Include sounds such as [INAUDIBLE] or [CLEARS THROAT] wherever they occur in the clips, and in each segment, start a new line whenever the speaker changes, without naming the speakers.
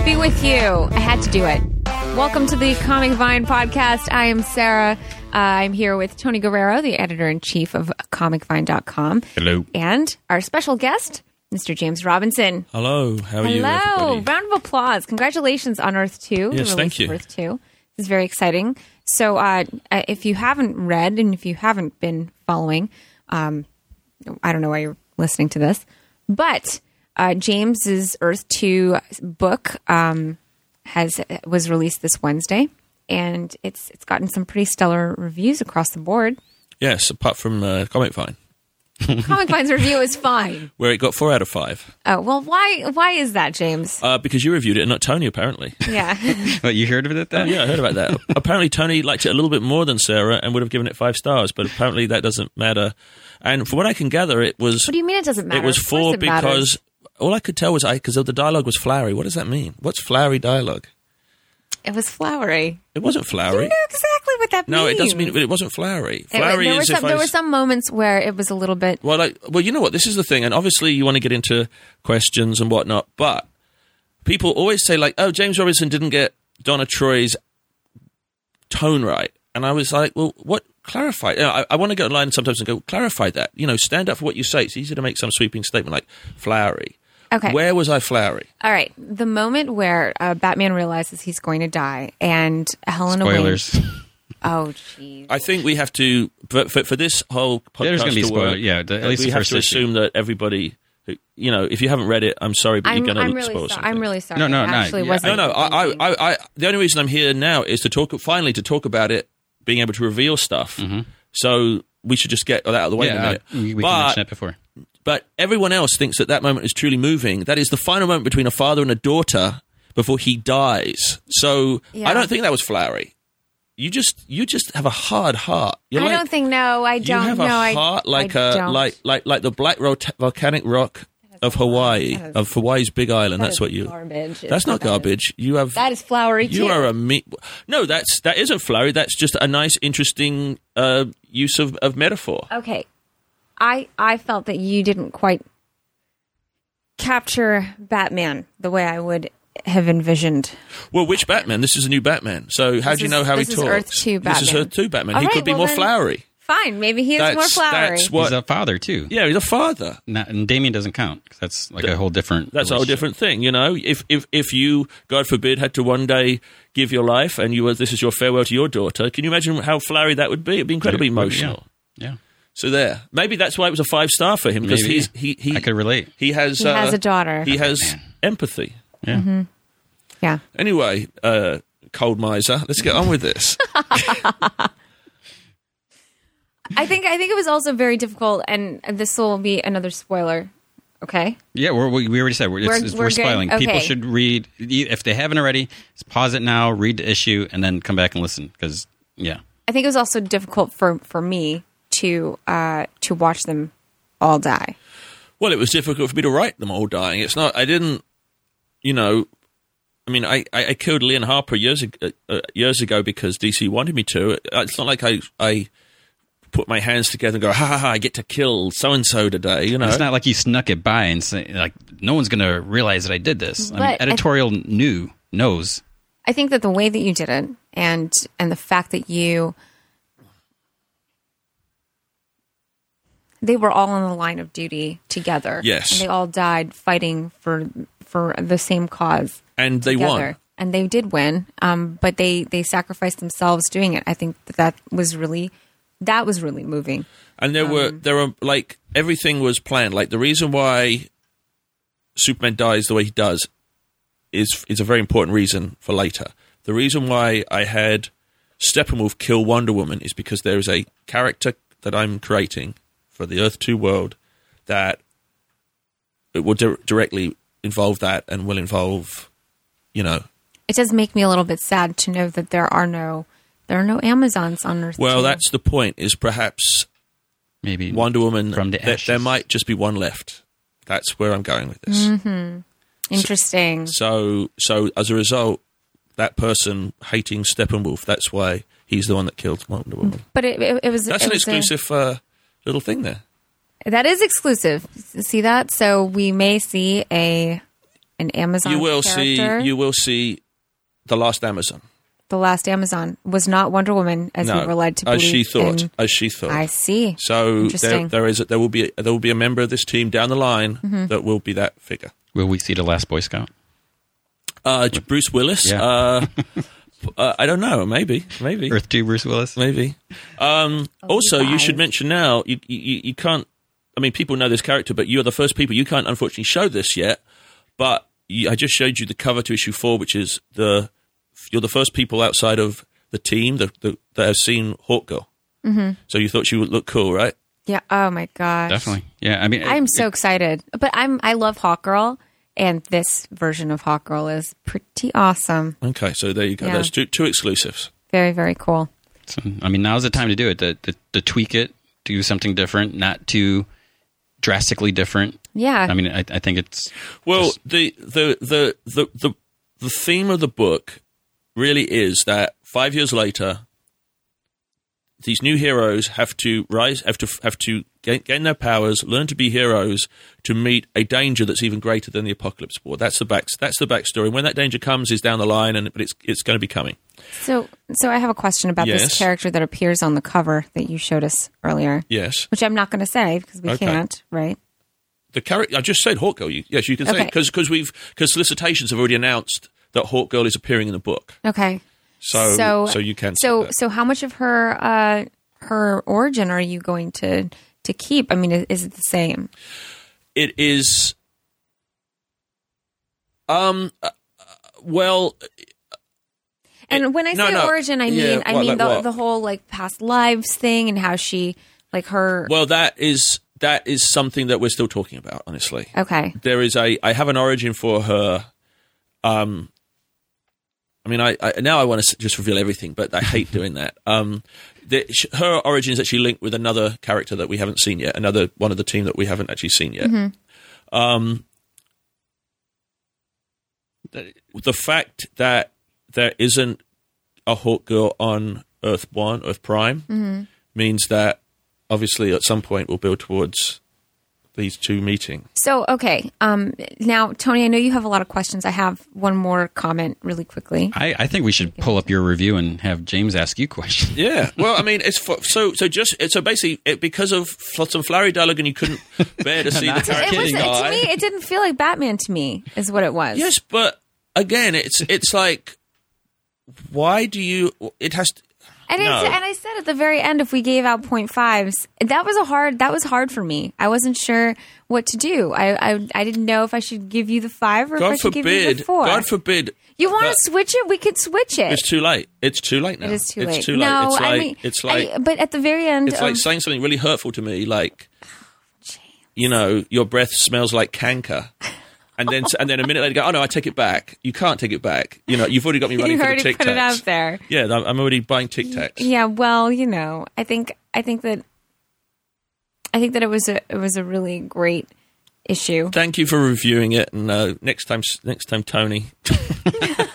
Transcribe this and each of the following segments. you. I had to do it. Welcome to the Comic Vine podcast. I am Sarah. Uh, I'm here with Tony Guerrero, the editor in chief of comicvine.com.
Hello.
And our special guest, Mr. James Robinson.
Hello. How are you?
Hello.
everybody?
Round of applause. Congratulations on Earth 2. the
Yes,
release
thank
Of
you.
Earth 2. This is very exciting. So, uh, uh, if you haven't read and if you haven't been following, um, I don't know why you're listening to this, but uh, James's Earth 2 book um, has was released this Wednesday, and it's it's gotten some pretty stellar reviews across the board.
Yes, apart from uh, Comic Vine,
Comic Vine's review is
[LAUGHS]
fine.
where it got four out of five
Oh well, why why is that, James?
uh, because you reviewed it and not Tony, apparently.
Yeah.
What, you heard about
Oh,
that?
yeah, I heard
[LAUGHS]
about that. apparently, Tony liked it a little bit more than Sarah and would have given it five stars, but apparently that doesn't matter. And from what I can gather, it was
What do you mean it doesn't matter?
it was
Of course
four
it matters.
because all I could tell was I because the dialogue was flowery. What does that mean? What's flowery dialogue?
it was flowery.
It wasn't flowery.
You know exactly what that
No,
means.
it doesn't mean. But it wasn't flowery.
It-
Flowery
there were
is
some,
if I
there were
s-
some moments where it was a little bit.
Well, like, well, you know what? This is the thing, and obviously you want to get into questions and whatnot, but people always say like, "Oh, James Robinson didn't get Donna Troy's tone right," and I was like, "Well, what?" Clarify. You know, I, I want to go online sometimes and go clarify that. You know, stand up for what you say. It's easy to make some sweeping statement like flowery.
Okay.
Where was I flowery?
All right, the moment where uh, Batman realizes he's going to die, and Helena Wayne-
Spoilers.
Oh, jeez.
I think we have to for, for, for this whole podcast.
there's gonna be
to work,
spoiler- yeah, the- at least
we
the
have
first
to
issue.
assume that everybody, who- you know, if you haven't read it, I'm sorry, but
I'm,
you're going
I'm
to
really
spoil
sorry.
something.
I'm really sorry.
No, no,
I
no,
actually
yeah,
wasn't.
No, no. I, I, I, I, the only reason I'm here now is to talk, finally, to talk about it, being able to reveal stuff. So we should just get that out of the way in a
Mm-hmm. Yeah, uh,
minute.
we we can
but,
mention it before.
but everyone else thinks that that moment is truly moving. That is the final moment between a father and a daughter before he dies. So
Yeah.
I don't think that was flowery. You just, you just have a hard heart. You're
I
like-
don't think. No, I don't.
you have
no, I-
a heart like
I
a
don't.
like like like the black ro- volcanic rock of Hawaii,
that is-
of Hawaii's Big Island.
that
that's
is
what you.
garbage. It's
That's not
not that
garbage. You have
That is flowery too.
you are a meat. No, that's that isn't flowery. That's just a nice, interesting uh, use of, of metaphor.
okay. I I felt that you didn't quite capture Batman the way I would have envisioned.
Well, which Batman? This is a new Batman. So how
This
do you
is-
know how he
this is
talks?
Earth 2
This is
Batman.
Earth Two Batman.
All
he
right,
could be
well
more
then-
flowery.
Fine, maybe he is
That's
more flowery.
that's what.
He's a father too.
yeah, he's a father.
Not, and Damien doesn't count 'cause that's like a whole different.
That's a whole
relationship.
different thing, you know. If if if you, God forbid, had to one day give your life, and you were this is your farewell to your daughter, can you imagine how flowery that would be? It'd be incredibly
Yeah,
emotional.
Yeah. yeah.
So there, maybe that's why it was a five star for him because
Maybe.
he's he he
I could relate.
He has uh,
He has a daughter.
He has empathy.
Yeah.
Mm-hmm. yeah.
Anyway, uh, cold miser, let's get on
[LAUGHS]
with this.
I think I think it was also very difficult, and this will be another spoiler. Okay,
Yeah, we're, we we already said we're,
We're-
it's, it's,
we're
we're,
good?
spoiling. People
Okay.
should read e, if they haven't already. Just pause it now, read the issue, and then come back and listen because yeah,
I think it was also difficult for for me to uh, to watch them all die.
well, it was difficult for me to write them all dying. It's not. I didn't. You know. I mean, I, I, I killed Leon Harper years ago, uh, years ago because DC wanted me to. Uh, It's not like I I put my hands together and go, ha ha ha! I get to kill so and so today. You know,
it's not like you snuck it by and say like no one's gonna realize that I did this. I mean,
But I-
editorial knew knows.
I think that the way that you did it, and and the fact that you they were all on the line of duty together.
Yes.
and they all died fighting for for the same cause.
and they
together.
won.
and they did win. Um, but they they sacrificed themselves doing it. I think that that was really that was really moving.
And there were there were like everything was planned. Like the reason why Superman dies the way he does is is a very important reason for later. The reason why I had Steppenwolf kill Wonder Woman is because there is a character that I'm creating for the Earth Two world that it will di- directly involve that and will involve, you know.
It does make me a little bit sad to know that there are no there are no Amazons on Earth.
Well,
too.
that's the point. Is perhaps
Maybe
Wonder Woman
from the
there-
ashes.
there might just be one left. That's where I'm going with this.
interesting.
So, so as a result, that person hating Steppenwolf, that's why he's the one that killed Wonder Woman.
But it, it, it was Mm-hmm. it
That's an
was a-
exclusive uh, little thing there.
that is exclusive. See that? So we may see a an Amazon.
you will
character.
see you will see the last Amazon.
the last Amazon was not Wonder Woman as
No,
we were led to believe.
as she thought,
in-
as she thought.
I see.
so there,
Interesting. Mm-hmm.
there is a, there will be a, there will be a member of this team down the line that will be that figure.
Will we see the last Boy Scout?
Uh, J- Bruce Willis.
Yeah.
Uh, uh, I don't know. Maybe. Maybe.
Earth 2 Bruce Willis?
Maybe. Um, also, you should
guys.
mention now. You, you you can't. I mean, people know this character, but you are the first people. You can't unfortunately show this yet. But you, I just showed you the cover to issue four, which is the. You're the first people outside of the team that that, that have seen Hawk Girl. Mm-hmm. So you thought she would look cool, right?
yeah. Oh my gosh.
Definitely. Yeah. I mean, it-
I'm so excited, but I'm I love Hawk Girl, and this version of Hawk Girl is pretty awesome.
Okay, so there you go.
Yeah.
There's two two exclusives.
Very very cool.
So, I mean, now's the time to do it. To, to, to tweak it, do something different, not too drastically different.
Yeah.
I mean, I, I think it's
Well,
just-
the, the the the the the theme of the book really is that five years later, these new heroes have to rise, have to have to gain, gain their powers, learn to be heroes, to meet a danger that's even greater than the apocalypse war. That's the back. That's the backstory. And when that danger comes, is down the line, and but it's it's going to be coming.
so so I have a question about
Yes.
this character that appears on the cover that you showed us earlier,
Yes,
which I'm not going to say because we
Okay.
can't, right?
the character. I just said Hawk Girl. You, yes, you can say
Okay.
because because we've because solicitations have already announced that Hawk Girl is appearing in the book.
Okay.
So so, you can say
so
that.
so how much of her uh her origin are you going to to keep? I mean, is, is it the same?
it is um uh, well
And when I
no,
say
no.
origin, I mean
Yeah,
I
what,
mean
like
the,
what?
the whole like past lives thing and how she like her.
well that is that is something that we're still talking about honestly
okay.
there is a i have an origin for her um i mean i, I now i want to just reveal everything but i hate doing that um the, sh- her origin is actually linked with another character that we haven't seen yet another one of the team that we haven't actually seen yet um the fact that there isn't a Hawk Girl on Earth One, Earth Prime, means that obviously at some point we'll build towards these two meeting.
So okay. Um. Now, Tony, I know you have a lot of questions. I have one more comment really quickly.
I, I think we should pull up your review and have James ask you [LAUGHS] questions.
Yeah. Well, I mean, it's for, so so just so basically it, because of fl- some flowery dialogue and you couldn't bear to see the
That's- it
It
character
was
kidding,
not to
die.
me. It didn't feel like Batman to me. Is what it was.
Yes, but again, it's it's like why do you? It has. To,
And, I,
No.
said- and I said at the very end, if we gave out point fives, that was a hard. That was hard for me. I wasn't sure what to do. I I, I didn't know if I should give you the five or if I
God
should give you
forbid.
the four.
God forbid.
you want
that-
to switch it? We could switch it.
It's too late. It's too late now.
It is too
it's
late.
Too late.
No,
it's like
I mean, um,
it's
I-
like
but at the very end,
it's
of, [LAUGHS]
like saying something really hurtful to me, like
Oh,
you know, your breath smells like canker. And
[LAUGHS]
then, and then a minute later, go. Oh no, I take it back. You can't take it back. You know, you've
[LAUGHS]
already got me running
you
for the
already
Tic
put it out
Tacs.
there.
Yeah, I'm I'm already buying Tic Tacs.
Yeah, well, you know, I think I think that I think that it was a it was a really great issue.
Thank you for reviewing it, and uh, next time, next time, Tony. [LAUGHS]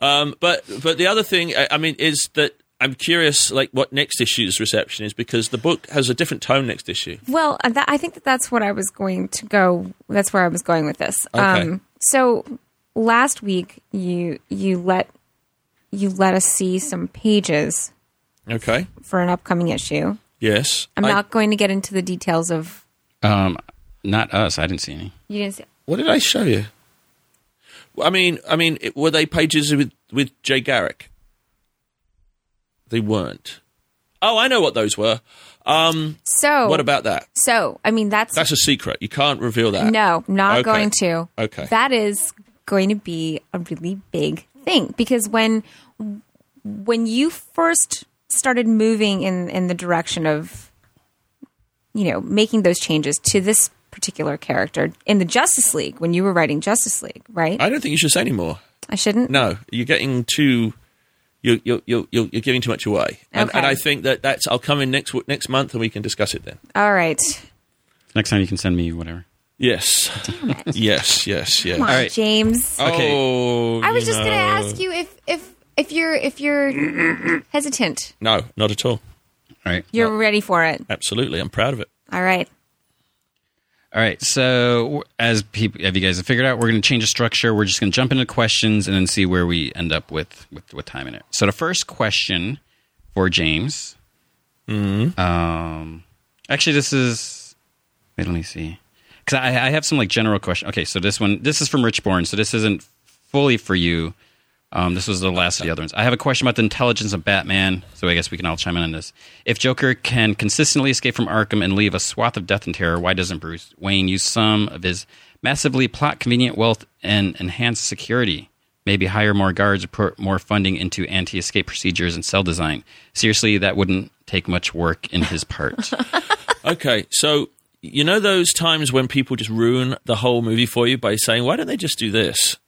um, but but the other thing, I, I mean, is that I'm curious, like what next issue's reception is, because the book has a different tone next issue.
Well, uh, that, I think that that's what I was going to go. That's where I was going with this. Um,
Okay.
so last week you you let you let us see some pages
Okay.
for an upcoming issue.
Yes.
I'm
I-
not going to get into the details of
Um, not us. I didn't see any.
you didn't say,
What did I show you? Well, I mean, I mean, it- were they pages with with Jay Garrick? They weren't. Oh, I know what those were. Um,
so.
What about that?
so? I mean, that's,
That's a secret. You can't reveal that.
no, not
Okay.
going to.
Okay.
that is going to be a really big thing because when when you first started moving in in the direction of you know making those changes to this particular character in the Justice League when you were writing Justice League, right? I,
I don't think you should say anymore.
shouldn't.
No, you're getting too. You're you're you're, you're you're giving too much away. And,
Okay.
and I think that that's. I'll come in next w- next month and we can discuss it then.
All right.
Next time you can send me whatever.
Yes. [LAUGHS] Yes. Yes. Yes.
Come on,
All right.
James.
Okay.
Oh,
I was
you
just going to
know.
ask you if if if you're if you're hesitant,
No, not at all.
All right.
you're ready for it.
Absolutely, I'm proud of it.
All right.
All right. So, as people, have you guys figured out? We're going to change the structure. We're just going to jump into questions and then see where we end up with with, with time in it. So, the first question for James. Um, actually, this is. Wait, let me see. Because I, I have some like general question. Okay, so this one, this is from Rich Born. So this isn't fully for you. Um, this was the last of the other ones. I have a question about the intelligence of Batman. So I guess we can all chime in on this. If Joker can consistently escape from Arkham and leave a swath of death and terror, why doesn't Bruce Wayne use some of his massively plot convenient wealth and enhanced security? Maybe hire more guards, put more funding into anti escape procedures and cell design. Seriously, that wouldn't take much work in his part.
Okay, so you know those times when people just ruin the whole movie for you by saying, "Why don't they just do
[LAUGHS]
this?"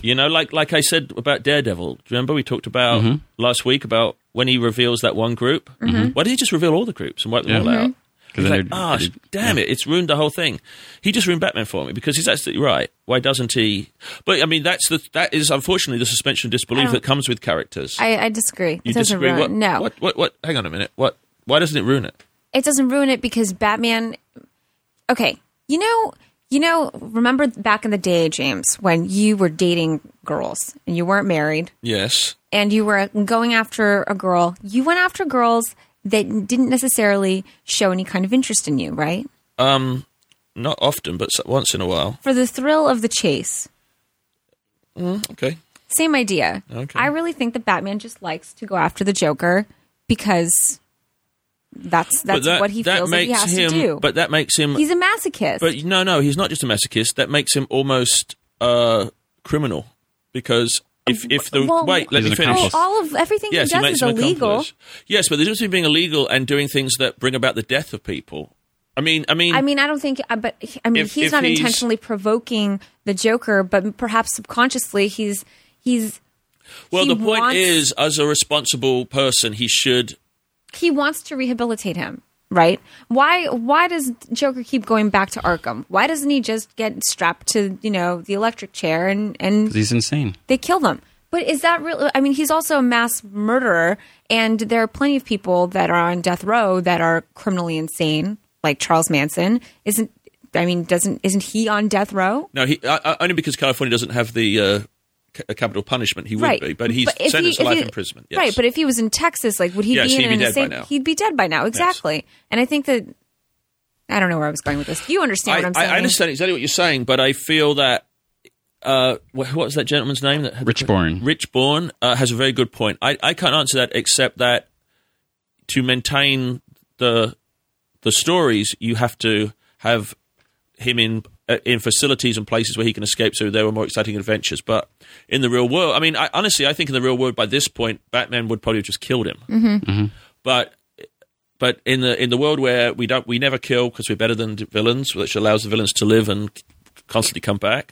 you know, like like I said about Daredevil. Do you remember we talked about
Mm-hmm.
last week about when he reveals that one group?
Mm-hmm.
Why did he just reveal all the groups and wipe them all out?
Mm-hmm. 'Cause
He's
then
like,
they'd-
ah,
they'd-
damn it, it's ruined the whole thing. He just ruined Batman for me because he's absolutely right. Why doesn't he? But I mean, that's the that is unfortunately the suspension of disbelief
don't-
that comes with characters.
I, I disagree.
you
it doesn't
disagree?
ruin
what,
it. No.
What, what? What? Hang on a minute. What? Why doesn't it ruin it?
It doesn't ruin it because Batman Okay. You know you know, remember back in the day, James, when you were dating girls and you weren't married
Yes.
and you were going after a girl, you went after girls that didn't necessarily show any kind of interest in you, right?
Um, not often, but s- once in a while.
For the thrill of the chase.
Okay.
Same idea.
Okay.
I really think that Batman just likes to go after the Joker because that's that's what he feels that he has
him,
to do.
But that makes him.
he's a masochist.
but no, no, he's not just a masochist. That makes him almost uh, criminal because if if the
Um, Well,
wait, let
He's
me
an
finish.
well,
accomplice.
Oh, all of everything
Yes,
he does
he
is
makes him
illegal.
accomplice. Yes, but the difference between being illegal and doing things that bring about the death of people. I mean, I mean,
I mean, I don't think, uh, but he- I mean,
If-
he's
if
not
he's-
intentionally provoking the Joker, but perhaps subconsciously he's he's
well,
he
the point
wants-
is, as a responsible person, he should.
he wants to rehabilitate him right why why does joker keep going back to arkham why doesn't he just get strapped to you know the electric chair and and
He's insane.
they kill them but is that real i mean he's also a mass murderer and there are plenty of people that are on death row that are criminally insane like charles manson isn't i mean doesn't isn't he on death row
No, he I, I- only because California doesn't have the uh, ca- capital punishment. He would
right
be, but he's
if he-
sentenced
if
to life
he-
imprisonment. Yes.
right but if he was in texas like would he
Yes,
be in
he'd be
an
dead by
insane-
now.
he'd be dead by now exactly and i think that i don't know where i was going with this you understand what i'm saying
I understand exactly what you're saying, but I feel that uh, wh- what was that gentleman's name? That had the-
Rich Bourne.
Rich Bourne uh, has a very good point. I, I can't answer that except that to maintain the the stories, you have to have him in uh, in facilities and places where he can escape, so there were more exciting adventures. But in the real world, I mean, I, honestly, I think in the real world by this point, Batman would probably have just killed him. Mm-hmm. But but in the in the world where we don't we never kill because we're better than the villains, which allows the villains to live and constantly come back.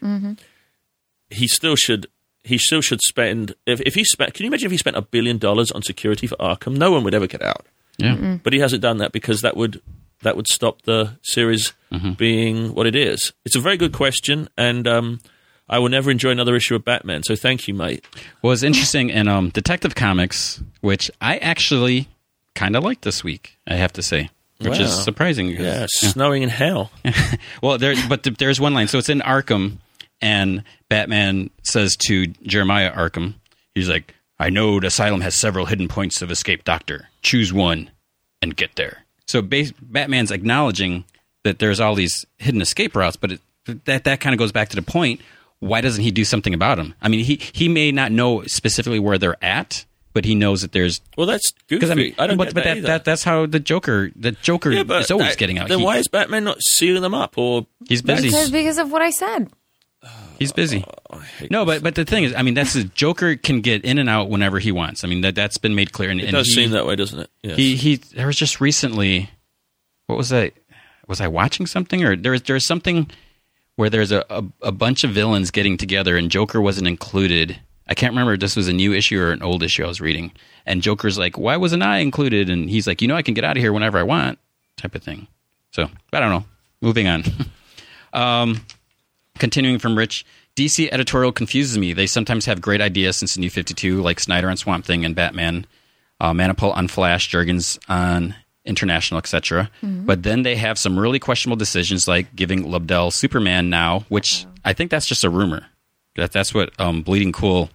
He still should he still should spend if, if he spent. Can you imagine if he spent a billion dollars on security for Arkham? No one would ever get out.
Yeah.
But he hasn't done that because that would that would stop the series
Mm-hmm.
being what it is. It's a very good question, and um, I will never enjoy another issue of Batman. So thank you, mate.
Well, it's interesting in um, Detective Comics, which I actually kind of liked this week. I have to say, which
Wow.
is surprising. because-
Yeah, snowing in hell.
Well, there, but th- there's one line. So it's in Arkham, and Batman says to Jeremiah Arkham, he's like, "I know the asylum has several hidden points of escape, Doctor. Choose one and get there." So bas- Batman's acknowledging that there's all these hidden escape routes, but it, that that kind of goes back to the point. Why doesn't he do something about them? I mean, he he may not know specifically where they're at, but he knows that there's
Well, that's goofy.
because I mean,
don't
but,
get
but
either.
that that's how the Joker the Joker is always
that-
getting out.
Then
He-
why is Batman not sealing them up? Or
He's busy.
because, because of what i said
he's busy.
Oh, I hate
No, but but the thing is, I mean, that's the Joker can get in and out whenever he wants. I mean, that that's been made clear. And,
it
and
does
he,
seem that way, doesn't it? Yes.
he he. There was just recently, what was I? Was I watching something or there was there was something where there's a, a a bunch of villains getting together and Joker wasn't included. I can't remember if this was a new issue or an old issue I was reading. And Joker's like, "Why wasn't I included?" And he's like, "You know, I can get out of here whenever I want," type of thing. So I don't know. Moving on. [LAUGHS] Continuing from Rich, DC editorial confuses me. They sometimes have great ideas since the New 52, like Snider on Swamp Thing and Batman, uh, Manipal on Flash, Jurgens on international, etc. But then they have some really questionable decisions, like giving Lobdell Superman now, which I think that's just a rumor. That that's what um, Bleeding Cool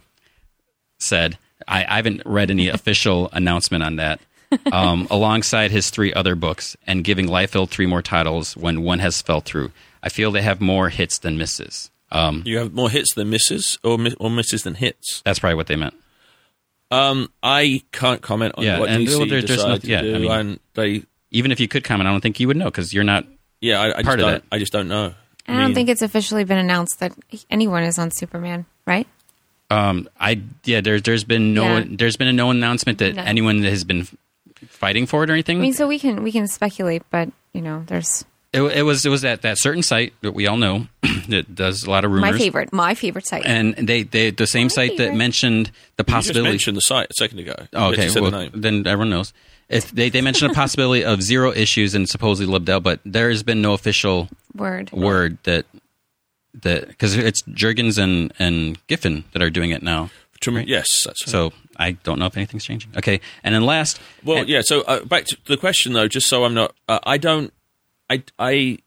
said. I, I haven't read any official [LAUGHS] announcement on that.
[LAUGHS]
Um, alongside his three other books, and giving Liefeld three more titles when one has fell through. I feel they have more hits than misses. Um,
You have more hits than misses, or mi- or misses than hits.
that's probably what they meant.
Um, I can't comment on
Yeah,
what
and
DC
there- there's
decide
nothing-
to
yeah,
do,
I mean-
and they,
Even if you could comment, I don't think you would know because you're not.
yeah, I, I just
Part of
don't,
it.
I just don't know.
I don't think it's officially been announced that anyone is on Superman, right?
Um, I yeah. There's there's been no
Yeah.
there's been no announcement that
No.
anyone that has been f- fighting for it or anything.
I mean, so we can we can speculate, but you know, there's
it, it was it was at that certain site that we all know [CLEARS THROAT] that does a lot of rumors.
my favorite, my favorite site.
And they, they the same site that
favorite.
mentioned the
You just
possibility.
mentioned the site a second ago.
Oh,
I
okay,
just said
well,
the name.
then everyone knows. If they, they mentioned a possibility of zero issues and supposedly Lobdell, but there has been no official
Word.
word that that because it's Jurgens and and Giffen that are doing it now.
Trem- Yes, that's right.
So I don't know if anything's changing. Okay, and then last,
Well,
and-
yeah. So uh, back to the question, though. Just so I'm not, uh, I don't, I, I,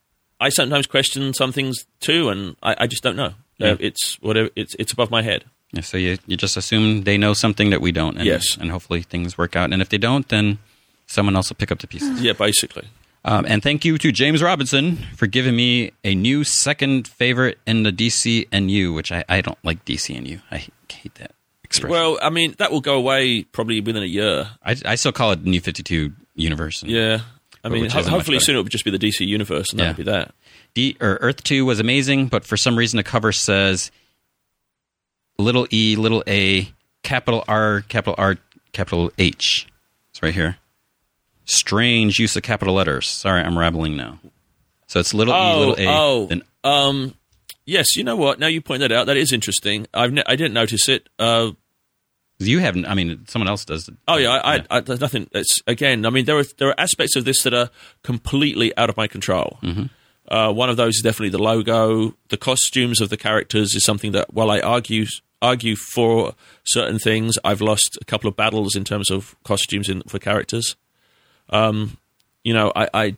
I sometimes question some things too, and I, I just don't know.
Yeah.
Uh, it's whatever. It's it's above my head.
yeah, so you you just assume they know something that we don't. And,
Yes.
and hopefully things work out. And if they don't, then someone else will pick up the pieces.
Yeah, basically.
Um, and thank you to James Robinson for giving me a new second favorite in the DC and you, which I, I don't like DC and you. I hate- hate that expression.
Well, I mean, that will go away probably within a year.
I, I still call it New Fifty Two Universe. And
Yeah. I
But
mean,
which
ho-
isn't much
hopefully
better.
soon it would just be the DC universe, and
Yeah.
that'd be that.
D or Earth Two was amazing, but for some reason the cover says little E, little A, capital R, capital R, capital H. It's right here. Strange use of capital letters. Sorry, I'm rambling now. So it's little E,
Oh,
little A,
oh.
then
Um, yes, you know what? Now you point that out. That is interesting. I've ne- I didn't notice it. Uh,
you haven't. I mean, someone else does. it.
Oh yeah, I, I, I, there's nothing. It's again. I mean, there are there are aspects of this that are completely out of my control. Uh, one of those is definitely the logo. The costumes of the characters is something that, while I argue argue for certain things, I've lost a couple of battles in terms of costumes in, for characters. Um, you know, I, I,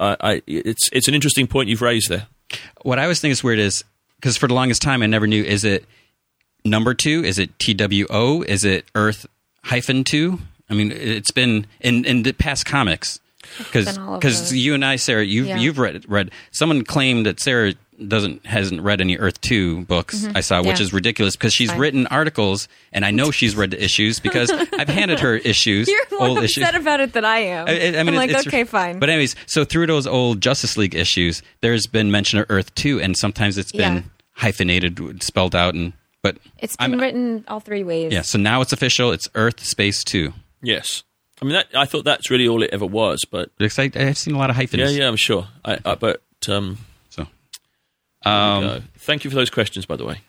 I, I, it's it's an interesting point you've raised there.
what I always think is weird is because for the longest time I never knew is it number two? Is it TWO? Is it Earth hyphen two? I mean, it's been in in the past comics because
Been all over
because
the-
you and I, Sarah, you
Yeah.
have you've read read. Someone claimed that Sarah doesn't hasn't read any Earth two books I saw, which
Mm-hmm. Yeah.
is ridiculous because she's
Fine.
written articles and I know she's read the issues
[LAUGHS]
because I've handed her issues,
[LAUGHS] You're more
old issues.
upset about it than I am.
I, I mean,
am
it's-
like,
it's-
okay, fine.
But anyways, so through those old Justice League issues, there's been mention of Earth two, and sometimes it's been
Yeah.
hyphenated, spelled out, and but
it's been
I'm-
written all three ways.
yeah. So now it's official. It's Earth space two.
Yes, I mean, that, I thought that's really all it ever was. But
Because I, I've seen a lot of hyphens.
yeah, yeah, I'm sure. I, I but. Um,
So
Oh
um,
No. Thank you for those questions, by the way.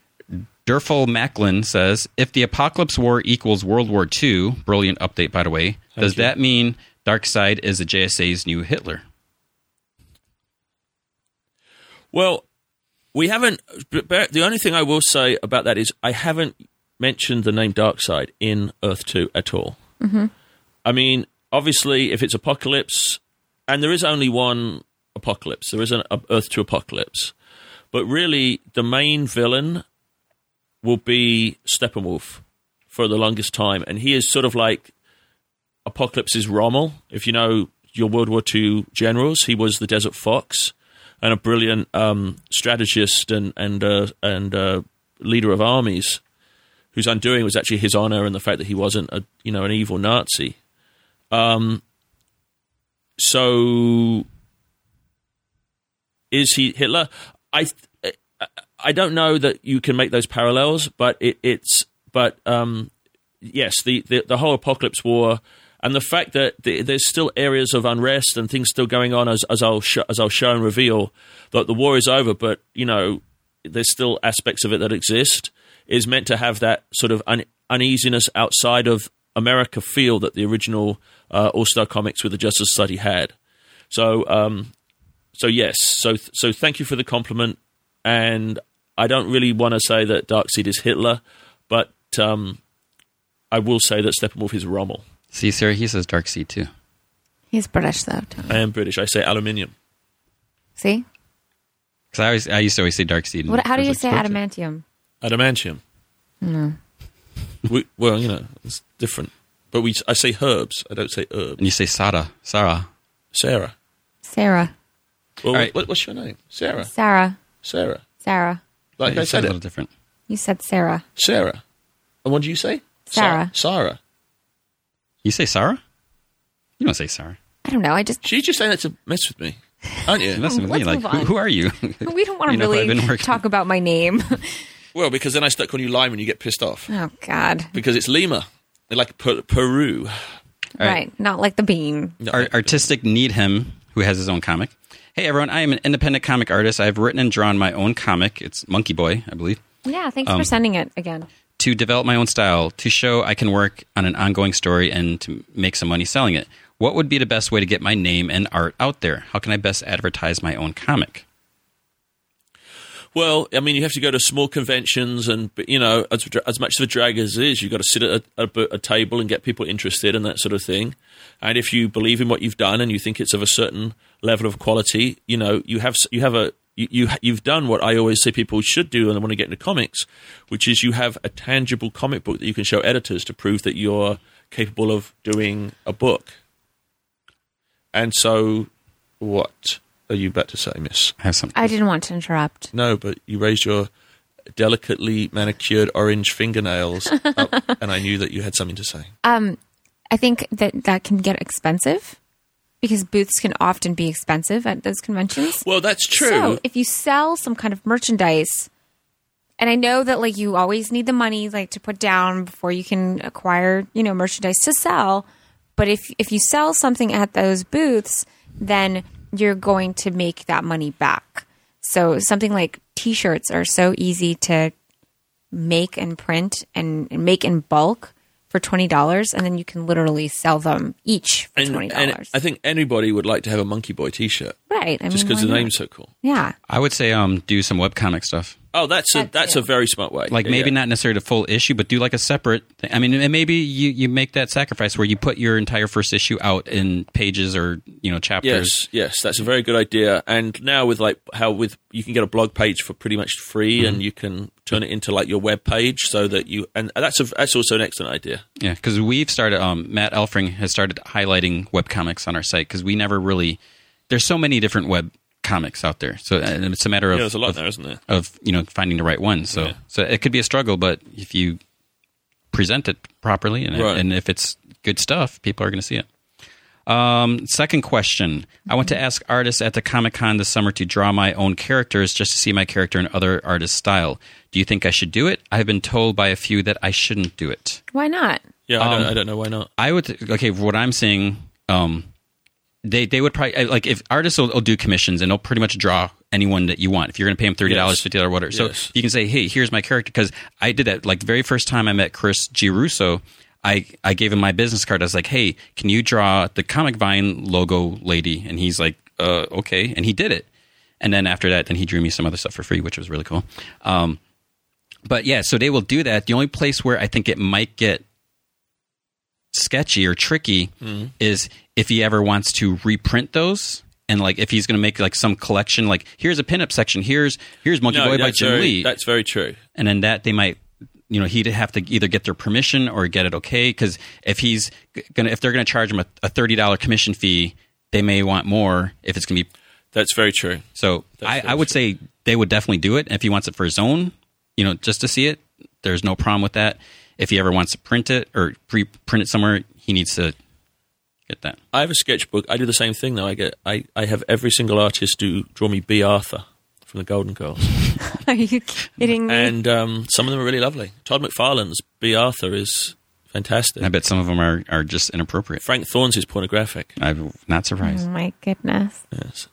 Durful Macklin says, if the Apocalypse War equals World War II, brilliant update by the way. does
you.
that mean Darkseid is the JSA's new Hitler?
Well, we haven't. but- but The only thing I will say about that is I haven't mentioned the name Darkseid in Earth 2 at all. Mm-hmm. I mean, obviously, if it's Apocalypse, and there is only one Apocalypse, there is an a- Earth 2 Apocalypse. But really, the main villain will be Steppenwolf for the longest time. And he is sort of like Apocalypse's Rommel. If you know your World War II generals, he was the Desert Fox and a brilliant um, strategist and and uh, and uh, leader of armies, whose undoing was actually his honor and the fact that he wasn't a you know an evil Nazi. Um, so is he Hitler? I th- I- I don't know that you can make those parallels, but it, it's but um, yes, the, the the whole apocalypse war and the fact that the, there's still areas of unrest and things still going on as as I'll sh- as I'll show and reveal that the war is over, but you know there's still aspects of it that exist is meant to have that sort of un- uneasiness outside of America feel that the original uh, All Star comics with the Justice Society had. So um, so yes, so so thank you for the compliment, and I don't really want to say that Darkseid is Hitler, but um, I will say that Steppenwolf is Rommel.
See, Sarah, he says Darkseid too.
He's British though. Tony.
I am British. I say aluminium.
See,
Because I always, I used to always say dark seed. and
what, how do
it
you
was
say
like,
adamantium?
Adamantium. We, well, you know, it's different. But we, I say herbs. I don't say herb.
And you say Sara, Sarah.
Sarah.
Sarah,
Well,
All right.
what, what's your name? Sarah.
Sarah,
Sarah.
Sarah.
Like I
Yeah, you said
said
a
it.
little different.
You said Sarah.
Sarah. And what do you say?
Sarah.
Sa- Sarah.
You say Sarah? You don't say Sarah.
I don't know. I just
She's just saying that to mess with me, aren't
[LAUGHS] You're
you?
messing with
Let's
me. Like,
move
who,
on.
who are you?
we don't want to
[LAUGHS] You know, if I've been
really
working-
talk about my name. [LAUGHS]
well, because then I start calling you Lime and you get pissed off.
oh God!
Because it's Lima. Like per- Peru.
All
Right.
right.
not like the bean.
No,
Ar- artistic Needham, who has his own comic. Hey, everyone. I am an independent comic artist. I've written and drawn my own comic. It's Monkey Boy, I believe.
Yeah, thanks
Um,
for sending it again.
to develop my own style, to show I can work on an ongoing story and to make some money selling it. What would be the best way to get my name and art out there? How can I best advertise my own comic?
Well, I mean, you have to go to small conventions, and but, you know, as, as much of a drag as it is, you've got to sit at a, a, a table and get people interested and that sort of thing. And if you believe in what you've done and you think it's of a certain level of quality, you know, you have s- you have a you, you you've done what I always say people should do, and I want to get into comics, which is you have a tangible comic book that you can show editors to prove that you're capable of doing a book. And so, what are you about to say, Miss?
I have some.
I didn't want to interrupt.
No, but you raised your delicately manicured orange
[LAUGHS]
fingernails up, and I knew that you had something to say.
Uh, Um, I think that that can get expensive because booths can often be expensive at those conventions.
Well, that's true.
So if you sell some kind of merchandise, and I know that like you always need the money like to put down before you can acquire you know merchandise to sell, but if if you sell something at those booths, then you're going to make that money back. So something like T-shirts are so easy to make and print and and make in bulk for twenty dollars, and then you can literally sell them each for
and,
twenty
and
dollars.
I think anybody would like to have a Monkey Boy t shirt
Right? I
just
mean,
because
why
the
not?
name's so cool.
Yeah.
I would say um, do some webcomic stuff.
Oh, that's a, that's a very smart way.
Like
Yeah,
maybe
yeah.
not necessarily a full issue, but do like a separate. Thing. I mean, and maybe you, you make that sacrifice where you put your entire first issue out in pages or you know
Yes,
chapters.
yes, that's a very good idea. And now with like how with you can get a blog page for pretty much free,
Mm-hmm.
and you can turn it into like your web page, so that you and that's a, that's also an excellent idea.
Yeah, because we've started. Um, Matt Elfring has started highlighting webcomics on our site because we never really. There's so many different web comics out there, so and it's a matter of
Yeah, there's a lot
of
there, isn't there?
of you know finding the right one. So
Yeah.
so it could be a struggle, but if you present it properly and,
Right.
and if it's good stuff, people are going to see it. Um, second question: I want to ask artists at the Comic Con this summer to draw my own characters just to see my character in other artists' style. Do you think I should do it? I've been told by a few that I shouldn't do it.
Why not?
Yeah,
Um,
I, don't, I don't know why not.
I would okay. from What I'm seeing, um, they they would probably like if artists will, will do commissions and they'll pretty much draw anyone that you want. If you're going to pay them thirty dollars,
Yes.
fifty dollars, whatever, so
Yes.
you can say, "Hey, here's my character." Because I did that like the very first time I met Chris Girusso. I, I gave him my business card. I was like, "Hey, can you draw the Comic Vine logo lady?" And he's like, "Uh, okay." And he did it. And then after that, then he drew me some other stuff for free, which was really cool. Um, but yeah, so they will do that. The only place where I think it might get sketchy or tricky
Mm-hmm.
is if he ever wants to reprint those and like if he's going to make like some collection like here's a pinup section here's here's monkey boy by
that's
jim
very-
lee
That's very true.
and then that they might you know he'd have to either get their permission or get it okay because if he's g- gonna if they're gonna charge him a, a $30 commission fee they may want more if it's gonna be
That's very true.
so I,
very
I would say they would definitely do it. And if he wants it for his own, you know, just to see it, there's no problem with that. If he ever wants to print it or pre print it somewhere, he needs to get that.
I have a sketchbook. I do the same thing though. I get I, I have every single artist do draw me B. Arthur from the Golden
[LAUGHS]
Girls,
Are you kidding me?
and um, some of them are really lovely. Todd McFarlane's B. Arthur is
I
fantastic.
bet some of them are, are just inappropriate.
Frank Thorne's is pornographic.
I'm not
oh
surprised.
my goodness.
Yes.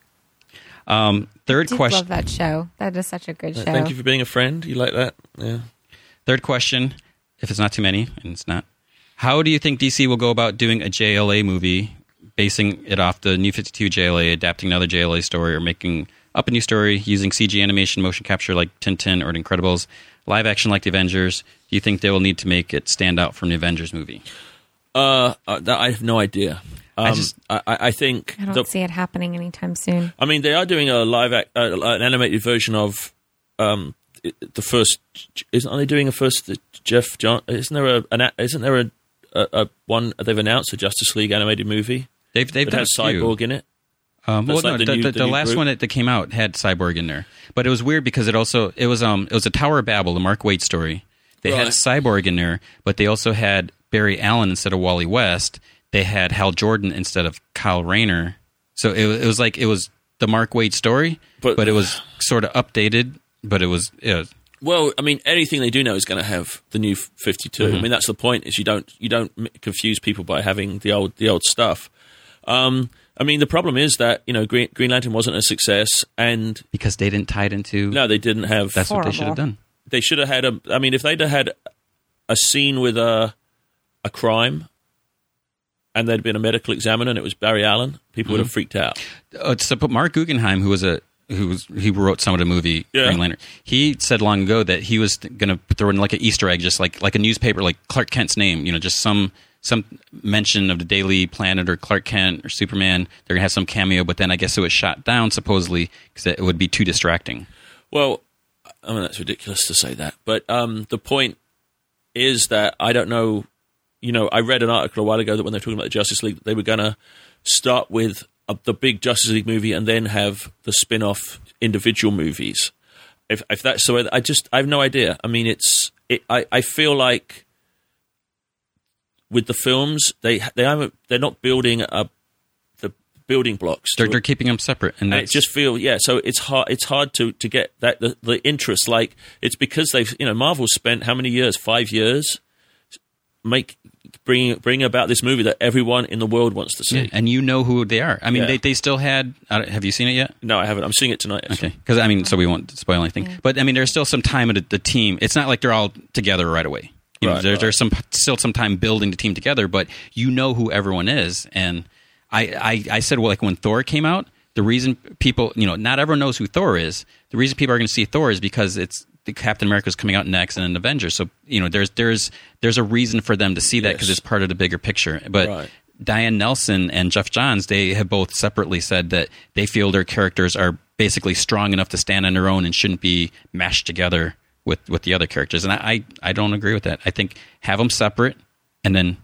Um, third
Mm-hmm. did
question.
love that show. That is such a good show.
Uh, Thank you for being a friend. You like that? Yeah.
Third question, if it's not too many, and it's not, how do you think DC will go about doing a JLA movie, basing it off the New 52 JLA, adapting another JLA story, or making up a new story using CG animation, motion capture like Tintin or The Incredibles, live action like The Avengers? Do you think they will need to make it stand out from the Avengers movie?
Uh, uh, that, I have no idea. Um, I, I, I think
I don't
the-
see it happening anytime soon.
I mean, they are doing a live, ac- uh, an animated version of um, i- the first. Isn't are they doing a first Jeff John? Isn't there a an, a- isn't there a, a, a one they've announced a Justice League animated movie
They've they've
that
done
has
a few.
Cyborg in it?
Um, well,
That's
no,
like
the,
the
the,
new-
the,
the new
last
group?
one that, that came out had Cyborg in there, but it was weird because it also it was um it was a Tower of Babel, the Mark Waid story. They had
Right.
Cyborg in there, but they also had Barry Allen instead of Wally West. They had Hal Jordan instead of Kyle Rayner. So it, wa- it was like it was the Mark Waid story, but,
But-
it was sort of updated. But it was, it was
Well, I mean, anything they do now is going to have the new Fifty I mean, that's the point is you don't you don't m- confuse people by having the old the old stuff. Um, I mean, the problem is that you know Green, Green Lantern wasn't a success, and
because they didn't tie it into.
no, they didn't have.
that's what they
Horrible.
should have done.
they should have had a. I mean, if they'd have had a scene with a a crime, and there'd been a medical examiner, and it was Barry Allen, people would have freaked out.
uh, so but Mark Guggenheim, who was a who was he wrote some of the movie
Yeah.
Green Lantern. He said long ago that he was th- going to throw in like an Easter egg, just like like a newspaper, like Clark Kent's name. You know, just some some mention of the Daily Planet or Clark Kent or Superman. They're going to have some cameo, but then I guess it was shot down supposedly because it would be too distracting.
Well, I mean, that's ridiculous to say that, but um, the point is that I don't know. You know, I read an article a while ago that when they were talking about the Justice League, they were going to start with a, the big Justice League movie and then have the spin off individual movies. If, if that's the way, that, I just I have no idea. I mean, it's it, I I feel like with the films they they haven't they're not building a the building blocks.
They're
to-
they're keeping them separate, and
and
that's
it just feel yeah so it's hard it's hard to to get that the, the interest like it's because they've you know marvel spent how many years five years make bringing bringing about this movie that everyone in the world wants to see
yeah, and you know who they are. I mean,
Yeah.
they they still had. I don't- Have you seen it yet?
no i haven't i'm seeing it tonight actually.
Okay, because I mean, so we won't spoil anything. But I mean, there's still some time at the- the team. It's not like they're all together right away. You know,
Right,
there,
right.
There's some still some time building the team together, but you know who everyone is. And I, I, I said, well, like when Thor came out, the reason people, you know, not everyone knows who Thor is. The reason people are going to see Thor is because it's the Captain America's coming out next and an Avengers. So you know, there's there's there's a reason for them to see that because
Yes.
it's part of the bigger picture. But
Right.
Diane Nelson and Jeff Johns, they have both separately said that they feel their characters are basically strong enough to stand on their own and shouldn't be mashed together with, with the other characters. And I, I, I don't agree with that. I think have them separate and then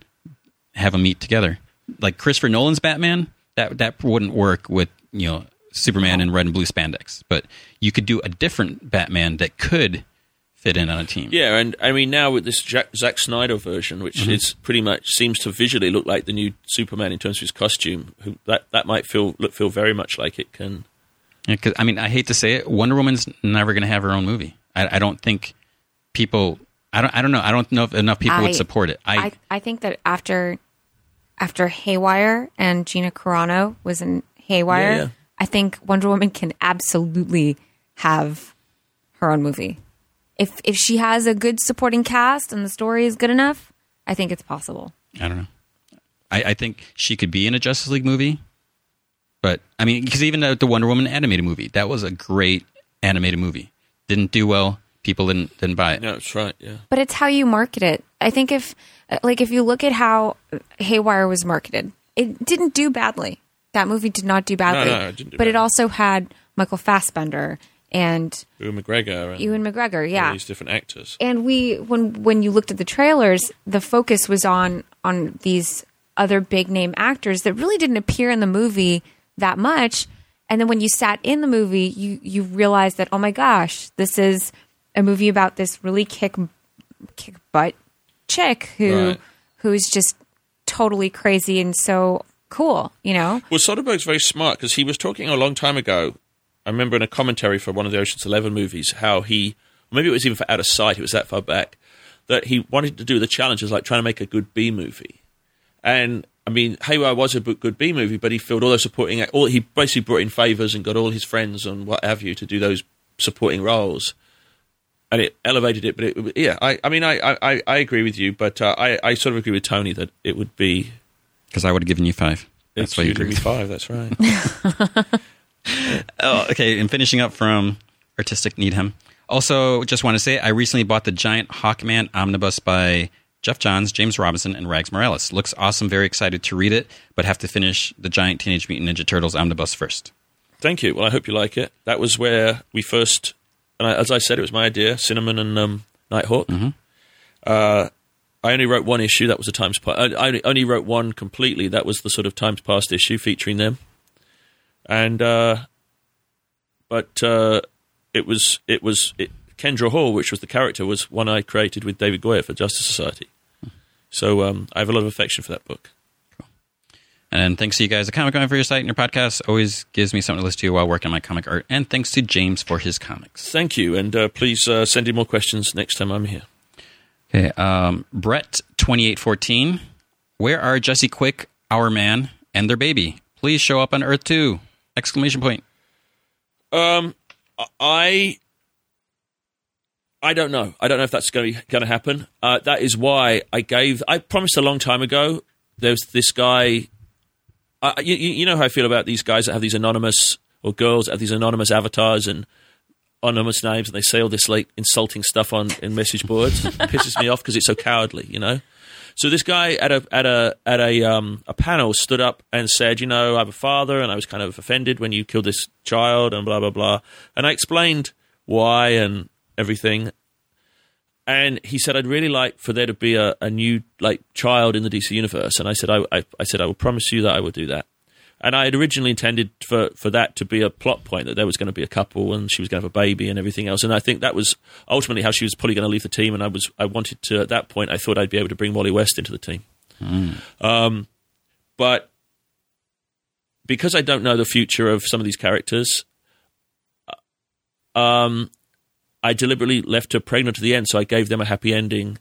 have them meet together. Like Christopher Nolan's Batman, that that wouldn't work with you know Superman in red and blue spandex. But you could do a different Batman that could fit in on a team.
yeah and i mean now with this Jack, Zack snyder version which
Mm-hmm.
is pretty much seems to visually look like the new superman in terms of his costume who that that might feel look feel very much like it can
Yeah, 'cause I mean, I hate to say it, Wonder Woman's never going to have her own movie. I, I don't think people. I don't. I don't know. I don't know if enough people
I-
would support it. I,
I, I think that after after Haywire and Gina Carano was in Haywire,
Yeah, yeah.
I think Wonder Woman can absolutely have her own movie. If if she has a good supporting cast and the story is good enough, I think it's possible.
I don't know. I, I think she could be in a Justice League movie, but I mean, because even the, the Wonder Woman animated movie, that was a great animated movie. Didn't do well. People didn't didn't buy it.
yeah that's right yeah
But it's how you market it. I think if like if you look at how Haywire was marketed, it didn't do badly. That movie did not do badly.
no, it didn't do
but it
badly.
also had Michael Fassbender and
Ewan mcgregor and
Ewan McGregor,
all
yeah.
these different actors
and we when when you looked at the trailers the focus was on on these other big name actors that really didn't appear in the movie that much and then when you sat in the movie you you realized that oh my gosh this is a movie about this really kick kick butt chick who
Right.
who's just totally crazy and so cool you know
Well, Soderbergh's very smart because he was talking a long time ago. I remember in a commentary for one of the Ocean's Eleven movies how he, maybe it was even for Out of Sight, it was that far back, that he wanted to do the challenges like trying to make a good B movie. And I mean, Haywire was a bu- good B movie, but he filled all those supporting, act- all he basically brought in favors and got all his friends and what have you to do those supporting roles. And it elevated it, but it, yeah, I, I mean, I, I- I, I agree with you, but uh, I, I sort of agree with Tony that it would be
Because I would have given you five. That's
it's
why you
usually
agree.
five. That's right.
Oh, okay. And finishing up from Artistic Needham. Also, just want to say I recently bought the Giant Hawkman omnibus by Jeff Johns, James Robinson, and Rags Morales. Looks awesome. Very excited to read it, but have to finish the Giant Teenage Mutant Ninja Turtles omnibus first.
Thank you. Well, I hope you like it. That was where we first, and I, as I said, it was my idea, Cinnamon and um, Nighthawk. Uh, I only wrote one issue. That was the Times Past. I, I only- only wrote one completely. That was the sort of Times Past issue featuring them. And uh, but uh, it was it was it, Kendra Hall, which was the character, was one I created with David Goyer for Justice Society. So um, I have a lot of affection for that book.
And thanks to you guys at Comic Con for your site and your podcast. Always gives me something to listen to while working on my comic art. And thanks to James for his comics.
Thank you, and uh, please uh, send in more questions next time I'm here.
Okay, um, Brett twenty eight fourteen. Where are Jesse Quick, our man, and their baby? Please show up on Earth too! Exclamation point.
Um, I I don't know. I don't know if that's going to going to happen. Uh, that is why I gave. I promised a long time ago. There's this guy. Uh, you, you you know how I feel about these guys that have these anonymous or girls that have these anonymous avatars and anonymous names, and they say all this like insulting stuff on in message boards. it pisses me off because it's so cowardly, you know. So this guy at a at a at a um, a panel stood up and said, you know, I have a father, and I was kind of offended when you killed this child, and blah blah blah. And I explained why and everything. And he said, I'd really like for there to be a, a new like child in the DC universe. And I said, I, I, I said, I will promise you that I will do that. And I had originally intended for, for that to be a plot point that there was going to be a couple and she was going to have a baby and everything else. And I think that was ultimately how she was probably going to leave the team. And I was I wanted to at that point I thought I'd be able to bring Wally West into the team. Um, but because I don't know the future of some of these characters, uh, um, I deliberately left her pregnant at the end, so I gave them a happy ending.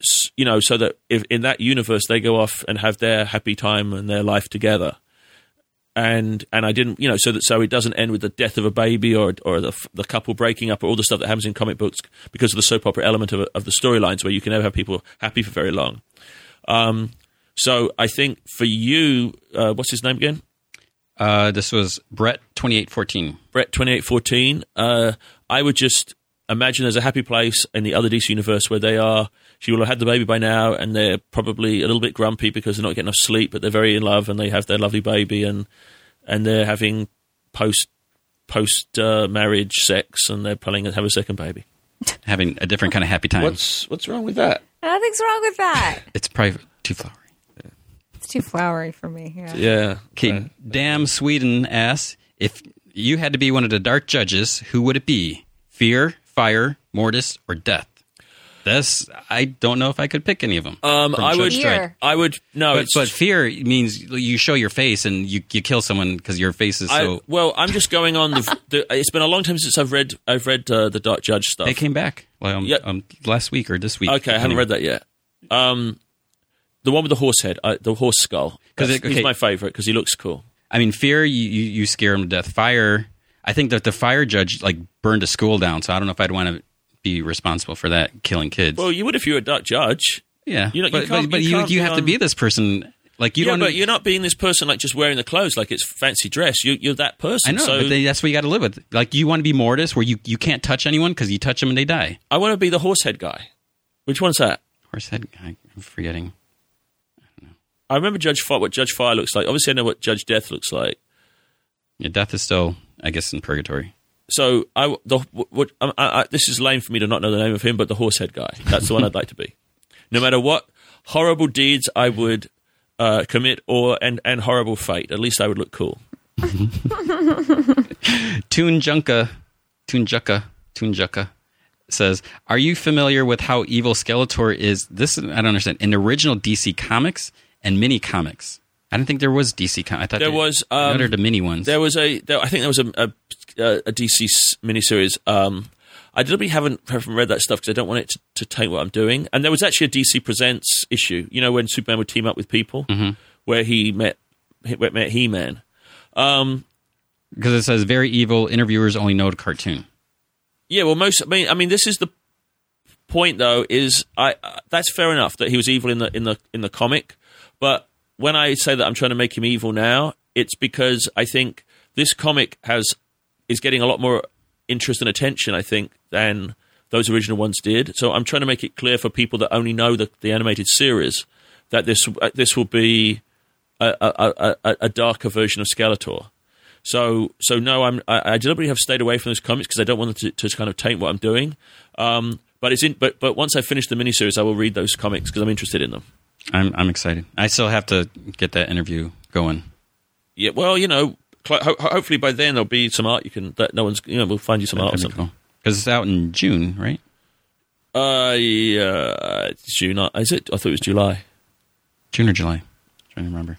s- You know, so that if in that universe they go off and have their happy time and their life together, and and I didn't, you know, so that so it doesn't end with the death of a baby or or the f- the couple breaking up or all the stuff that happens in comic books because of the soap opera element of of the storylines where you can never have people happy for very long. Um, so I think for you, uh, what's his name again?
Uh, this was Brett twenty eight fourteen.
Brett twenty eight fourteen. Uh, I would just imagine there's a happy place in the other DC universe where they are. She will have had the baby by now, and they're probably a little bit grumpy because they're not getting enough sleep, but they're very in love and they have their lovely baby, and and they're having post post uh, marriage sex, and they're planning to have a second baby.
Having a different kind of happy time.
What's what's wrong with that?
Nothing's wrong with that.
It's private. Too flowery.
[LAUGHS] It's too flowery for me. Yeah.
Yeah,
Okay, damn Sweden asks if you had to be one of the dark judges, who would it be? Fear, fire, mortis, or death? This I don't know if I could pick any of them.
um,
From
I would.
Judge Dredd.
Fear.
I would no.
But,
it's,
but fear means you show your face and you, you kill someone because your face is
I,
so.
well, I'm just going on the, the. It's been a long time since I've read. I've read uh, the Dark Judge stuff.
They came back like, um,
Yeah.
um, last week or this week.
Okay, I haven't read that yet. Um, the one with the horse head, uh, the horse skull.
'Cause
Because
it- okay.
he's my favorite because he looks cool.
I mean, fear you, you, you scare them to death. Fire, I think that the fire judge like burned a school down, so I don't know if I'd want to be responsible for that killing kids.
Well, you would if you were a Dutch judge.
yeah,
you know, you
but but,
can't-
but
you
you,
can't
you
be
have to
on-
be this person. Like you
yeah,
don't.
but you're not being this person like just wearing the clothes like it's fancy dress. You, you're that person.
I know,
So
but they, that's what you got to live with. Like you want to be Mortis, where you, you can't touch anyone because you touch them and they die.
I want to be the horse head guy. Which one's that?
Horse head, I- I'm forgetting.
I remember Judge Fire, what Judge Fire looks like. Obviously, I know what Judge Death looks like.
Yeah, death is still, I guess, in purgatory.
So I, the, what, I, I, this is lame for me to not know the name of him, but the horsehead guy. That's the one I'd like to be. No matter what horrible deeds I would uh, commit, or and and horrible fate, at least I would look cool.
Tunjunka, Tunjunka, Tunjunka says, "Are you familiar with how evil Skeletor is? This I don't understand. In the original DC comics and mini comics, I don't think there was DC. Com- I thought
There
they-
was,
I
um,
ordered the mini ones.
There was a, there, I think there was a a, a DC s- miniseries. Um, I deliberately haven't, haven't read that stuff because I don't want it to, to taint what I'm doing. And there was actually a DC Presents issue. You know when Superman would team up with people, where he met he, met He Man. Um,
because it says very evil. Interviewers only know the cartoon.
Yeah, well, most. I mean, I mean, this is the point, though. Is I uh, that's fair enough that he was evil in the in the in the comic, but when I say that I'm trying to make him evil now, it's because I think this comic has is getting a lot more interest and attention. I think than those original ones did. So I'm trying to make it clear for people that only know the, the animated series that this uh, this will be a, a, a, a darker version of Skeletor. So so no, I'm I, I deliberately have stayed away from those comics because I don't want them to, to kind of taint what I'm doing. Um, but it's in, but but once I finish the miniseries, I will read those comics because I'm interested in them.
I'm I'm excited. I still have to get that interview going.
Yeah, well, you know, cl- ho- ho- hopefully by then there'll be some art you can that no one's you know we'll find you some art or
Because
something.
it's out in June, right?
Uh, yeah, it's June. uh, Is it? I thought it was July.
June or July? trying to remember.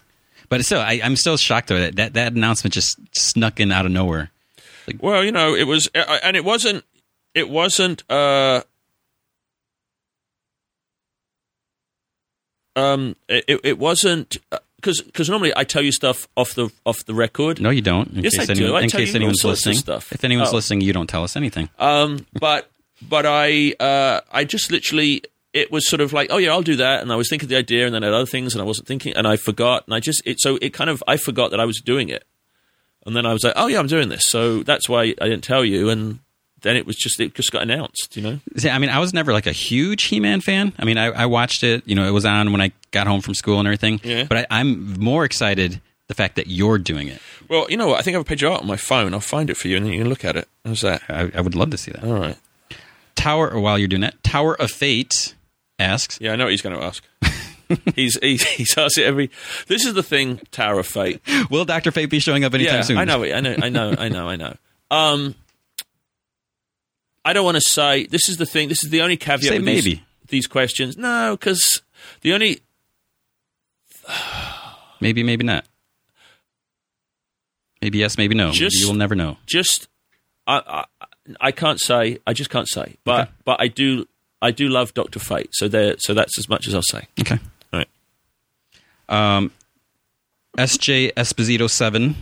But still, I, I'm still shocked though that, that that announcement just snuck in out of nowhere.
Well, you know, it was, uh, and it wasn't. It wasn't. Uh, um, it it wasn't because because normally I tell you stuff off the off the record.
No, you don't. In
Yes,
case
I do.
anyone-
I
in
tell
case
you all
anyone's
sorts of
listening,
stuff.
if anyone's
Oh.
listening, you don't tell us anything.
Um, but but I uh, I just literally it was sort of like oh yeah I'll do that and I was thinking of the idea and then I had other things and I wasn't thinking and I forgot and I just it so it kind of I forgot that I was doing it and then I was like oh yeah I'm doing this so that's why I didn't tell you and then it was just it just got announced you know
See, I mean, I was never like a huge He-Man fan. I mean, I, I watched it. You know, it was on when I got home from school and everything.
Yeah.
But I, I'm more excited the fact that you're doing it.
well you know what I think I have a picture of art on my phone I'll find it for you and then you can look at it how's that
I, I would love to see that.
all right
Tower, or while you're doing that, Tower of Fate asks.
yeah I know what he's going to
[LAUGHS]
ask. he's, he's he's asked it every. This is the thing, Tower of Fate.
Will Doctor Fate be showing up anytime
yeah,
soon?
I know, it. I know, I know, I know, I know. Um, I don't want to say this is the thing. This is the only caveat.
Say
with these-
maybe.
these, questions. No, because the only
Maybe, maybe not. Maybe yes, maybe no.
Just-
maybe you will never know.
just I, I I can't say. I just can't say. But but I do I do love Doctor Fate. So there. So that's as much as I'll say.
Okay.
All right.
Um, SJ Esposito seven.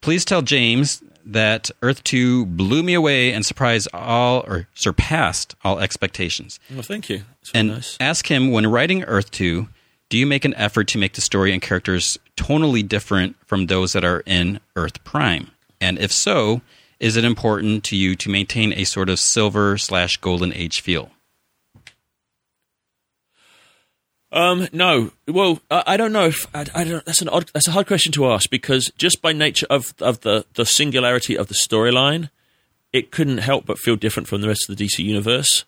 Please tell James that Earth two blew me away and surprised all or surpassed all expectations.
Well, thank you. It's very
And
nice.
ask him when writing Earth two, do you make an effort to make the story and characters tonally different from those that are in Earth Prime? And if so, is it important to you to maintain a sort of silver slash golden age feel?
Um, no. Well, I, I don't know if I, I don't. That's an odd. That's a hard question to ask because just by nature of of the the singularity of the storyline, it couldn't help but feel different from the rest of the DC universe.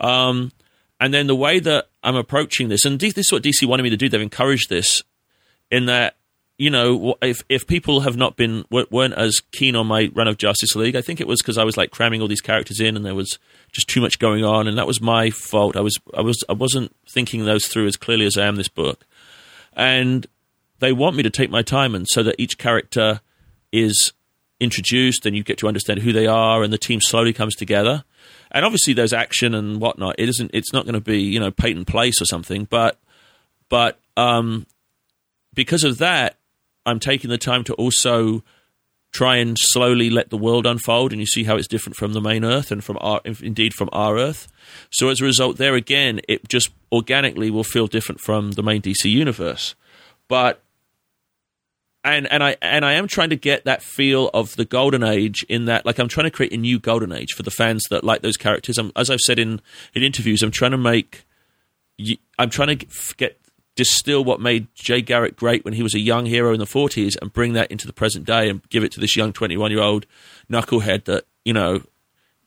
Um, and then the way that I'm approaching this, and D- this is what DC wanted me to do. They've encouraged this in that you know wh- if if people have not been wer- weren't as keen on my run of Justice League, I think it was because I was like cramming all these characters in, and there was just too much going on, and that was my fault. I was I was I wasn't thinking those through as clearly as I am this book, and they want me to take my time, and so that each character is introduced, and you get to understand who they are, and the team slowly comes together. And obviously, there's action and whatnot. It isn't. It's not going to be you know Peyton Place or something, but but um, because of that, I'm taking the time to also try and slowly let the world unfold, and you see how it's different from the main Earth and from our, if- indeed from our Earth. So as a result, there again, it just organically will feel different from the main DC universe, but. And, and I and I am trying to get that feel of the golden age in that like I'm trying to create a new golden age for the fans that like those characters. I'm, as I've said in, in interviews, I'm trying to make you, I'm trying to get, get distill what made Jay Garrick great when he was a young hero in the 40s and bring that into the present day and give it to this young 21 year old knucklehead that you know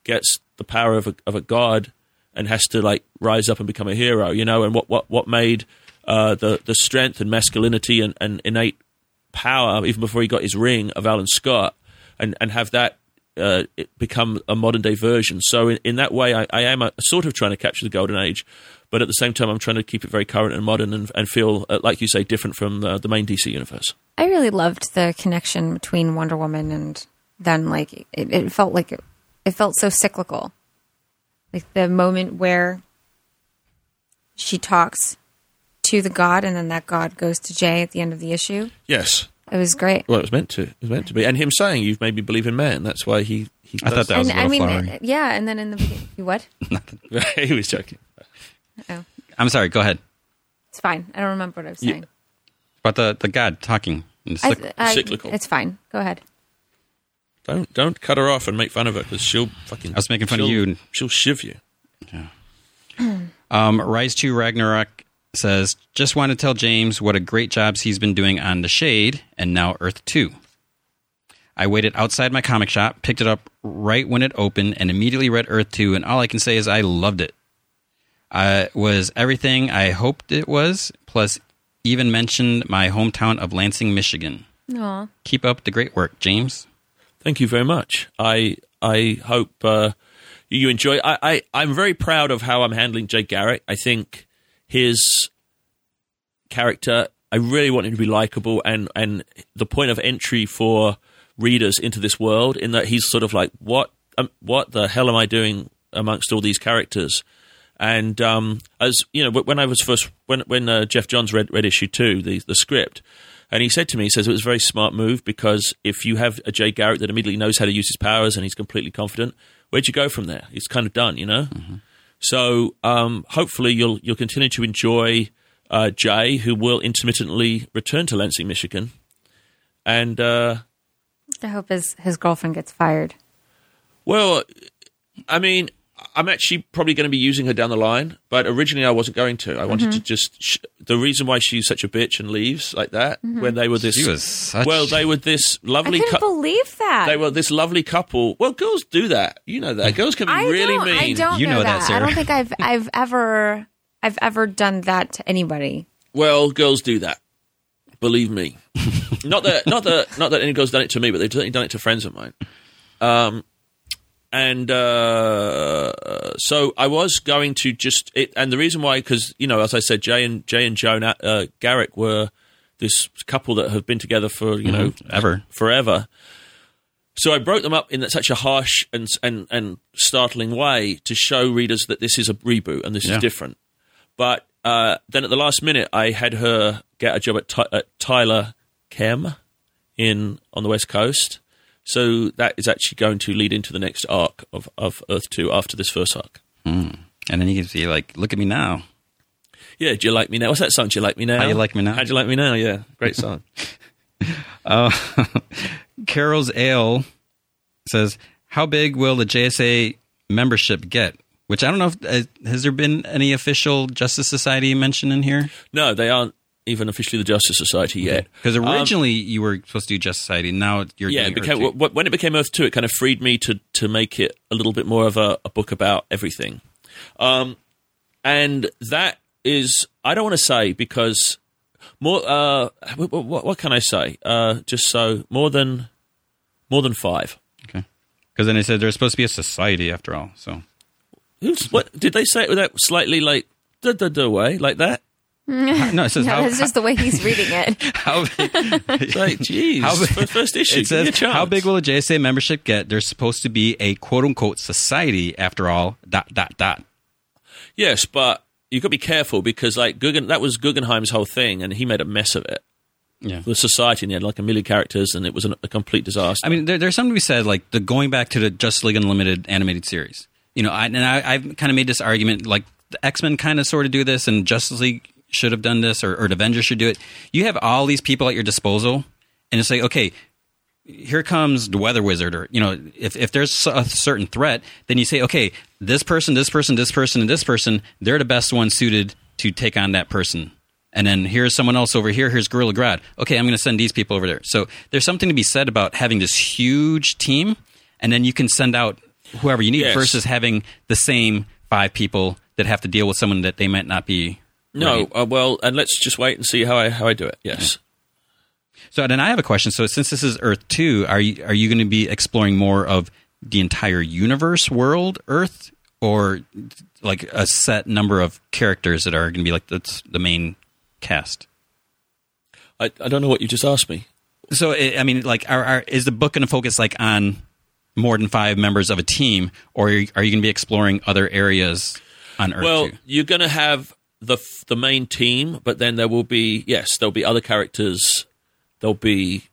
gets the power of a, of a god and has to like rise up and become a hero you know and what what what made uh, the the strength and masculinity and, and innate power even before he got his ring of Alan Scott and and have that uh, it become a modern day version. So in, in that way, I, I am a, sort of trying to capture the golden age, but at the same time, I'm trying to keep it very current and modern and, and feel, uh, like you say, different from uh, the main DC universe.
I really loved the connection between Wonder Woman and then like it, it felt like it, it felt so cyclical. Like the moment where she talks to the god and then that god goes to Jay at the end of the issue.
Yes,
It was great.
well, it was meant to. It was meant to be. And him saying, "You've made me believe in man." That's why he. he
I thought
does
that was a
and I
little
mean,
flowery.
yeah, and then in the beginning, what?
that. [LAUGHS] he was joking.
Oh,
I'm sorry. Go ahead.
it's fine. I don't remember what I was saying.
About the, the god talking. And it's
I-
like-
I-
cyclical.
It's fine. Go ahead.
Don't don't cut her off and make fun of her because she'll fucking.
I was making fun of
she'll-
you and-
She'll shiv you.
Yeah. um, Rise to Ragnarok says, "Just want to tell James what a great jobs he's been doing on The Shade and now Earth Two. I waited outside my comic shop, picked it up right when it opened, and immediately read Earth Two. And all I can say is I loved it. Uh, it was everything I hoped it was. Plus, even mentioned my hometown of Lansing, Michigan.
Aw.
Keep up the great work, James."
Thank you very much. I I hope uh, you enjoy. I, I I'm very proud of how I'm handling Jay Garrick. I think his character. I really want him to be likable and and the point of entry for readers into this world. In that he's sort of like what um, what the hell am I doing amongst all these characters? And um, as you know, wh- when I was first when when uh, Jeff Johns read read issue two the the script, and he said to me, he says it was a very smart move because if you have a Jay Garrick that immediately knows how to use his powers and he's completely confident, where'd you go from there? It's kind of done, you know. So um, hopefully you'll you'll continue to enjoy uh, Jay, who will intermittently return to Lansing, Michigan, and uh,
I hope his, his girlfriend gets fired.
Well, I mean, I'm actually probably going to be using her down the line, but originally I wasn't going to. I wanted
Mm-hmm.
to just sh- the reason why she's such a bitch and leaves like that when they were this.
She was such-
well, they were this
Mm-hmm. I
lovely.
couldn't
cou-
believe that.
they were this lovely couple. Well, girls do that. You know that girls can be
I
really
don't,
mean.
I don't
You
know,
know that,
that. I
Sarah.
don't think I've I've ever I've ever done that to
[LAUGHS]
anybody.
Well, girls do that. Believe me. [LAUGHS] not that not that not that any girls done it to me, but they've certainly done it to friends of mine. Um, and uh, so I was going to just it, and the reason why because you know as I said, Jay and Jay and Joan uh, Garrick were this couple that have been together for you know
ever.
forever. So I broke them up in such a harsh and and and startling way to show readers that this is a reboot and this
Yeah.
is different. But uh, then at the last minute, I had her get a job at, Ty- at Tyler Chem in on the West Coast. So that is actually going to lead into the next arc of, of Earth Two after this first arc.
And then he gives you like, "Look at me now."
Yeah, do you like me now? What's that song? Do you like me now?
How You Like Me Now?
How do you like me now? Yeah, great song.
Uh, [LAUGHS] Carol's Ale says, "How big will the JSA membership get?" Which I don't know. If, uh, has there been any official Justice Society mention in here?
no, they aren't even officially the Justice Society yet.
Because originally you were supposed to do Justice Society. Now you're
Um, yeah, it
doing Earth
became,
Two.
w- w- when it became Earth 2, it kind of freed me to, to make it a little bit more of a, a book about everything. Um, and that is, I don't want to say because more, uh, what, what, what can I say? Uh, just so more than, more than five.
okay. Because then they said there's supposed to be a society after all. So
Who's, what did they say it with that slightly like, duh, duh, duh way like that?
no,
[LAUGHS]
it says
No,
how,
that's just the way he's reading
[LAUGHS]
it.
how
[LAUGHS]
big,
It's
[LAUGHS]
like, geez,
How big-
fir- first issue.
it
give me a
says how
chance."
big will a JSA membership get? There's supposed to be a quote unquote society after all. Dot dot dot.
Yes, but you've got to be careful because like Guggen, that was Guggenheim's whole thing and he made a mess of it.
Yeah.
the society and they had like a million characters and it was an, a complete disaster.
I mean, there, there's something to be said, like the going back to the Justice League Unlimited animated series. You know, I, and I, I've kind of made this argument, like the X Men kind of sort of do this, and Justice League should have done this, or, or the Avengers should do it. You have all these people at your disposal, and it's like, okay, here comes the weather wizard, or you know, if if there's a certain threat, then you say, okay, this person, this person, this person, and this person, they're the best one suited to take on that person. And then here's someone else over here. Here's Gorilla Grodd. Okay, I'm going to send these people over there. So there's something to be said about having this huge team, and then you can send out whoever you need
Yes.
versus having the same five people that have to deal with someone that they might not be.
no,
right.
uh, well, and let's just wait and see how I how I do it. Yes,
So then I have a question. So since this is Earth two, are you are you going to be exploring more of the entire universe, world, Earth, or like a set number of characters that are going to be like that's the main cast?
I, I don't know what you just asked me.
So I I mean, like, are, are is the book going to focus like on more than five members of a team, or are you, are you going to be exploring other areas on Earth
well,
two?
you're going to have the f- the main team, but then there will be yes, there'll be other characters. There'll be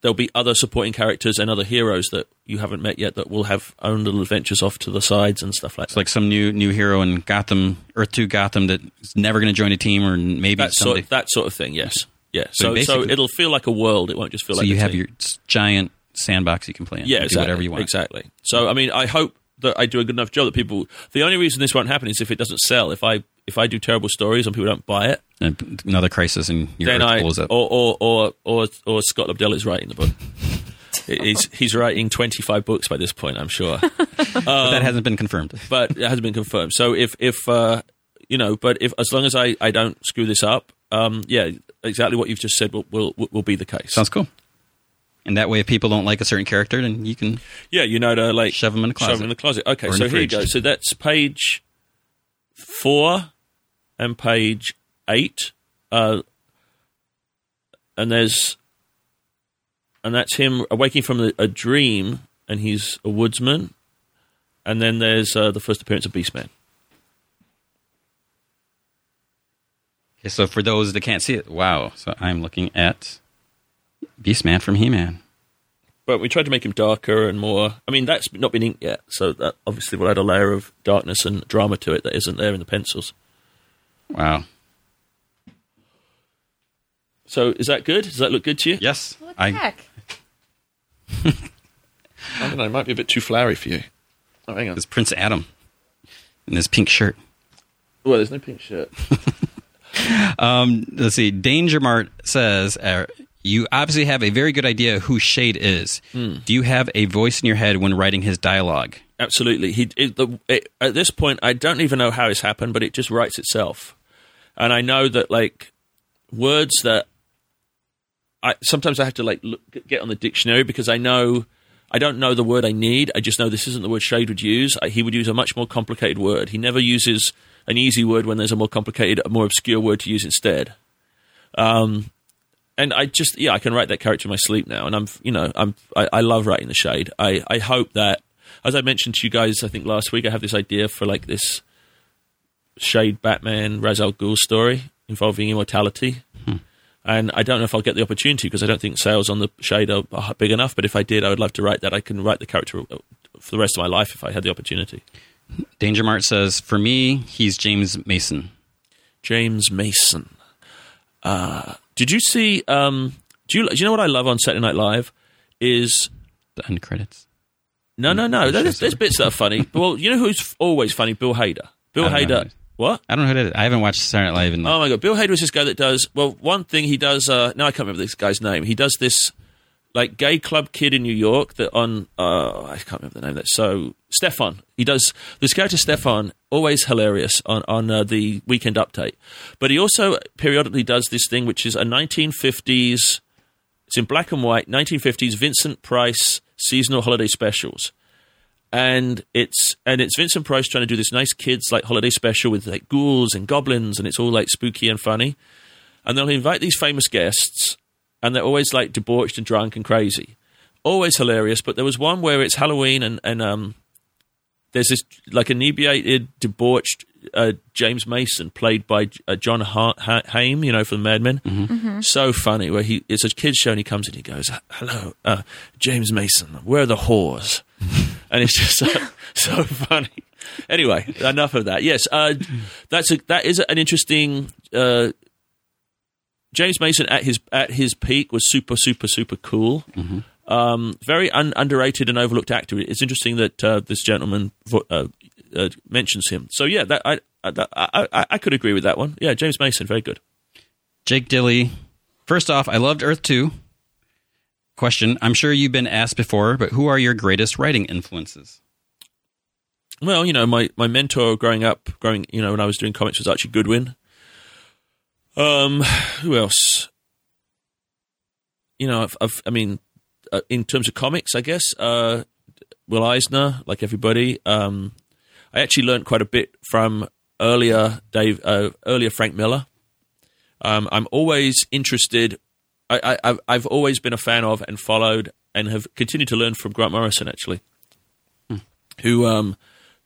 there'll be other supporting characters and other heroes that you haven't met yet that will have own little adventures off to the sides and stuff like
It's
that.
like some new new hero in Gotham, Earth two Gotham that is never going to join a team, or maybe
That
someday.
sort that sort of thing. Yes, yes. So so,
So basically-
it'll feel like a world. It won't just feel
so
like
you
a
have
team.
your s- giant sandbox you can play in.
Yeah,
You
exactly.
do whatever you want.
Exactly. So, I mean, I hope that I do a good enough job that people. The only reason this won't happen is if it doesn't sell. If I if I do terrible stories and people don't buy it,
And another crisis and your
then
Earth
I Oh,
blows up.
or or or or, or Scott Lobdell is writing the book. [LAUGHS] he's he's writing twenty five books by this point, I'm
[LAUGHS]
sure,
but
um,
that hasn't been confirmed.
but it hasn't been confirmed. So if if uh, you know, but if as long as I, I don't screw this up, um, yeah, exactly what you've just said will will will be the case.
Sounds cool. And that way, if people don't like a certain character, then you can
Yeah, you know to like
Shove 'em in the closet.
Shove 'em in the closet. Okay,
Or in
so
the
here you
fridge.
go. So that's page four and page eight. Uh, and there's and that's him awaking from the, a dream, and he's a woodsman. And then there's uh, the first appearance of Beastman.
Okay, so for those that can't see it, wow. So I'm looking at Beastman from He-Man.
But we tried to make him darker and more. I mean, that's not been inked yet, so that obviously will add a layer of darkness and drama to it that isn't there in the pencils.
Wow.
So is that good? Does that look good to you?
Yes.
What the
I,
heck?
I don't know. It might be a bit too flowery for you. Oh, hang on.
it's Prince Adam in his pink shirt.
Well, there's no pink shirt.
Let's see. Danger Mart says, uh, you obviously have a very good idea who Shade is. Do you have a voice in your head when writing his dialogue?
Absolutely. He it, the, it, at this point, I don't even know how it's happened, but it just writes itself. And I know that like words that I sometimes I have to like look, get on the dictionary because I know I don't know the word I need. I just know this isn't the word Shade would use. I, he would use a much more complicated word. He never uses an easy word when there's a more complicated, a more obscure word to use instead. and I just yeah, I can write that character in my sleep now, and I'm you know I'm I, I love writing the shade. I I hope that as I mentioned to you guys, I think last week I have this idea for like this shade Batman Ra's al Ghul story involving immortality, and I don't know if I'll get the opportunity because I don't think sales on the shade are, are big enough. But if I did, I would love to write that. I can write the character uh, for the rest of my life if I had the opportunity.
Danger Mart says, for me, he's James Mason.
James Mason. Uh, did you see? Um, do you do you know what I love on Saturday Night Live is
The end credits.
No, no, no. There's,
sure,
there's
sir.
bits that are
[LAUGHS]
funny. well, you know who's f- always funny? Bill Hader. Bill
I don't know who it
Hader.
is.
What?
I don't know who that is. I haven't watched Saturday Night Live in like,
Oh my god, Bill Hader is this guy that does. Well, one thing he does. Uh, no, I can't remember this guy's name. He does this like gay club kid in New York that on. Uh, I can't remember the name. of That so Stefan. He does this character Stefan. Always hilarious on on uh, the Weekend Update, but he also periodically does this thing which is a 1950s. It's in black and white, 1950s Vincent Price seasonal holiday specials. and it's and it's Vincent Price trying to do this nice kids like holiday special with like ghouls and goblins, and it's all like spooky and funny. And they'll invite these famous guests, and they're always like debauched and drunk and crazy, always hilarious. But there was one where it's Halloween, and and um, there's this like inebriated, debauched uh, James Mason played by uh, John ha- ha- Haim, you know, from Mad Men. So funny. Where he it's a kids show, and he comes in, he goes, "Hello, uh, James Mason, where are the whores?" and it's just so, [LAUGHS] so funny. Anyway, enough of that. Yes, uh, that's a, that is an interesting. Uh, James Mason at his at his peak was super super super cool. Um, very un- underrated and overlooked actor. It's interesting that uh, this gentleman vo- uh, uh, mentions him. So yeah, that I, I, that- I I I could agree with that one. Yeah, James Mason, very good.
Jake Dilly. First off, I loved Earth 2. Question I'm sure you've been asked before, but who are your greatest writing influences?
Well, you know, my, my mentor growing up, growing, you know, when I was doing comics was Archie Goodwin. Um, who else? You know, I've, I've I mean, uh, in terms of comics, I guess uh, Will Eisner, like everybody. Um, I actually learned quite a bit from earlier Dave, uh, earlier Frank Miller. Um, I'm always interested. I, I, I've- I've always been a fan of and followed and have continued to learn from Grant Morrison, actually who um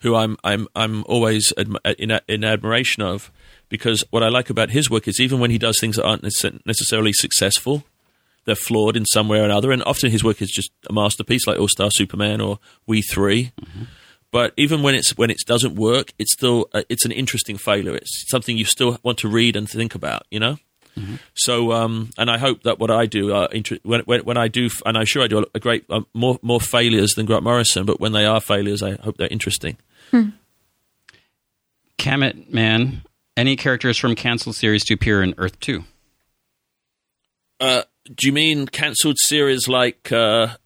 who I'm I'm I'm always adm- in in admiration of because what I like about his work is even when he does things that aren't nece- necessarily successful, they're flawed in some way or another, and often his work is just a masterpiece like All Star Superman or We 3 But even when it's when it doesn't work, it's still uh, it's an interesting failure. It's something you still want to read and think about, you know. So, um, and I hope that what I do, uh, inter- when, when when I do, f- and I'm sure I do a, a great um, more more failures than Grant Morrison, but when they are failures, I hope they're interesting.
Kamet Man. Any characters from canceled series to appear in Earth Two?
Uh, do you mean cancelled series like uh,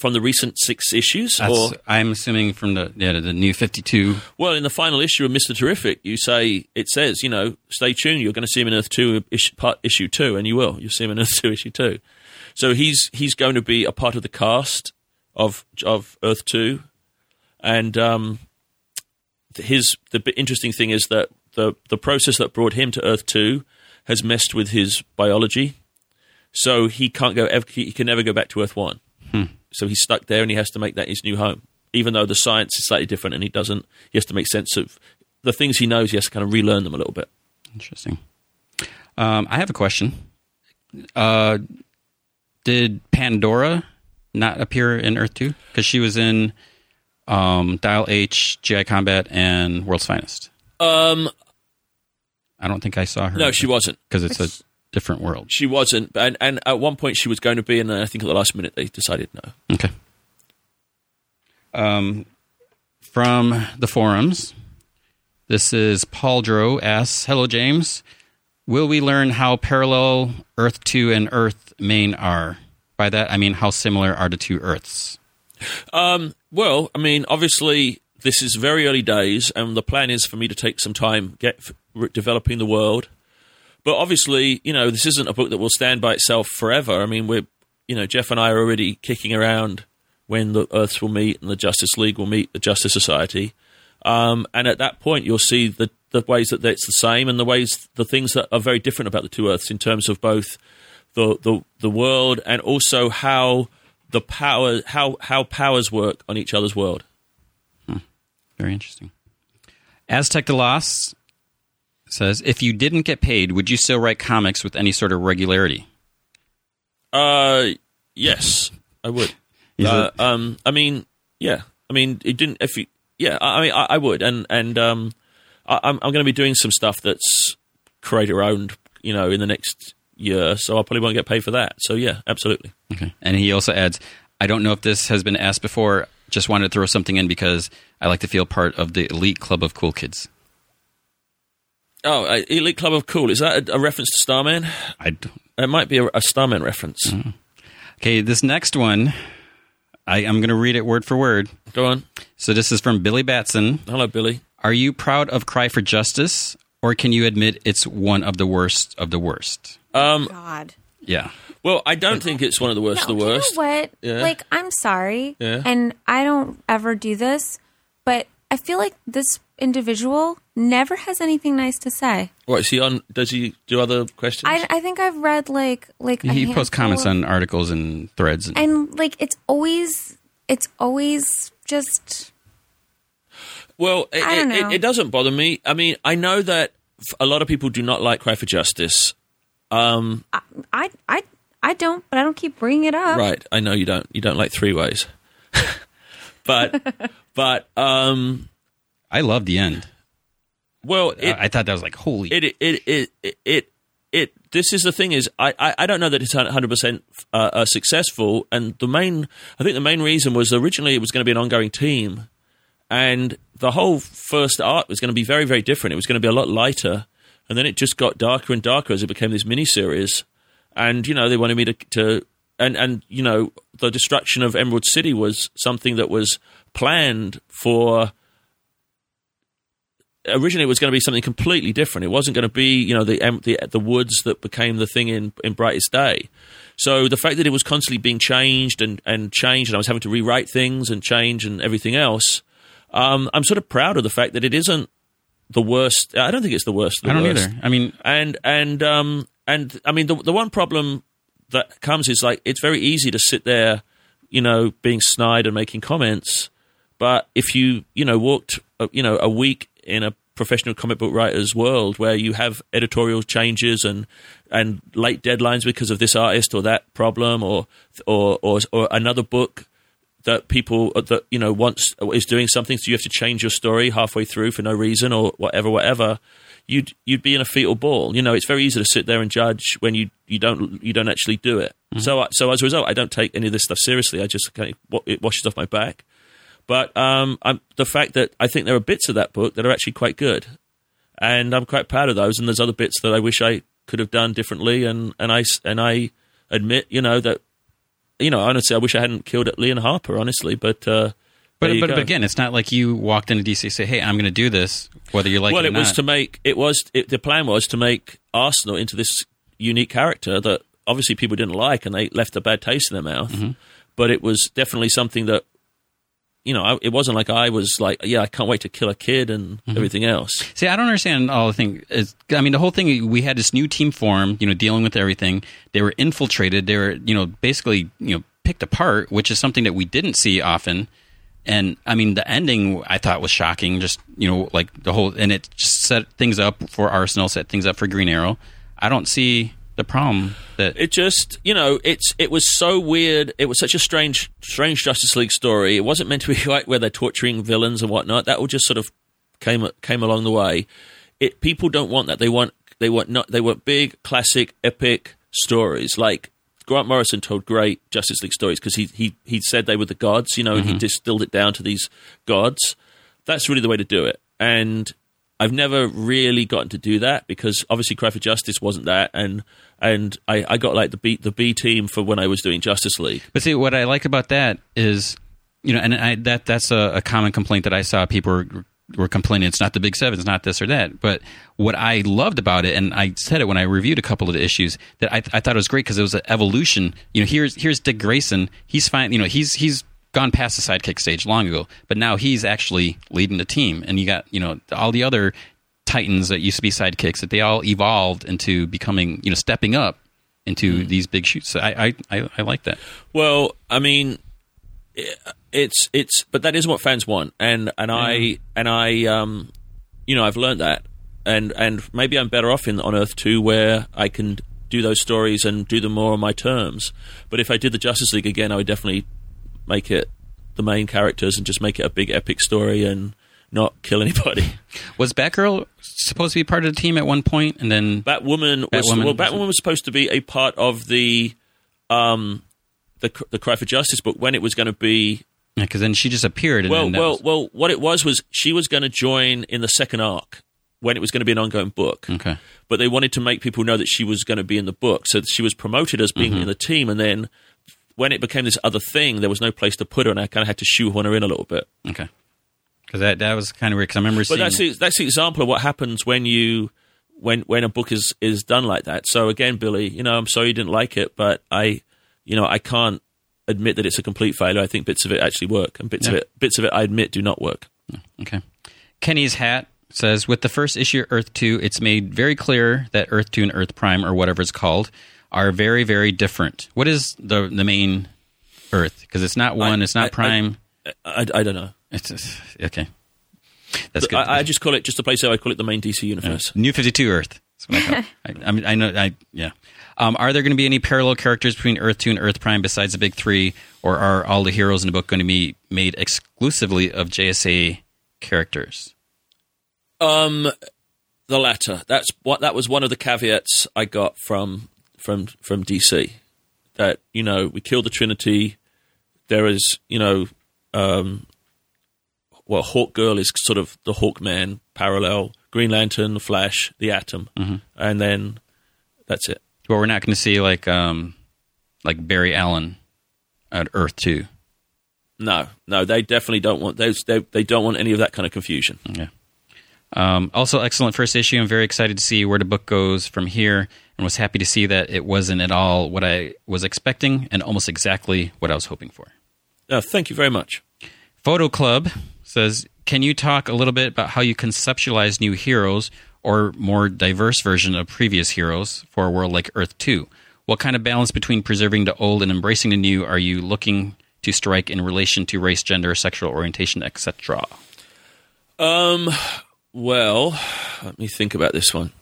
from the recent six issues, or
That's- I'm assuming from the yeah the new Fifty Two.
Well, in the final issue of Mister Terrific, you say it says, you know, stay tuned. You're going to see him in Earth Two, issue, part issue two, and you will. You'll see him in Earth Two, issue two. So he's he's going to be a part of the cast of of Earth Two, and um, his the bit interesting thing is that the the process that brought him to Earth Two has messed with his biology, so he can't go. ev- He can never go back to Earth One. So he's stuck there, and he has to make that his new home. Even though the science is slightly different, and he doesn't, he has to make sense of the things he knows. He has to kind of relearn them a little bit.
Interesting. Um, I have a question. Uh, did Pandora not appear in Earth Two because she was in um, Dial H, GI Combat, and World's Finest?
Um,
I don't think I saw her.
no, she wasn't.
because it's a different world.
She wasn't, and and at one point she was going to be, and then I think at the last minute they decided no.
Okay. Um, from the forums, this is Paul Dro asks, "Hello, James. Will we learn how parallel Earth two and Earth main are? By that, I mean how similar are the two Earths?
Um, well, I mean, obviously this is very early days, and the plan is for me to take some time get f- re- developing the world. But obviously, you know, this isn't a book that will stand by itself forever. I mean, we're, you know, Jeff and I are already kicking around when the Earths will meet and the Justice League will meet the Justice Society. Um, and at that point, you'll see the, the ways that it's the same and the ways, the things that are very different about the two Earths in terms of both the, the, the world and also how the power, how, how powers work on each other's world.
Very interesting." Aztec the Lost says, "If you didn't get paid, would you still write comics with any sort of regularity?
Uh, yes, I would.
Is
Uh, um, I mean, yeah. I mean, it didn't. If you, yeah, I, I mean, I, I would, and and um, I, I'm I'm going to be doing some stuff that's creator owned, you know, in the next year, so I probably won't get paid for that. So yeah, absolutely.
Okay. And he also adds, I don't know if this has been asked before. Just wanted to throw something in because I like to feel part of the elite club of cool kids.
Oh, uh, Elite Club of Cool is that a, a reference to Starman?
I don't.
It might be a, a Starman reference.
Mm.
Okay, this next one, I, I'm going to read it word for word.
Go on.
So this is from Billy Batson.
Hello, Billy.
Are you proud of Cry for Justice, or can you admit it's one of the worst of the worst?
Um,
God.
Yeah.
well, I don't think it's one of the worst. of
No,
the
do
worst.
You know what?
Yeah.
Like, I'm sorry,
Yeah.
and I don't ever do this, but I feel like this individual never has anything nice to say.
What is he on? Does he do other questions?
I, I think I've read like like a
He posts
handful
comments
of-
on articles and threads. And,
and like it's always it's always just
Well, it,
I don't
it,
know.
it, it doesn't bother me. I mean, I know that f- a lot of people do not like Cry for Justice. Um,
I I I don't, but I don't keep bringing it up.
right, I know you don't. You don't like Three Ways, [LAUGHS]
[LAUGHS]
but but um,
I love the end.
well, it,
I, I thought that was like holy.
it it it it it, it this is the thing is I, I, I don't know that it's 100% uh, uh, successful and the main i think the main reason was originally it was going to be an ongoing team and the whole first art was going to be very very different it was going to be a lot lighter and then it just got darker and darker as it became this mini series and you know they wanted me to, to and and you know the destruction of emerald city was something that was planned for originally it was going to be something completely different. It wasn't going to be you know the em- the, the woods that became the thing in in Brightest Day. So the fact that it was constantly being changed and and changed, and I was having to rewrite things and change and everything else. Um, I'm sort of proud of the fact that it isn't the worst. I don't think it's the worst. of
I
the
don't
worst
either. I mean,
and and um and I mean the the one problem that comes is like it's very easy to sit there, you know, being snide and making comments, but if you you know walked uh, you know a week in a professional comic book writer's world where you have editorial changes and and late deadlines because of this artist or that problem or or or, or another book that people uh, that you uh, know wants is doing something, so you have to change your story halfway through for no reason or whatever, whatever. you'd you'd be in a fetal ball. You know, it's very easy to sit there and judge when you, you don't you don't actually do it. So I, so as a result, I don't take any of this stuff seriously. I just kind of, wa- it washes off my back. But um, I'm, the fact that I think there are bits of that book that are actually quite good, and I'm quite proud of those. And there's other bits that I wish I could have done differently. And and I s- and I admit, you know, that you know, honestly, I wish I hadn't killed at Leon Harper, honestly. But uh,
But
there you
but, but
go.
again, it's not like you walked into DC and say, "Hey, I'm going to do this," whether you like
well,
it or
it was
not.
to make it was it, the plan was to make Arsenal into this unique character that obviously people didn't like, and they left a bad taste in their mouth.
Mm-hmm.
But it was definitely something that you know I, it wasn't like I was like, yeah, I can't wait to kill a kid and
Mm-hmm.
everything else.
See, I don't understand all the thing. Is, I mean, the whole thing. We had this new team form, you know, dealing with everything. They were infiltrated. They were, you know, basically, you know, picked apart, which is something that we didn't see often. And I mean, the ending I thought was shocking. Just you know, like the whole, and it just set things up for Arsenal, set things up for Green Arrow. I don't see the problem that
It just, you know, it's it was so weird. It was such a strange, strange Justice League story. It wasn't meant to be [LAUGHS] like where they're torturing villains and whatnot. That all just sort of came came along the way. It people don't want that. They want they want not they want big, classic, epic stories like. Grant Morrison told great Justice League stories because he, he he said they were the gods, you know, and he distilled it down to these gods. That's really the way to do it. And I've never really gotten to do that because obviously Cry for Justice wasn't that, and and I, I got like the B the B team for when I was doing Justice League.
But see, what I like about that is, you know, and I, that that's a, a common complaint that I saw people were, were complaining. It's not the Big Seven, it's not this or that. But what I loved about it, and I said it when I reviewed a couple of the issues, that I, I thought it was great because it was an evolution. You know, here's here's Dick Grayson. He's fine. You know, he's he's gone past the sidekick stage long ago, but now he's actually leading the team. And you got you know all the other titans that used to be sidekicks that they all evolved into becoming you know stepping up into these big shoots. So I, I I I like that.
Well, I mean, i- it's it's but that is what fans want, and and I and I um, you know, I've learned that, and and maybe I'm better off in on Earth Two where I can do those stories and do them more on my terms. But if I did the Justice League again, I would definitely make it the main characters and just make it a big epic story and not kill anybody. [LAUGHS]
Was Batgirl supposed to be part of the team at one point, and then
Batwoman was
Batwoman
well.
was-
Batwoman was supposed to be a part of the, um, the cr- the cry for justice, but when it was going to be
because then she just appeared? And
well,
then that
well,
was-
well, what it was was she was going to join in the second arc when it was going to be an ongoing book.
okay.
But they wanted to make people know that she was going to be in the book, so she was promoted as
Mm-hmm.
being in the team, and then when it became this other thing, there was no place to put her, and I kind of had to shoehorn her in a little bit.
Okay, because that that was kind of weird. Because I remember
But
seeing.
that's the, that's the example of what happens when you when when a book is is done like that. So again, Billy, you know, I'm sorry you didn't like it, but I, you know, I can't admit that it's a complete failure. I think bits of it actually work, and bits of
Yeah.
it bits of it I admit do not work.
Okay. Kenny's hat says with the first issue of Earth 2, it's made very clear that Earth 2 and Earth Prime or whatever it's called are very very different. What is the the main Earth? Because it's not one, it's
I- I-
not prime.
I, I, I don't know.
it's it's okay. That's good.
I, I just call it just a place where I call it the main DC universe.
New 52 Earth. That's what I, thought. I, I, mean, I know. I yeah. Um, are there going to be any parallel characters between Earth Two and Earth Prime besides the big three, or are all the heroes in the book going to be made exclusively of JSA characters?
Um, the latter. That's what that was one of the caveats I got from from from DC. That you know we killed the Trinity. There is you know, um, well, Hawk Girl is sort of the Hawkman parallel. Green Lantern, Flash, the Atom,
Mm-hmm.
and then that's it.
Well, we're not going to see like um, like Barry Allen at Earth Two.
No, no, they definitely don't want they they, they don't want any of that kind of confusion.
Yeah. Um, also, excellent first issue. I'm very excited to see where the book goes from here, and was happy to see that it wasn't at all what I was expecting, and almost exactly what I was hoping for.
No, Uh, thank you very much.
Photo Club says, "Can you talk a little bit about how you conceptualize new heroes or more diverse version of previous heroes for a world like Earth 2? What kind of balance between preserving the old and embracing the new are you looking to strike in relation to race, gender, sexual orientation, etc.?"
Um, well, let me think about this one.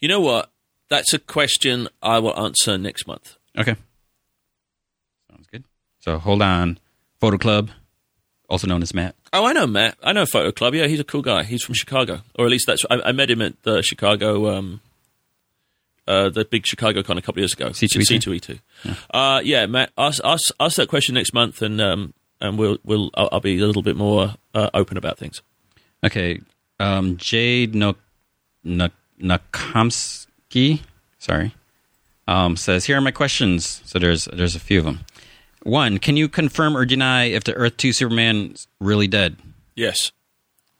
You know what? That's a question I will answer next month.
Okay. Sounds good. So hold on, Photo Club. also known as Matt.
Oh, I know Matt. I know Photo Club. Yeah, he's a cool guy. He's from Chicago, or at least that's. I, I met him at the Chicago, um, uh, the big Chicago con a couple of years ago.
C2E2?
C two E two. Uh, yeah, Matt. Ask, ask, ask that question next month, and um, and we'll we'll I'll, I'll be a little bit more uh, open about things.
Okay, um, Jade no, no, Nakomsky, sorry, um, says here are my questions. So there's there's a few of them. One, can you confirm or deny if the Earth Two Superman's really dead?
Yes,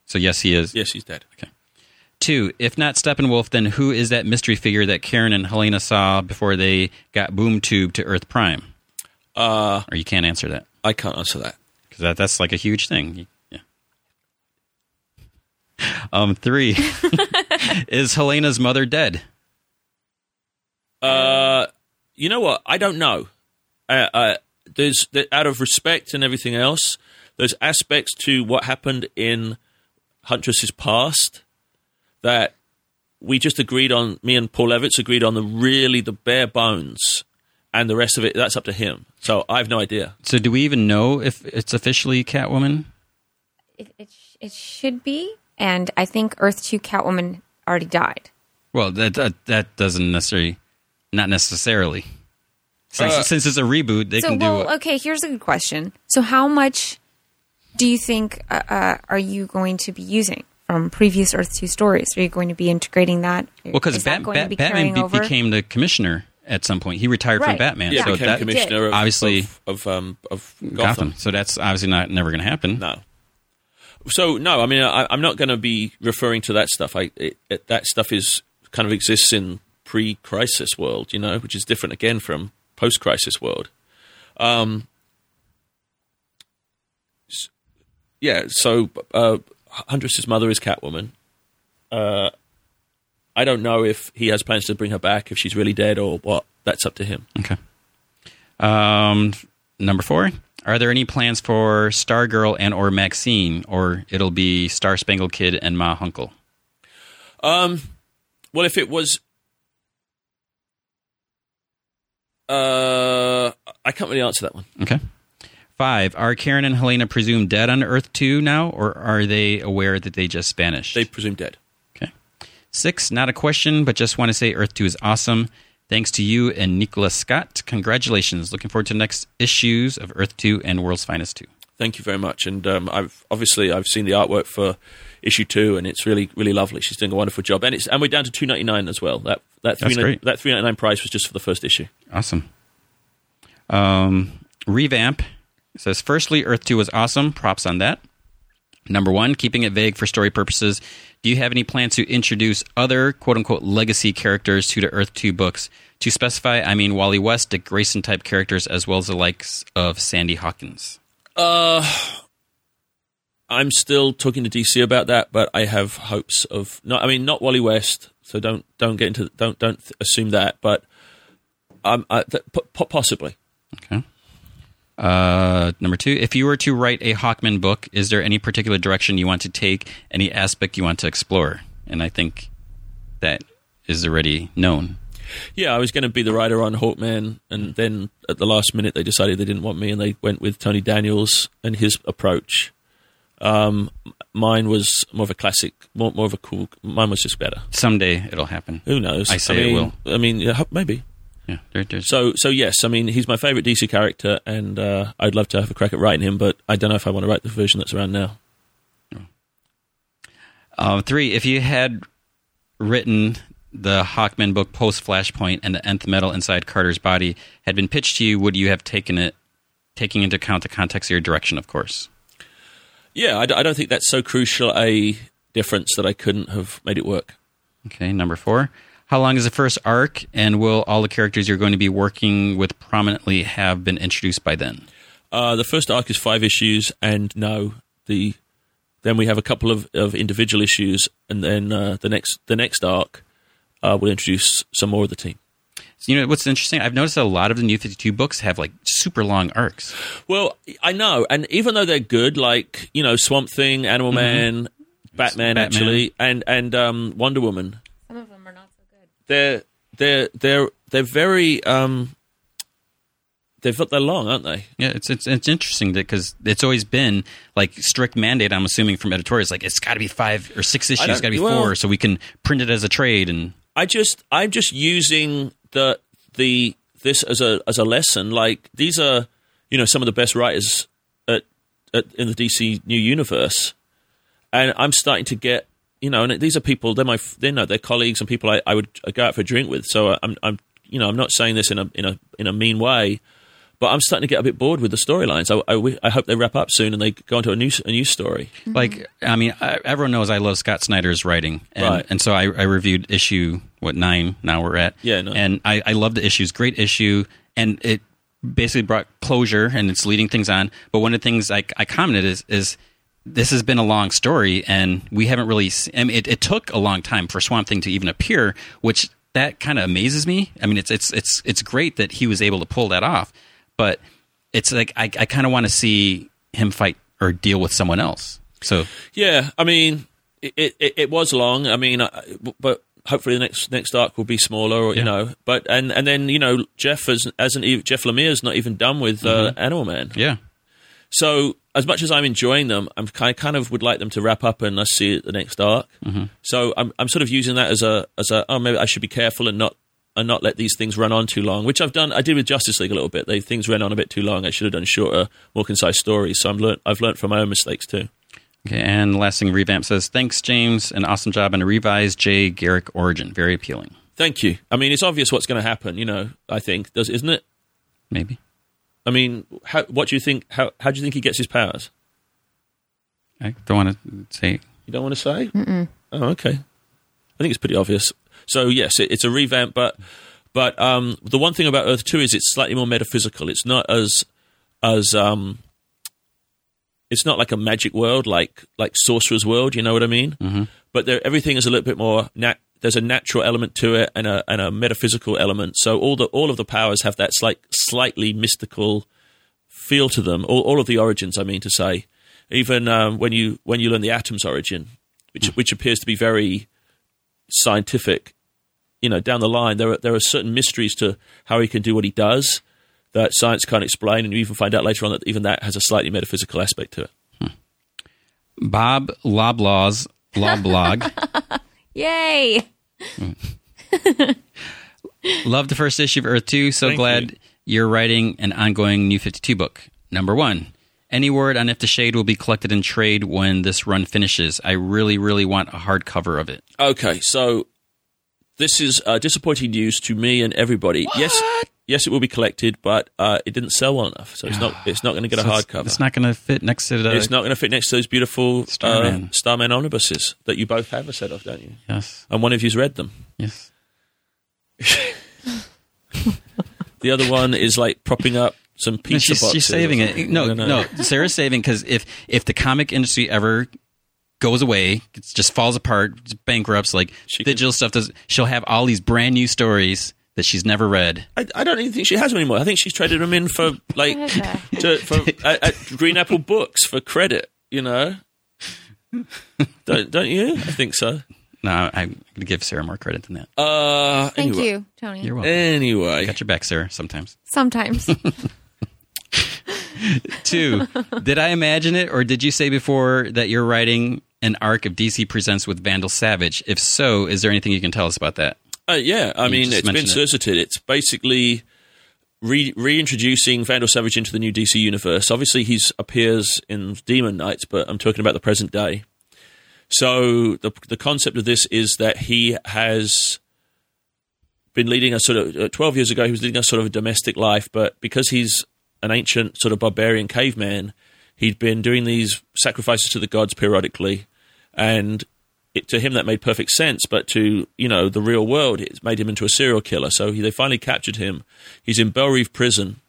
So yes, he is.
yes, he's dead.
Two, if not Steppenwolf, then who is that mystery figure that Karen and Helena saw before they got boom tube to Earth Prime?
Uh,
Or you can't answer that
I can't answer that.
because that, that's like a huge thing. You- Yeah.
[LAUGHS]
Um, three, is Helena's mother dead?
Uh, you know what? I don't know. Uh, uh, there's there, out of respect and everything else. There's aspects to what happened in Huntress's past that we just agreed on. Me and Paul Levitz agreed on the really the bare bones, and the rest of it that's up to him. So I have no idea.
So do we even know if it's officially Catwoman?
It, it, sh- it should be. And I think Earth 2 Catwoman already died.
Well, that that, that doesn't necessarily, not necessarily. Since,
Uh,
since it's a reboot, they
so,
can do.
well,
what-
okay, here's a good question. So, how much do you think uh, uh, are you going to be using from previous Earth 2 stories? Are you going to be integrating that?
Well, because
Is that
Bat-
going to
Bat-
be
Batman
carrying
be-
over?
became the commissioner at some point. He retired from
Right.
Batman,
Yeah,
so
became
that
commissioner of,
obviously-
of of, um, of Gotham.
Gotham. So that's obviously not never going to happen.
No. So no, I mean I, I'm not going to be referring to that stuff. I it, it, that stuff is kind of exists in pre-crisis world, you know, which is different again from post-crisis world. Um. s- Yeah. So uh, Huntress's mother is Catwoman. Uh, I don't know if he has plans to bring her back, if she's really dead or what. That's up to him.
Okay. Um, number four. Are there any plans for Stargirl and or Maxine, or it'll be Star Spangled Kid and Ma Hunkel?
Um, well, if it was, uh, I can't really answer that one.
Okay. Five. Are Karen and Helena presumed dead on Earth Two now, or are they aware that they just vanished?
They presume dead.
okay. Six. Not a question, but just want to say Earth Two is awesome. Thanks to you and Nicola Scott. Congratulations. Looking forward to the next issues of Earth Two and World's Finest Two.
Thank you very much. And um, I've obviously I've seen the artwork for issue two, and it's really really lovely. She's doing a wonderful job, and it's and we're down to two ninety nine as well. That that
That's
399
great.
that three ninety nine price was just for the first issue.
Awesome. Um, revamp says, firstly, Earth 2 was awesome. Props on that. Number one, keeping it vague for story purposes, do you have any plans to introduce other quote unquote legacy characters to the Earth 2 books? To specify, I mean Wally West, Dick Grayson type characters, as well as the likes of Sandy Hawkins.
Uh, I'm still talking to DC about that, but I have hopes of not. I mean, not Wally West, so don't don't get into don't don't assume that. But um, I, th- po- po- possibly.
Okay. Uh, number two, if you were to write a Hawkman book, is there any particular direction you want to take, any aspect you want to explore? And I think that is already known.
Yeah, I was going to be the writer on Hawkman, and then at the last minute they decided they didn't want me, and they went with Tony Daniels and his approach. Um, m- mine was more of a classic, more more of a cool. Mine was just better.
Someday it'll happen.
Who knows?
I say
mean,
it will.
I mean, yeah, ho- maybe.
Yeah, there- there's-
So so yes, I mean, he's my favorite DC character, and uh, I'd love to have a crack at writing him, but I don't know if I want to write the version that's around now.
Uh, three, if you had written the Hawkman book post Flashpoint and the nth metal inside Carter's body had been pitched to you, would you have taken it, taking into account the context of your direction, of course?
Yeah, I, d- I don't think that's so crucial a difference that I couldn't have made it work.
Okay, number four. How long is the first arc, and will all the characters you're going to be working with prominently have been introduced by then?
Uh, the first arc is five issues, and no, the then we have a couple of, of individual issues, and then uh, the next the next arc uh, will introduce some more of the team.
So, you know what's interesting? I've noticed that a lot of the New Fifty Two books have like super long arcs.
Well, I know, and even though they're good, like you know, Swamp Thing, Animal Man, Batman,
Batman.
actually, and and um, Wonder Woman,
Some of them are not so good.
they're they're they're they're very um, They've they're long, aren't they?
Yeah, it's it's it's interesting that because it's always been like strict mandate. I'm assuming from editorials, like it's got to be five or six issues, it's
don't-
got to be
well-
four, so we can print it as a trade. And
I just I'm just using the the this as a as a lesson. Like these are you know some of the best writers at, at in the DC new universe, and I'm starting to get you know and these are people they're my f- they know they're colleagues and people I, I would I go out for a drink with. So uh, I'm I'm you know I'm not saying this in a in a in a mean way. But I'm starting to get a bit bored with the storylines. I, I, wi- I hope they wrap up soon and they go into a new s- a new story.
like, I mean, I, everyone knows I love Scott Snyder's writing, and,
Right.
and so I, I reviewed issue what nine now we're at,
Yeah, nine.
and I I love the issues, great issue, and it basically brought closure and it's leading things on. But one of the things I I commented is is this has been a long story and we haven't really s I mean, it, it took a long time for swamp thing to even appear which that kind of amazes me i mean it's it's it's it's great that he was able to pull that off but it's like i, I kind of want to see him fight or deal with someone else so
Yeah, I mean, it it, it was long. I mean, I, but hopefully the next next arc will be smaller, or, you know. But and and then you know, Jeff has, hasn't even, Jeff Lemire's not even done with uh, Animal Man.
yeah
So as much as I'm enjoying them, I'm ki- I kind of would like them to wrap up and us see the next arc. So I'm I'm sort of using that as a as a oh maybe I should be careful and not. And not let these things run on too long, which I've done. I did with Justice League a little bit. They things ran on a bit too long. I should have done shorter, more concise stories. So I've learned. I've learned from my own mistakes too.
okay and last thing revamp says thanks james an awesome job on a revised jay garrick origin very appealing
Thank you. I mean, it's obvious what's going to happen. You know, I think does isn't it?
maybe
I mean, how, what do you think? How how do you think he gets his powers?
i don't want to say
You don't want to say? Mm-mm. Oh, okay. I think it's pretty obvious. So yes, it, it's a revamp, but but um, the one thing about Earth Two is it's slightly more metaphysical. It's not as as um, it's not like a magic world, like like Sorcerer's World. You know what I mean? Mm-hmm. But there, everything is a little bit more. Nat- there's a natural element to it and a and a metaphysical element. So all the all of the powers have that slight slightly mystical feel to them. All, all of the origins, I mean to say, even um, when you when you learn the atom's origin, which which appears to be very scientific. You know, down the line, there are, there are certain mysteries to how he can do what he does that science can't explain, and you even find out later on that even that has a slightly metaphysical aspect to it.
Bob Loblaw's Loblog.
[LAUGHS]
[LAUGHS] Yay!
Love the first issue of Earth 2. So
Thank
glad you. are writing an ongoing New 52 book. Number one, any word on if the shade will be collected in trade when this run finishes? I really, really want a hardcover of it.
Okay, so this is uh, disappointing news to me and everybody. Yes, yes, it will be collected, but uh, it didn't sell well enough, so it's not it's not going to get a
So it's-
hardcover.
It's not going to fit next to the.
it's not going to fit next to those beautiful Starman.
Starman.
Uh, Starman omnibuses that you both have a set of, don't you?
Yes.
And one of you's read them.
Yes.
The other one is like propping up some
No,
pizza
she's,
boxes.
she's saving it. No, no, Sarah's saving because if if the comic industry ever goes away, it just falls apart, bankrupts, like
She can-
digital stuff does, she'll have all these brand new stories that she's never read.
I, I don't even think she has them anymore. I think she's traded them in for like to, for at, at Green Apple Books for credit. You know, don't don't you? I think so.
No, I'm going to give Sarah more credit than that.
Uh,
Thank
anyway.
you, Tony.
You're welcome.
Anyway,
Got your back, Sarah, sometimes.
[LAUGHS] Sometimes.
[LAUGHS] Two, did I imagine it or did you say before that you're writing an arc of DC Presents with Vandal Savage? If so, is there anything you can tell us about that?
uh, yeah. I mean,
just
it's been
mentioned it.
solicited. It's basically re- reintroducing Vandal Savage into the new DC universe. Obviously, he's appears in Demon Knights, but I'm talking about the present day. So the the concept of this is that he has been leading a sort of uh, 12 years ago he was leading a sort of a domestic life but because he's an ancient sort of barbarian caveman he'd been doing these sacrifices to the gods periodically and it, to him that made perfect sense but to you know the real world it's made him into a serial killer so he, they finally captured him he's in Belrive prison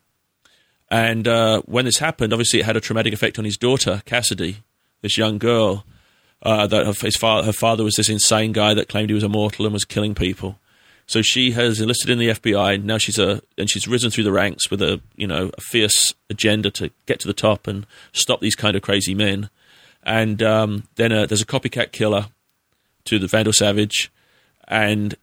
and uh, when this happened, obviously, it had a traumatic effect on his daughter, Cassidy, this young girl. Uh, that her, his fa- her father was this insane guy that claimed he was immortal and was killing people. So she has enlisted in the FBI. And now she's a and she's risen through the ranks with a you know a fierce agenda to get to the top and stop these kind of crazy men. And um, then uh, there's a copycat killer to the Vandal Savage, and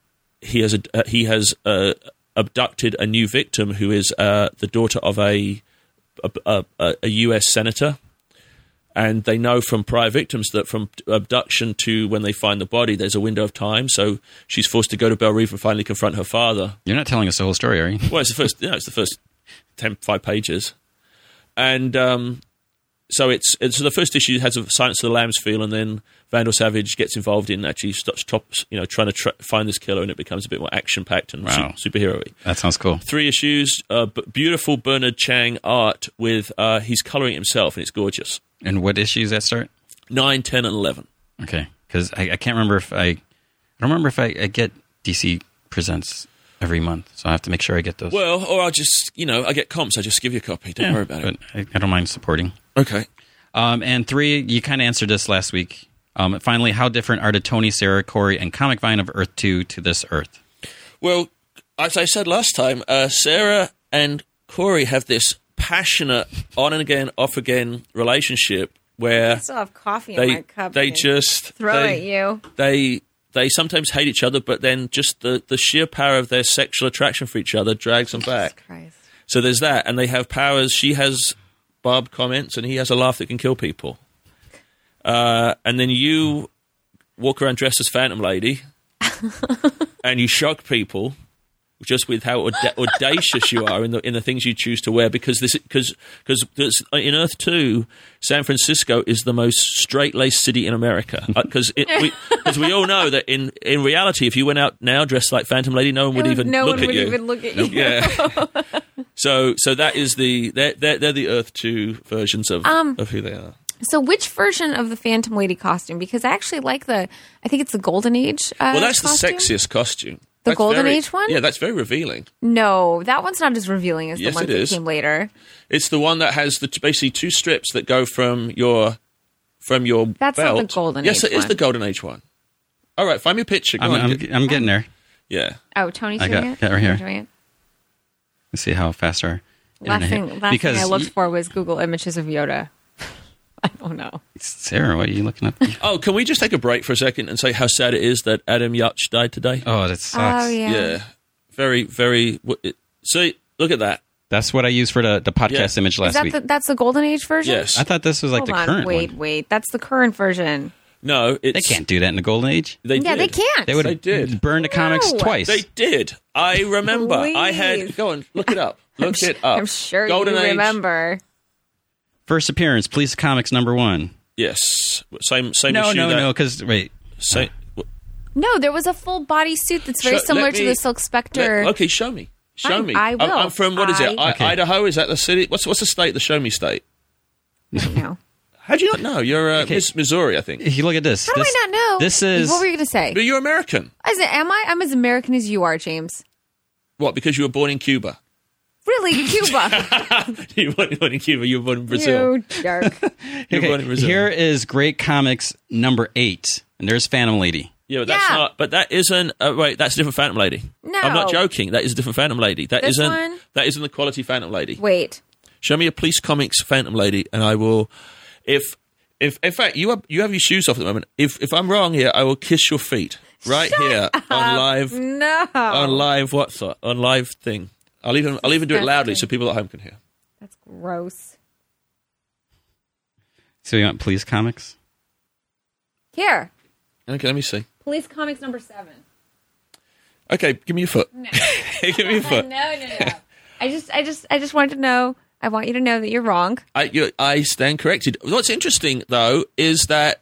he has a uh, he has a, abducted a new victim who is uh, the daughter of a a, a a- a U.S. senator, and they know from prior victims that from abduction to when they find the body, there's a window of time. So she's forced to go to Belle Reef and finally confront her father.
You're not telling us the whole story, are you?
Well, it's the first. Yeah, it's the first ten, five pages, and um, so it's, it's so the first issue has a Silence of the Lambs feel, and then Vandal Savage gets involved in actually stops, stops you know trying to tr find this killer, and it becomes a bit more action packed and
Wow.
su- superhero-y.
That sounds cool.
Three issues, uh, b- beautiful Bernard Chang art with uh, he's coloring it himself, and it's gorgeous.
And what issues that start?
Nine, ten, and eleven.
Okay, because I, I can't remember if I, I don't remember if I, I get DC presents every month, so I have to make sure I get those.
Well, or I'll just you know I get comps, I just give you a copy. Don't worry about
but I, I don't mind supporting.
it. Okay.
Um, and three, you kind of answered this last week. Um, finally, how different are the Tony, Sarah, Corey, and Comic Vine of Earth Two to this Earth?
Well, as I said last time, uh, Sarah and Corey have this passionate on and again, off again relationship where
still have coffee in my
they
cup.
they
and
just
throw
they,
at you.
They they sometimes hate each other, but then just the, the sheer power of their sexual attraction for each other drags them back.
Christ.
So there's that, and they have powers. She has Barb comments, and he has a laugh that can kill people. Uh, and then you walk around dressed as
[LAUGHS]
Phantom Lady, and you shock people just with how auda- audacious you are in the in the things you choose to wear. Because this because because in Earth Two, San Francisco is the most straight laced city in America. Because
[LAUGHS]
we because we all know that in in reality, if you went out now dressed like Phantom Lady, no one would even
no
look
one
at
would
you.
even look at you.
Yeah.
[LAUGHS]
so so that is the they're they're, they're the Earth Two versions of
Um,
of who they are.
So, which version of the Phantom Lady costume? Because I actually like the. I think it's the Golden Age. Uh,
Well, that's
costume.
the sexiest costume.
The
That's
Golden
very-
Age one?
Yeah, that's very revealing.
No, that one's not as revealing as
Yes,
the one
it
that
is.
came later.
It's the one that has the t- basically two strips that go from your from your
That's not the
belt.
Golden
yes,
Age
it is
one.
the Golden Age one. All right, find me a picture. Go
I'm,
on.
I'm,
get-
I'm getting there.
yeah.
Oh, Tony's
I
doing
got-
it.
got it right here.
I'm doing it.
Let's see how fast our
Last
internet-
thing, last
because
thing I looked
you-
for was Google images of Yoda. [LAUGHS] I don't know.
Sarah, what are you looking up?
[LAUGHS]
Oh, can we just take a break for a second and say how sad it is that Adam Yatch died today?
oh, that sucks.
Oh yeah.
yeah. Very very. w- it- So look at that.
That's what I used for the, the podcast
Yeah.
image
Is
last
that
week.
the, that's the Golden Age version?
Yes.
I thought this was like
Hold
the
on.
current
wait,
one.
wait. That's the current version.
No, it's
They can't do that in the Golden Age.
They
yeah, they
did.
can't.
They would
They
have
did.
burned the comics
No.
twice.
They did. I remember. I
Please.
had go on, look it up. Look it
[LAUGHS]
up.
I'm sure
Golden
you
Age.
remember.
First appearance, Police Comics number one.
Yes. Same same
No,
issue
no,
that,
no. Because wait,
Same, w-
No, there was a full body suit that's very
Show- let
similar to
me-
the Silk Spectre.
let- okay, show me. Show
I-
me.
I
I'm-
will.
I'm from what is it?
I-
I,
Okay.
Idaho. Is that the city? What's what's the state? The Show Me state.
No.
How do you not know? You're uh,
Okay.
Miss Missouri, I think.
you look at this.
How
this,
do I not know?
This is
what were you going to say?
But you're American.
As am I? I'm as American as you are, James.
What? Because you were born in Cuba. [LAUGHS]
Really, [LAUGHS] Cuba?
you weren't born in Cuba. You were born in Brazil.
you dark.
You were
okay,
born in Brazil.
Here is Great Comics number eight, and there's Phantom Lady.
yeah, but that's
Yeah.
not. But that isn't. Uh, wait, that's a different Phantom Lady.
No.
I'm not joking. That is a different Phantom Lady. That
This
not
one?
That isn't the quality Phantom Lady.
Wait.
Show me a police comics Phantom Lady, and I will. If if in fact you have you have your shoes off at the moment. If if I'm wrong here, I will kiss your feet right here on live
No.
on live what's that? on live thing. I'll even I'll even do it loudly so people at home can hear.
That's gross.
So you want Police Comics?
Here.
Okay, let me see.
Police Comics number seven.
Okay, give me your foot. [LAUGHS] give me your
no,
foot.
no, no. I just, I just, I just wanted to know. I want you to know that you're wrong.
I, you, I stand corrected. What's interesting, though, is that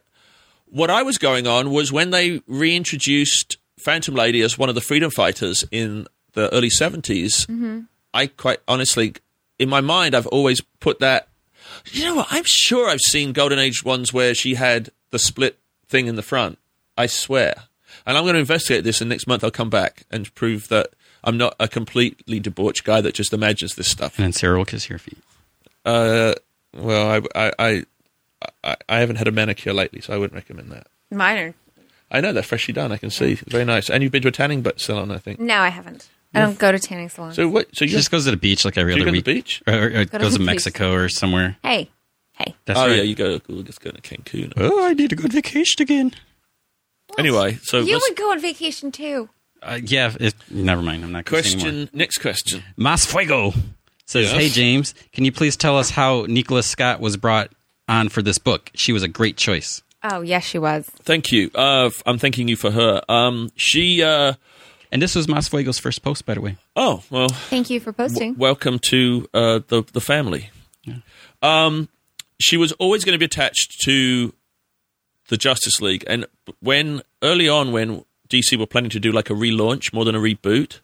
what I was going on was when they reintroduced Phantom Lady as one of the freedom fighters in the early 70s, I quite honestly, in my mind, I've always put that. You know what? I'm sure I've seen Golden Age ones where she had the split thing in the front. I swear. And I'm going to investigate this, and next month I'll come back and prove that I'm not a completely debauched guy that just imagines this stuff.
And then Sarah will kiss your feet.
Uh, well, I, I, I, I, I haven't had a manicure lately, so I wouldn't recommend that.
Minor.
I know they're freshly done. I can see very nice. And you've been to a tanning but salon, I think.
No, I haven't. I don't go to tanning salons.
So what? So
She
you
just goes to the beach like every
Do you
other
go
week.
to the beach?
or, or-
to
or goes
the
to
beach.
Mexico or somewhere.
hey, hey.
That's
oh
right.
yeah, you go. We'll just go to Cancun.
oh, I need a good vacation again.
Anyway, so
you
let's-
would go on vacation too.
Uh, yeah, it, never mind. I'm not gonna say anymore.
Question. Next question.
Mas Fuego says,
Yes.
"Hey James, can you please tell us how Nicholas Scott was brought on for this book? She was a great choice.
Oh, yes, she was.
Thank you. Uh, f- I'm thanking you for her. Um, she. Uh,
And this was Mas Fuego's first post, by the way.
oh well.
Thank you for posting.
Welcome to uh, the the family. Um, she was always going to be attached to the Justice League, and when early on, when DC were planning to do like a relaunch more than a reboot,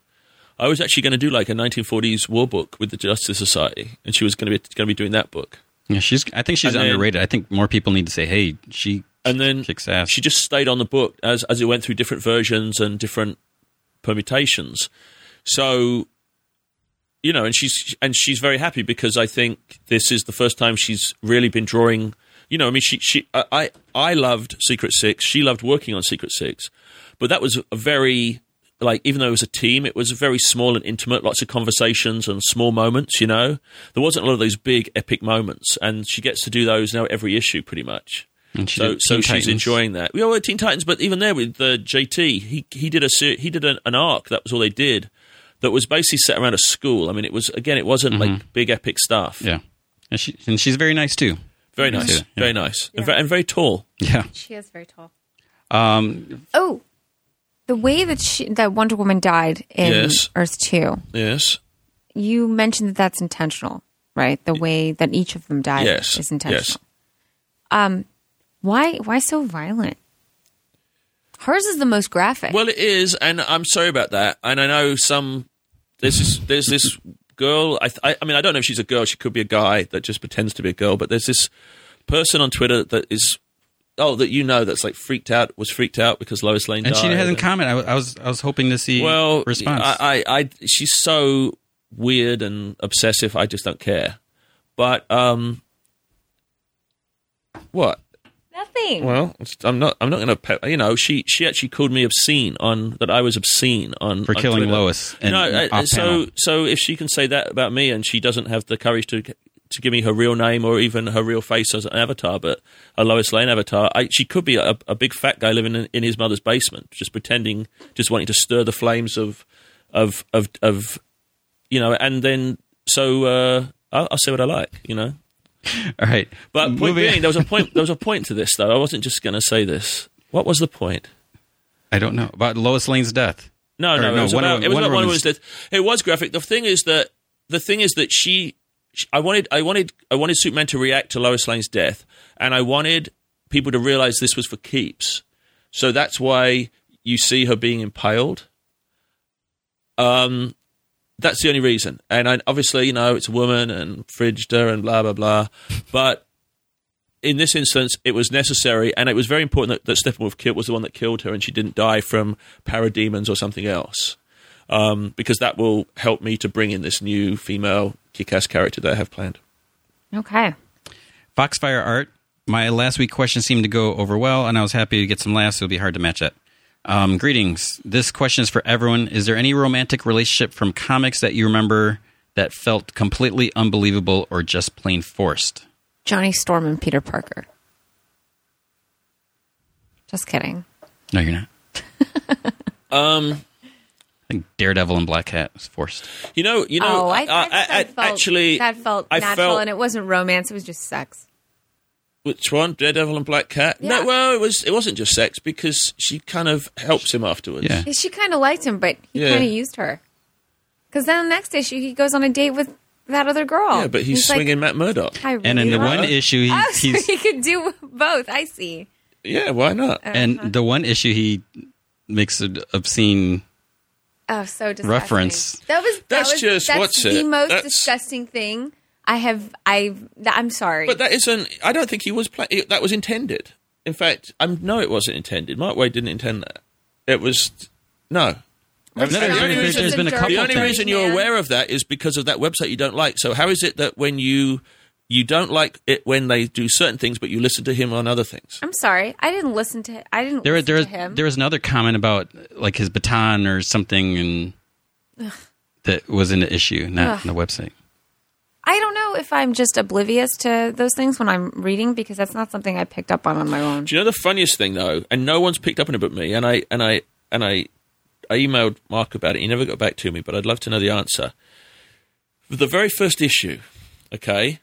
I was actually going to do like a 1940s war book with the Justice Society, and she was going to be going to be doing that book.
Yeah, she's. I think she's
And then-
underrated. I think more people need to say, "Hey, she."
and then
kicks ass.
She just stayed on the book as as it went through different versions and different permutations. So, you know, and she's and she's very happy because I think this is the first time she's really been drawing. You know, I mean, she she I I I loved Secret Six. She loved working on Secret Six, but that was a very like even though it was a team, it was very small and intimate. Lots of conversations and small moments. You know, there wasn't a lot of those big epic moments, and she gets to do those now every issue pretty much
And she
so
did
so
Teen
she's
Titans.
enjoying that. We all were Teen Titans, but even there with the JT, he he did a ser- he did an, an arc. That was all they did. That was basically set around a school. I mean, it was again, it wasn't like big epic stuff.
Mm-hmm. Yeah, and she and she's very nice too.
Very nice,
Yeah.
very nice, and, ve- and very tall.
Yeah.
She is very tall.
Um.
Oh, the way that she, that Wonder Woman died in
Yes.
Earth Two.
Yes,
You mentioned that that's intentional, right? The way that each of them died
Yes.
is intentional.
Yes.
Um, why why so violent? Hers is the most graphic.
Well, it is, and I'm sorry about that. And I know some. There's this. There's this girl. I, th- I. I mean, I don't know if she's a girl. She could be a guy that just pretends to be a girl. But there's this person on Twitter that is. Oh, that you know that's like freaked out. Was freaked out because Lois Lane.
And she
died.
hasn't commented. I, wa- I was I was hoping to see
well
response.
I, I, I. She's so weird and obsessive. I just don't care. But um. What?
Nothing.
Well, it's- I'm not. I'm not going to. Pe- you know, she she actually called me obscene on that. I was obscene on
For
on
killing
Twitter.
Lois and-
no, I-
off
so
panel.
so if she can say that about me, and she doesn't have the courage to to give me her real name or even her real face as an avatar, but a Lois Lane avatar, I, she could be a, a big fat guy living in, in his mother's basement, just pretending, just wanting to stir the flames of of of of you know, and then so uh, I'll, I'll say what I like, you know.
All right,
But point
Moving-
being, there was a point. There was a point to this, though. I wasn't just going to say this. What was the point?
I don't know about Lois Lane's death.
No,
Or
no,
no,
it was
Wonder
about
Woman-
it was
Wonder
about Wonder
Woman's-
Woman's death. It was graphic. The thing is that the thing is that she, she- I wanted, I wanted, I wanted Superman to react to Lois Lane's death, and I wanted people to realize this was for keeps. So that's why you see her being impaled. Um, that's the only reason. And I, obviously, you know, it's a woman and fridged her and blah blah blah, but. in this instance, it was necessary, and it was very important that, that Steppenwolf killed, was the one that killed her, and she didn't die from parademons or something else, um, because that will help me to bring in this new female kick-ass character that I have planned.
Okay.
Foxfire Art. My last week question seemed to go over well, and I was happy to get some laughs. It'll be hard to match that. Um, greetings. This question is for everyone. Is there any romantic relationship from comics that you remember that felt completely unbelievable or just plain forced?
Johnny Storm and Peter Parker. Just kidding.
No, you're not.
Um,
I think Daredevil and Black Cat was forced.
you know, you know,
oh, I,
I, I,
that
I-
felt,
actually
that felt
I
natural,
felt-
and it wasn't romance. It was just sex.
which one, Daredevil and Black Cat?
Yeah.
No, well, it was it wasn't just sex because she kind of helps him afterwards.
Yeah.
She kind of liked him, but he
Yeah.
kind of used her. Because then the next issue, he goes on a date with that other girl.
Yeah, but he's,
like,
swinging Matt Murdock.
I really
And in the
like-
one issue, he,
[LAUGHS] Oh, so
he's
he could do both. I see.
Yeah, why not?
and the one issue he makes an obscene.
Oh, so disgusting.
Reference.
That was that
That's
was,
just-
that's
what's
the
it?
most
That's-
disgusting thing I have. I I'm sorry.
But that isn't. I don't think he was. Pla- it- that was intended. In fact, I'm no, it wasn't intended. Mark Wade didn't intend that. It was no.
No, there's
Johnny
been-
was
there's
just
been a
dirty
couple
The only
things.
reason you're
man.
aware of that is because of that website you don't like. So how is it that when you you don't like it when they do certain things, but you listen to him on other things?
I'm sorry. I didn't listen to. I didn't
There,
listen
there,
to him.
there was another comment about like his baton or something, and that was in the issue, not on the website.
I don't know if I'm just oblivious to those things when I'm reading because that's not something I picked up on on my own.
Do you know the funniest thing though? And no one's picked up on it but me. And I and I and I I emailed Mark about it. He never got back to me, but I'd love to know the answer. For the very first issue, okay,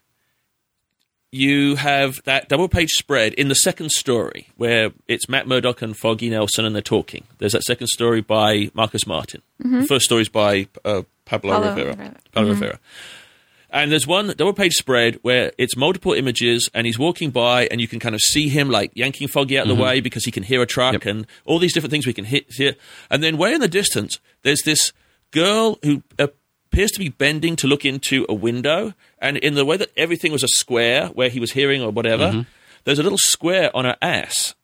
you have that double page spread in the second story where it's Matt Murdock and Foggy Nelson and they're talking. There's that second story by Marcus Martin. The first story is by uh, Pablo,
Mm-hmm. Pablo
Rivera.
Rivera. Mm-hmm.
Pablo Rivera. And there's one double page spread where it's multiple images and he's walking by and you can kind of see him like yanking Foggy out of the way because he can hear a truck and all these different things we can hit, hear. And then way in the distance, there's this girl who appears to be bending to look into a window. And in the way that everything was a square where he was hearing or whatever, there's a little square on her ass.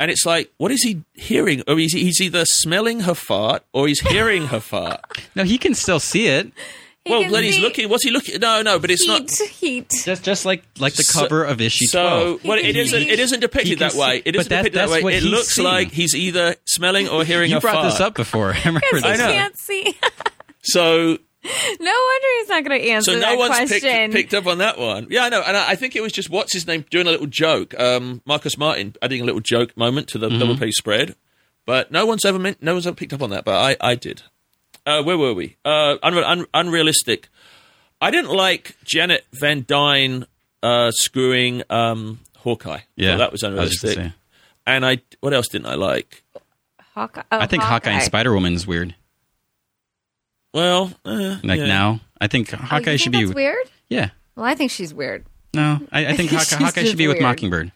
And it's like, what is he hearing? Or is he, he's either smelling her fart or he's hearing her fart.
No, he can still see it.
[LAUGHS] He
well,
can
then he's
see
looking. What's he looking? No, no, but it's
Heat,
not.
heat.
Just just like like the
So-
cover of issue
So,
12.
well, it
He-
isn't. It isn't
he
depicted
can
that way.
see-
It
but
isn't
that-
depicted that
that's what
way. It
he's
looks
seeing.
like he's either smelling or hearing
You
a
brought
fart.
this up before. [LAUGHS] I remember
Because
this.
he
know.
can't see.
So,
no wonder he's not going to answer
so no
that
one's picked,
question.
picked up on that one. Yeah, I know. And I, I think it was just what's his name doing a little joke. Um, Marcus Martin adding a little joke moment to the
Mm-hmm.
double page spread, but no one's ever meant, no one's ever picked up on that. But I, I did. Uh, where were we? Uh, unre- un- unrealistic. I didn't like Janet Van Dyne uh, screwing um, Hawkeye.
Yeah,
Thought that was
I was just
unrealistic.
gonna say.
and I, what else didn't I like?
oh, Hawkeye,
I think Hawkeye, and Spider Woman's weird.
Well, eh,
Like
yeah.
now, I think Hawkeye should be.
Oh, that's weird.
Yeah,
Well, I think she's weird.
no,
[LAUGHS]
I, I think
She's
Hawkeye, Hawkeye
just
should be with
weird.
Mockingbird.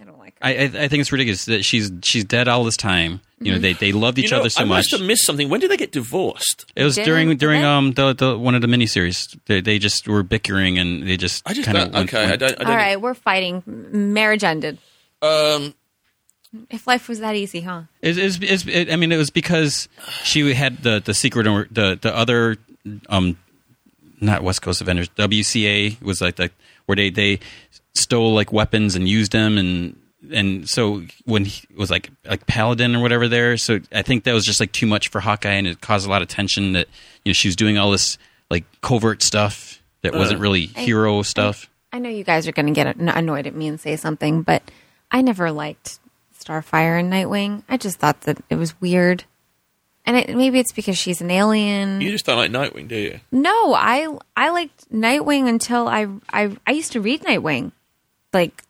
I don't like her.
I, I I think it's ridiculous that she's she's dead all this time. You know,
Mm-hmm.
they they loved each
You know,
other so
I
much.
must have missed something. When did they get divorced?
It was
Didn't
during during
they?
um the, the one of the miniseries. They they just were bickering and they just
I just
kind
don't,
of
okay. I don't. I don't
All right, we're fighting. M- Marriage ended.
Um,
If life was that easy, huh?
It, it's it's it, I mean, it was because she had the the secret or the the other um, not West Coast Avengers. WCA was like the where they they stole like weapons and used them and and so when he was like like paladin or whatever there so i think that was just like too much for hawkeye and it caused a lot of tension that you know she was doing all this like covert stuff
Uh.
that wasn't really hero stuff
I know you guys are going to get an- annoyed at me and say something, but I never liked Starfire and Nightwing. I just thought that it was weird. And it, maybe it's because she's an alien.
you just don't like Nightwing, do you?
No, I I liked Nightwing until I I I used to read Nightwing. Like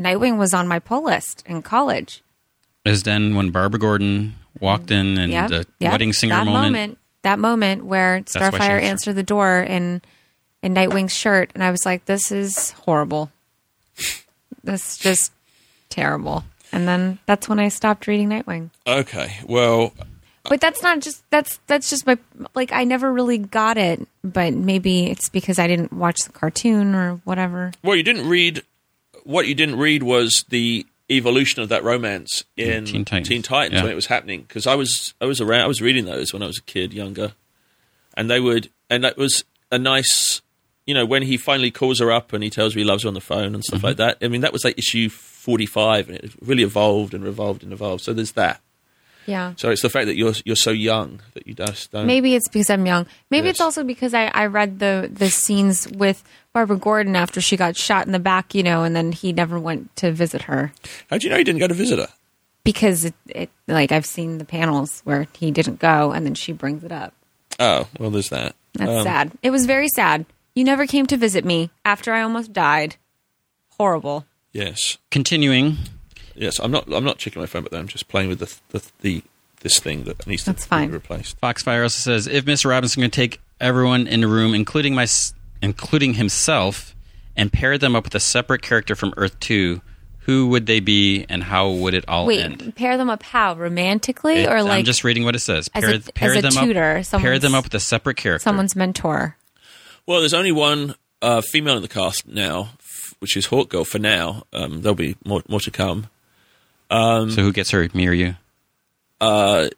Nightwing was on my pull list in college.
is then when barbara gordon walked in and
Yeah.
the
yeah.
wedding singer
that
moment,
That moment where
why she
Starfire
was-
answered the door in in Nightwing's shirt and I was like this is horrible. this is just terrible. And then that's when I stopped reading Nightwing.
Okay. Well,
But that's not just that's that's just my like I never really got it, but maybe it's because I didn't watch the cartoon or whatever.
well, you didn't read. What you didn't read was the evolution of that romance in
Teen Titans. Yeah.
when it was happening. Because I was, I was around. I was reading those when I was a kid, younger, and they would, and that was a nice. You know, when he finally calls her up and he tells her he loves her on the phone and
Mm-hmm.
stuff like that. I mean, that was like issue forty-five, and it really evolved and revolved and evolved. So there's that.
Yeah.
So it's the fact that you're you're so young that you just don't.
Maybe it's because I'm young. Maybe it's
Yes.
also because I, I read the, the scenes with Barbara Gordon after she got shot in the back, you know, and then he never went to visit her
How do you know you didn't go to visit her?
because it, it like I've seen the panels where he didn't go and then she brings it up.
Oh, well, there's that.
That's sad. It was very sad. You never came to visit me after I almost died. Horrible.
Yes,
continuing
yes. I'm not. I'm not checking my phone, but I'm just playing with the the, the this thing that needs to
That's fine.
be replaced.
Foxfire also says if Mr. Robinson can take everyone in the room, including my, including himself, and pair them up with a separate character from Earth Two, who would they be, and how would it all
Wait,
end?
pair them up how? Romantically
It-
or like
I'm just reading what it says.
as
Pair,
a-
pair
as a
them
tutor,
up. Pair
someone's-
them up with a separate character.
someone's mentor?
Well, there's only one uh, female in the cast now, f- which is Hawk Girl. For now, um, there'll be more more to come.
so who gets her? Me or you?
Uh,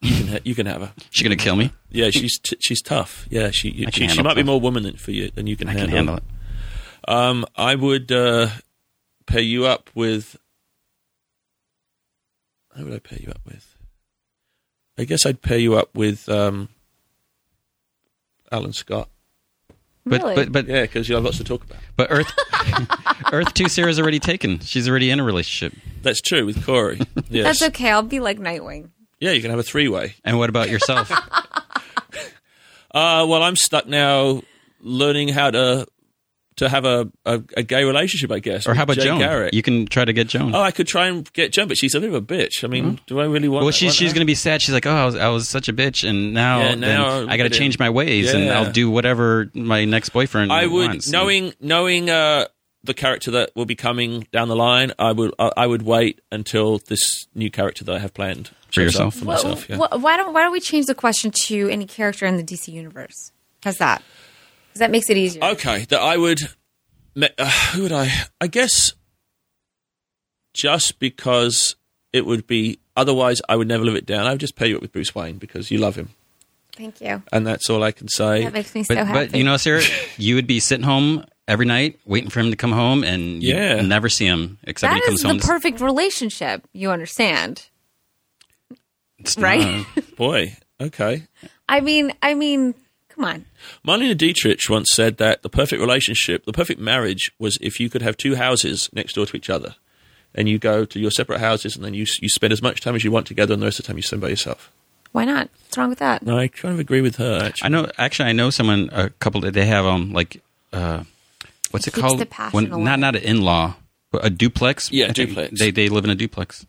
you can ha- you can have her.
She gonna kill me?
Yeah, she's t- she's tough. Yeah, she you-
I can
she, she
handle
might be
tough.
more woman than for you than you can
I
handle.
can handle it.
Um, I would uh, pair you up with. Who would I pair you up with? I guess I'd pair you up with um, Alan Scott.
But
really?
but but
Yeah, because you have lots to talk about.
[LAUGHS] but Earth Earth Two Sarah's already taken. She's already in a relationship.
That's true with Corey. Yes.
That's okay. I'll be like Nightwing.
yeah, you can have a three way.
And what about
[LAUGHS]
yourself?
Uh, well, I'm stuck now learning how to to have a, a, a gay relationship, I guess.
or
with
how about
Jay
Joan?
Garrick.
You can try to get Joan.
oh, I could try and get Jen, but she's a bit of a bitch. I mean, do I really want
Mm-hmm. well, she,
want
she's
that?
going to be sad. She's like, oh, I was, I was such a bitch, and now,
Yeah,
then
now
I got to
it-
change my ways, and
Yeah.
I'll do whatever my next boyfriend.
I would
wants.
knowing knowing uh, the character that will be coming down the line. I would I, I would wait until this new character that I have planned
For
shows up
yourself?
for
Wha-
myself. Yeah.
wha- why don't Why don't we change the question to any character in the DC universe? How's that? 'Cause that makes it easier.
Uh,
Okay, that I would. me- Uh, who would I? I guess just because it would be. Otherwise, I would never live it down. I would just pay you up with Bruce Wayne because you love him,
Thank you.
and that's all I can say.
That makes me
but
so happy.
but you
[LAUGHS]
know, Sarah, you would be sitting home every night waiting for him to come home, and you
Yeah.
never see him except
that
when he comes
is the
home. to-
perfect relationship. You understand,
it's uh,
right?
not-
Boy, okay.
I mean, I mean, come on.
Marlene Dietrich once said that the perfect relationship, the perfect marriage, was if you could have two houses next door to each other, and you go to your separate houses, and then you you spend as much time as you want together, and the rest of the time you spend by yourself.
Why not? What's wrong with that?
No, I kind of agree with her. Actually,
I know. Actually, I know someone. A couple. that They have um like uh, what's it
Keeps
called?
the passion alive.
not not an in law, but a duplex.
Yeah,
I think
duplex.
They they live in a duplex.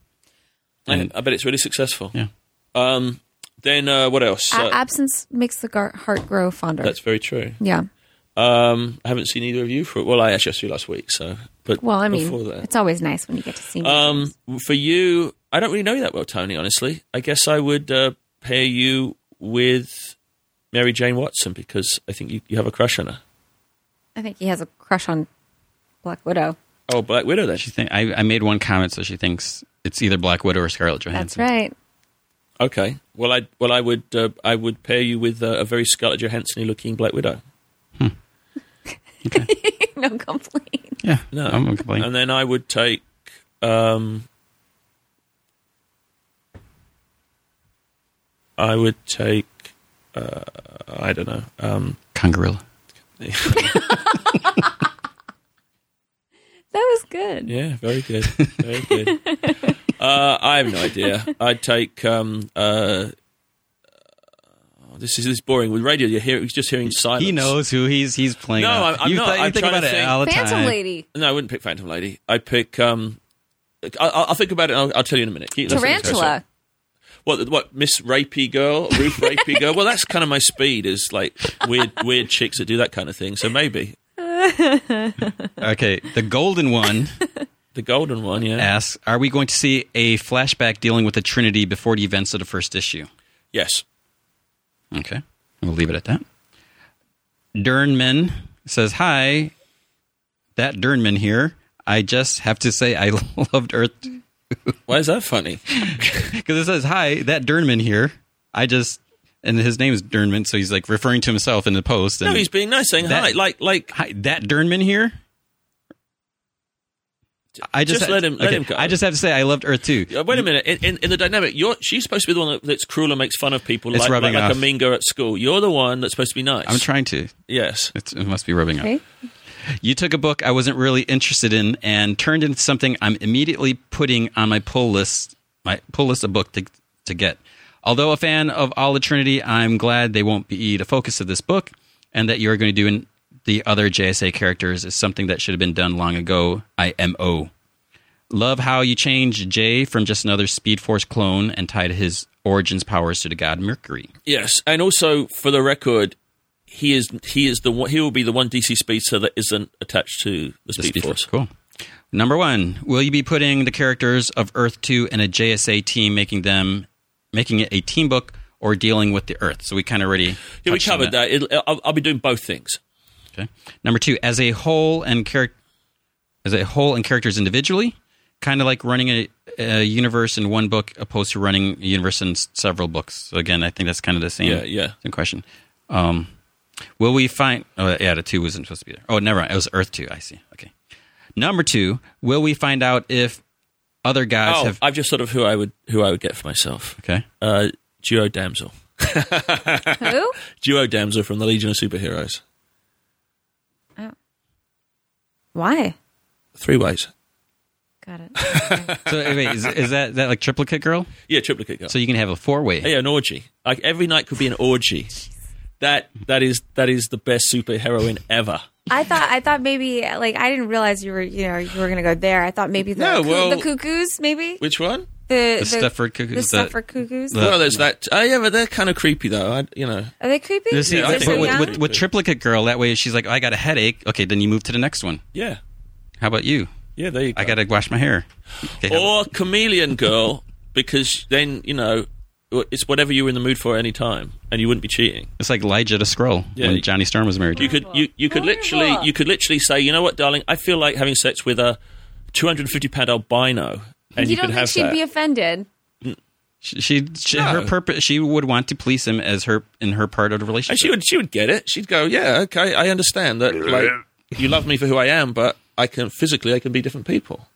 I, I bet it's really successful.
Yeah.
Um, then uh, what else?
A-
Uh,
absence makes the gar- heart grow fonder.
that's very true.
yeah.
Um, I haven't seen either of you for well, I actually saw you last week, so but
Well, I mean,
before that,
it's always nice when you get to see.
um, for you, I don't really know you that well, Tony. Honestly, I guess I would uh, pair you with Mary Jane Watson because I think you, you have a crush on her.
I think he has a crush on Black Widow.
Oh, Black Widow then.
She think I, I made one comment, so she thinks it's either Black Widow or Scarlett
That's
Johansson.
right. [LAUGHS]
Okay. Well, I well I would uh, I would pair you with uh, a very Scarlett Johansson looking Black Widow.
no complaint.
Yeah,
No,
I'm not complaining.
And then I would take. Um, I would take. Uh, I don't know. Um, [LAUGHS]
Kangaroo.
That was good.
yeah, very good, very
[LAUGHS]
good. Uh, I have no idea. I'd take. Um, uh, oh, this is this is boring with radio. You're, hear, you're just hearing silence.
He knows who he's he's playing.
No,
up.
I'm- I'm
you
not.
thought- you
I'm
think
trying
about
to
it
think.
all the
Phantom
time.
Lady.
No, I wouldn't pick Phantom Lady. I'd pick. Um, I- I'll, I'll think about it. and I'll, I'll tell you in a minute. Keep listening to us.
Tarantula.
What? What? Miss Rapey Girl, Ruth Rapey Girl. Well, that's kind of my speed. Is like weird, weird chicks that do that kind of thing. So maybe
Okay, the
[LAUGHS]
golden one
the golden one. Yeah.
asks: Are we going to see a flashback dealing with the Trinity before the events of the first issue?
yes.
Okay. We'll leave it at that. Dernman says, Hi, that Dernman here. I just have to say I [LAUGHS] loved Earth
Why is that funny?
because it says, Hi, that Dernman here. I just, and his name is Dernman, so he's like referring to himself in the post. And,
No, he's being nice, saying
That-
hi. Like, like.
Hi, that Dernman here. I just,
Just let him- let
okay,
him go.
I just have to say I loved Earth too.
uh, Wait a minute. In, in, in the dynamic, you're she's supposed to be the one that's cruel and makes fun of people,
It's
like, like,
rubbing
like a
off.
mean girl at school. You're the one that's supposed to be nice.
I'm trying to.
yes.
It's, it must be rubbing off.
Okay.
You took a book I wasn't really interested in and turned into something I'm immediately putting on my pull list. My pull list a book to to get. Although a fan of All Eternity, I'm glad they won't be the focus of this book, and that you're going to do in the other JSA characters is something that should have been done long ago. IMO. Love how you changed Jay from just another Speed Force clone and tied his origins powers to the god Mercury.
Yes, and also for the record, he is he is the one, he will be the one DC speedster that isn't attached to the Speed, Force.
Cool. Number one, will you be putting the characters of Earth Two in a JSA team, making them making it a team book or dealing with the Earth? So we kind of already
Yeah, we
touched on
covered that. It'll, I'll, I'll be doing both things.
Okay. Number two, as a whole and character as a whole and characters individually, kind of like running a, a universe in one book opposed to running a universe in s- several books. So again, I think that's kind of the same.
Yeah, yeah.
Same question. Um, will we find? Oh, yeah, the two wasn't supposed to be there. Oh, never mind. It was Earth two. I see. Okay. Number two, will we find out if other guys
Oh,
have?
I've just thought of who I would who I would get for myself.
okay.
Uh, Duo Damsel,
Who?
Duo Damsel from the Legion of Superheroes.
Why?
Three ways.
Got it.
So eh, wait, is, is that that like triplicate girl?
Yeah, triplicate girl.
So you can have a four way.
yeah, an orgy. Like every night could be an orgy. That that is that is the best superheroine ever.
[LAUGHS] I thought I thought maybe like I didn't realize you were you know you were gonna go there. I thought maybe the,
No,
coo-
well-
the cuckoos maybe
Which one?
the,
The Stafford cuckoos,
the
the-
Stafford cuckoos.
the-
well, there's that. Oh yeah, but they're kind of creepy though. I, you know.
Are they creepy?
You see,
Yeah, I
They're
think
but
so
it would-
with,
young?
with, with triplicate girl, that way she's like, "Oh, I got a headache. Okay, then you move to the next one.
Yeah.
How about you?
Yeah. There you go.
I got to wash my hair. Okay, how about-
or chameleon girl because then you know it's whatever you were in the mood for at any time, and you wouldn't be cheating.
it's like Elijah to Scroll
Yeah,
when
you-
Johnny Storm was married.
You could you, you could
Wonderful.
literally you could literally say, you know what, darling, I feel like having sex with a 250 pound albino, and
you,
you,
don't
could
think
have
she'd
that.
be offended?
she, she, she-
No.
her purpose. She would want to please him as her in her part of the
and
relationship.
she would she would get it. She'd go, yeah, okay, I understand that. Like you love me for who I am, but I can physically I can be different people.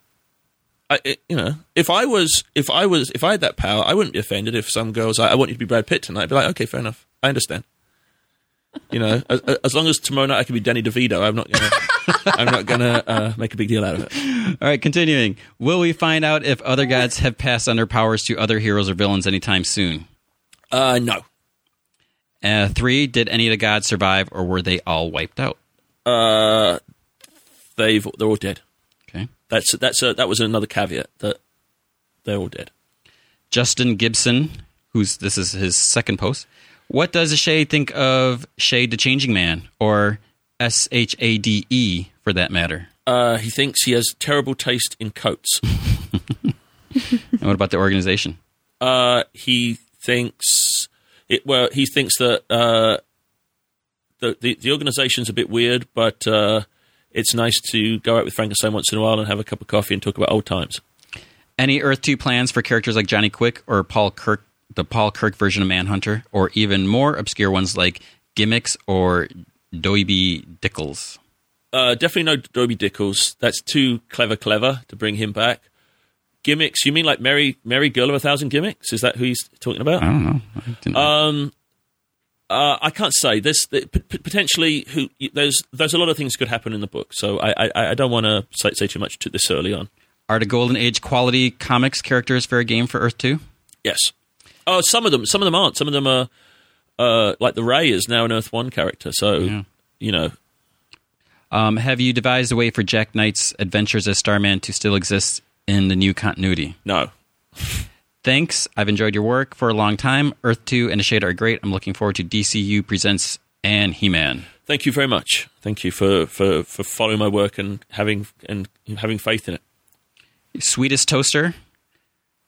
I, it, you know, if I was, if I was, if I had that power, I wouldn't be offended if some girls, I, I want you to be Brad Pitt tonight. I'd be like, okay, fair enough, I understand. You know, as, as long as tomorrow night I can be Danny DeVito, I'm not gonna, [LAUGHS] I'm not gonna uh, make a big deal out of it.
All right, continuing. Will we find out if other gods have passed on their powers to other heroes or villains anytime soon?
Uh, no,
Uh, three. Did any of the gods survive, or were they all wiped out?
uh, they've they're all dead.
Okay.
That's that's a, that was another caveat that they're all dead.
Justin Gibson, who's this is his second post. What does Shay think of Shade the Changing Man, or S H A D E for that matter?
Uh, he thinks he has terrible taste in coats.
And what about the organization?
Uh, he thinks it. Well, he thinks that uh, the, the the organization's a bit weird, but uh, it's nice to go out with Frankenstein once in a while and have a cup of coffee and talk about old times.
Any Earth Two plans for characters like Johnny Quick or Paul Kirk, the Paul Kirk version of Manhunter, or even more obscure ones like gimmicks or Doiby Dickles?
Uh, definitely no Dobie Dickles. That's too clever, clever to bring him back. Gimmicks? You mean like Mary Mary Girl of a Thousand Gimmicks? Is that who he's talking about?
I don't know. I didn't
Um, uh, I can't say. There's the, p- p- potentially who there's there's a lot of things could happen in the book, so I I, I don't want to say, say too much to this early on.
Are the Golden Age quality comics characters fair game for Earth 2?
Yes. Oh, some of them. Some of them aren't. Some of them are. Uh, like the Ray is now an Earth One character, so you know.
Um, have you devised a way for Jack Knight's adventures as Starman to still exist in the new continuity?
No.
Thanks. I've enjoyed your work for a long time. Earth 2 and the Shade are great. I'm looking forward to DCU Presents and He Man.
Thank you very much. Thank you for, for, for following my work and having and having faith in it.
Sweetest Toaster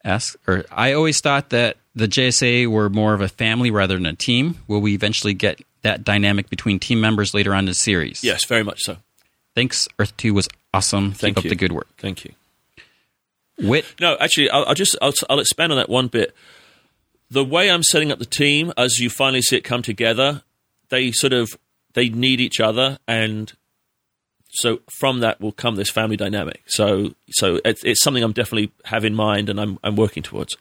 asks, or I always thought that the JSA were more of a family rather than a team. Will we eventually get that dynamic between team members later on in the series?
Yes, very much so.
Thanks. Earth 2 was awesome.
Thank
Keep
you.
up the good work.
Thank you.
Wit
No, actually, I'll, I'll just I'll, I'll expand on that one bit. The way I'm setting up the team, as you finally see it come together, they sort of they need each other, and so from that will come this family dynamic. So, so it's, it's something I'm definitely have in mind, and I'm I'm working towards.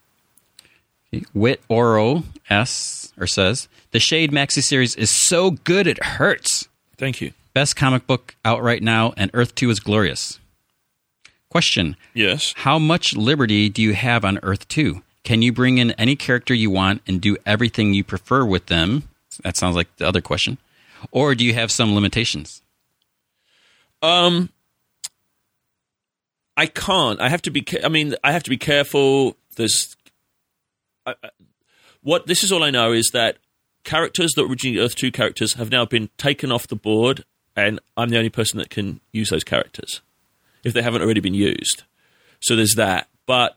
Wit Oro asks or says the Shade maxi series is so good it hurts.
Thank you.
Best comic book out right now, and Earth Two is glorious. Question:
Yes.
How much liberty do you have on Earth Two? Can you bring in any character you want and do everything you prefer with them? That sounds like the other question. Or do you have some limitations?
Um, I can't. I have to be. ca- I mean, I have to be careful. There's I, I, what this is. All I know is that characters that originally Earth Two characters have now been taken off the board, and I'm the only person that can use those characters if they haven't already been used. So there's that. But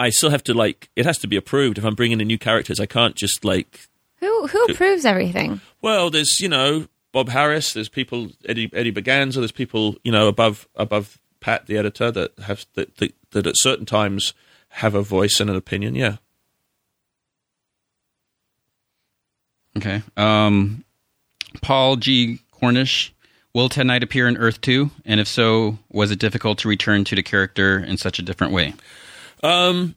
I still have to like. It has to be approved if I'm bringing in new characters. I can't just like
Who who approves everything?
well, there's you know Bob Harris, there's people Eddie Eddie Berganza, there's people you know above above Pat the editor that have that that, that at certain times have a voice and an opinion. Yeah,
Okay. Um, Paul G. Cornish. Will Ted Knight appear in Earth 2? And if so, was it difficult to return to the character in such a different way?
um,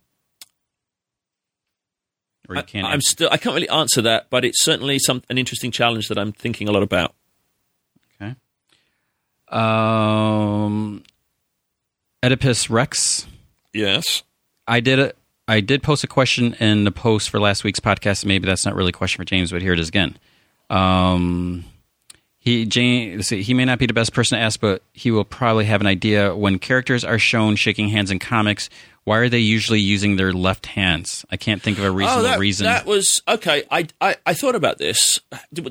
Or you can't
I, am still I can't really answer that, but it's certainly some an interesting challenge that I'm thinking a lot about.
Okay. Um, Oedipus Rex.
Yes.
I did a, I did post a question in the post for last week's podcast. Maybe that's not really a question for James, but here it is again. Um, he James, let's see, he may not be the best person to ask, but he will probably have an idea. When characters are shown shaking hands in comics, why are they usually using their left hands? I can't think of a reasonable
Oh, that,
reason.
that was okay. I, I I thought about this.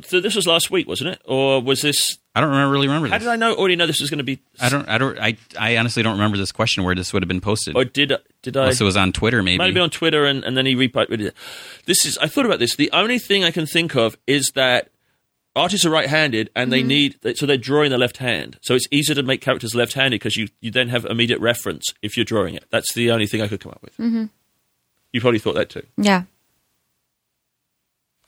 So this was last week, wasn't it? Or was this?
I don't remember, really remember
How
this.
did I know? Already know this was going to be.
I don't. I don't. I. I honestly don't remember this question where this would have been posted.
Or did did I?
Unless it was on Twitter, maybe.
Oh, Might have been on Twitter, and, and then he reposted it. This is. I thought about this. The only thing I can think of is that artists are right-handed, and they need so they're drawing the left hand. So it's easier to make characters left-handed because you you then have immediate reference if you're drawing it. That's the only thing I could come up with. You probably thought that too.
Yeah.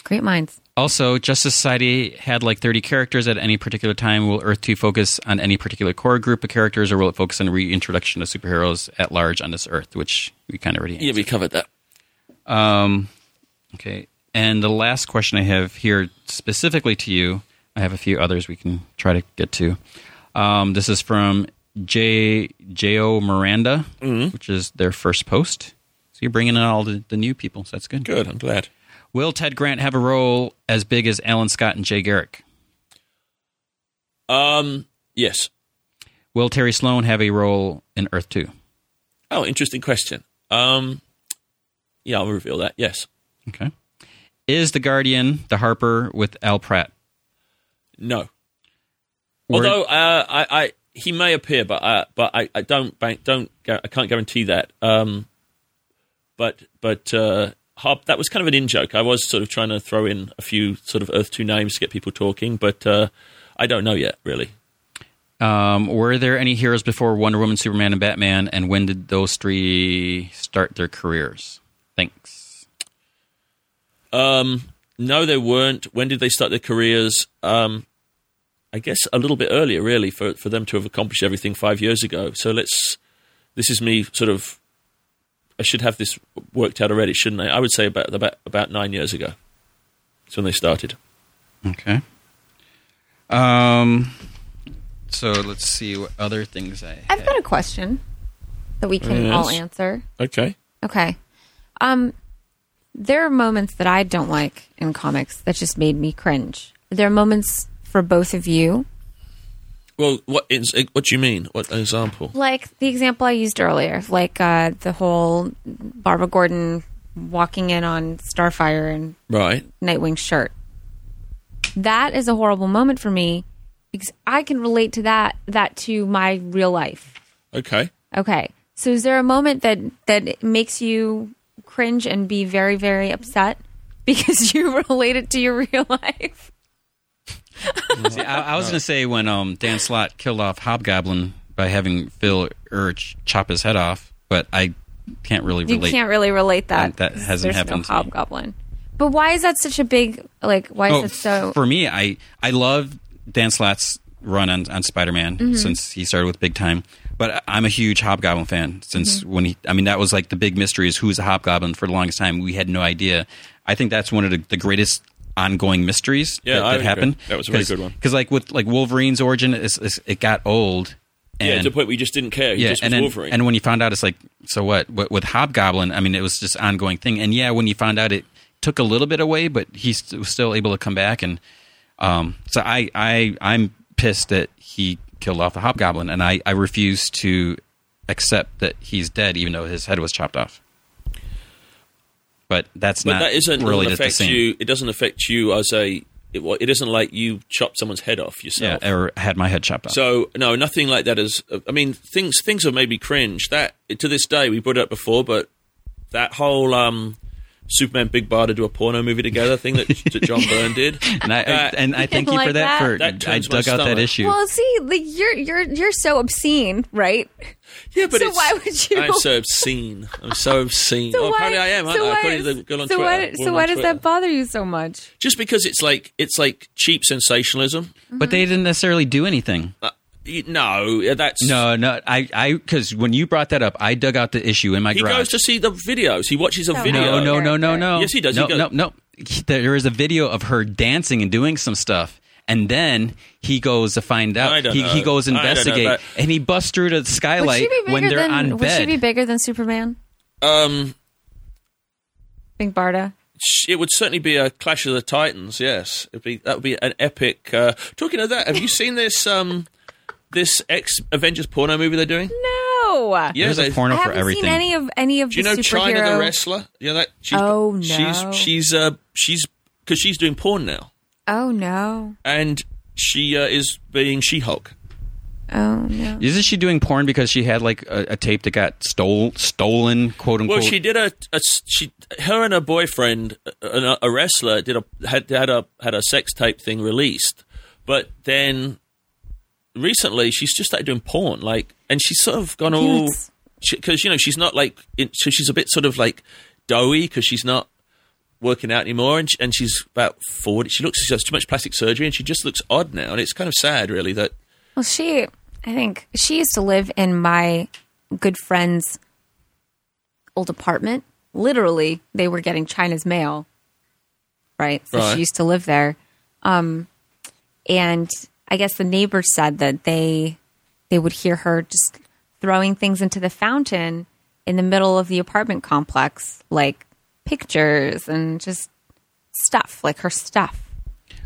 Great minds.
Also, Justice Society had like 30 characters at any particular time. Will Earth 2 focus on any particular core group of characters, or will it focus on reintroduction of superheroes at large on this Earth, which we kind of already
Yeah, we covered that.
um, okay. And the last question I have here, specifically to you, I have a few others we can try to get to. Um, this is from J J O Miranda, which is their first post. So you're bringing in all the, the new people, so that's good.
Good. I'm glad.
Will Ted Grant have a role as big as Alan Scott and Jay Garrick?
Um. Yes.
Will Terry Sloan have a role in Earth Two?
Oh, interesting question. Um. Yeah, I'll reveal that. Yes.
Okay. Is the Guardian the Harper with Al Pratt?
No.
Or-
Although uh, I, I, he may appear, but uh, but I, I don't bank, don't gu- I can't guarantee that. Um, but but uh, Harp, that was kind of an in joke. I was sort of trying to throw in a few sort of Earth Two names to get people talking, but uh, I don't know yet really.
Um, were there any heroes before Wonder Woman, Superman, and Batman? And when did those three start their careers? Thanks.
Um, no, they weren't. When did they start their careers? Um, I guess a little bit earlier, really, for, for them to have accomplished everything five years ago. So let's. This is me sort of. I should have this worked out already, shouldn't I? I would say about about about nine years ago. That's when they started.
Okay. Um. So let's see what other things I.
I've got a question that we can all
Yes.
answer.
Okay.
Okay. Um, there are moments that I don't like in comics that just made me cringe. There are moments for both of you,
Well, what is what do you mean? What example?
like the example I used earlier, like uh, the whole Barbara Gordon walking in on Starfire and
Right.
Nightwing shirt. That is a horrible moment for me because I can relate to that that to my real life.
Okay.
Okay. So is there a moment that that makes you cringe and be very very upset [LAUGHS] because you [LAUGHS] relate it to your real life?
See, I, I was gonna say when um Dan Slott killed off Hobgoblin by having Phil Urch chop his head off, but I can't really
You
relate.
can't really relate that.
That- that
because
hasn't
there's
happened to
No
me.
hobgoblin. But why is that such a big like? Why is
Oh,
it so?
for me, I I love Dan Slott's run on, on Spider Man since he started with Big Time. But I- I'm a huge Hobgoblin fan since when he. I mean, that was like the big mystery is who's a Hobgoblin for the longest time. We had no idea. I think that's one of the, the greatest ongoing mysteries
Yeah,
that,
I
that
agree.
happened.
That was a very good one.
Because like with like Wolverine's origin, it's, it's, it got old. And,
yeah, to the point where you just didn't care. You just
and
was
then,
Wolverine.
And when you found out, it's like, so what? With, with Hobgoblin, I mean, it was just ongoing thing. And yeah, when you found out, it took a little bit away, but he st- was still able to come back. And um, so I, I, I'm pissed that he killed off the Hobgoblin, and I, I refuse to accept that he's dead, even though his head was chopped off. But that's
but
not
that isn't
really
doesn't
just the
affect
same.
you. It doesn't affect you as a. It, well, it isn't like you chop someone's head off yourself.
yeah, or had my head chopped off.
So no, nothing like that is. I mean, things things have made me cringe. That to this day we brought it up before, but that whole um, Superman Big Bar to do a porno movie together thing
[LAUGHS]
that, that John Byrne did.
and I,
that-
[LAUGHS]
and I thank you
Like
for
that?
that. For
uh, That
I
turns my
dug out that
stomach.
issue.
Well, see, like you're you're you're so obscene, right?
yeah, but
so
it's-
why would you-
I'm so obscene. I'm so obscene.
So
[LAUGHS] oh,
why-
apparently I am. aren't
so
I?
why
According
is-
to the girl on
so
Twitter,
why, so
woman
why
on
does
Twitter.
that bother you so much?
Just because it's like it's like cheap sensationalism.
But
mhm.
they didn't necessarily do anything.
Uh, y- no, yeah, that's
No, no, I, I, because when you brought that up, I dug out the issue in my
He
garage.
goes to see the videos. He watches a
No,
video.
no, no, no, no, no.
Yes, he does. He
No,
goes-
no, no. There is a video of her dancing and doing some stuff, and then he goes to find out.
I don't
he, he
know.
goes
I don't know
investigate,
that.
and he busts through to the
Would she
skylight
be bigger
when they're
than
on
Would she
bed.
be bigger than Superman?
Um,
Think Barda.
it would certainly be a Clash of the Titans. Yes, it'd be that would be an epic. Uh, talking of that, have you seen this um this ex Avengers porno movie they're doing?
No.
Yeah,
There's a
they-
porno
I
for
haven't
everything.
seen any of any of
Do you
the
know
superhero.
China the wrestler? You know that? She's,
Oh, no.
She's she's uh she's because she's doing porn now,
Oh no!
and she uh, is being She Hulk.
Oh no!
Isn't she doing porn because she had like a, a tape that got stole stolen, quote unquote?
Well, she did a, a she her and her boyfriend, a, a wrestler, did a had had a had a sex tape thing released, but then recently she's just started doing porn, like, and she's sort of gone all
Yikes.
because you know she's not like in, so she's a bit sort of like doughy because she's not working out anymore, and, she, and she's about forty. She looks she has too much plastic surgery, and she just looks odd now, and it's kind of sad, really. That
Well, she. I think she used to live in my good friend's old apartment. Literally, they were getting China's mail, right? So
Right.
she used to live there, um, and I guess the neighbors said that they they would hear her just throwing things into the fountain in the middle of the apartment complex, like pictures and just stuff, like her stuff.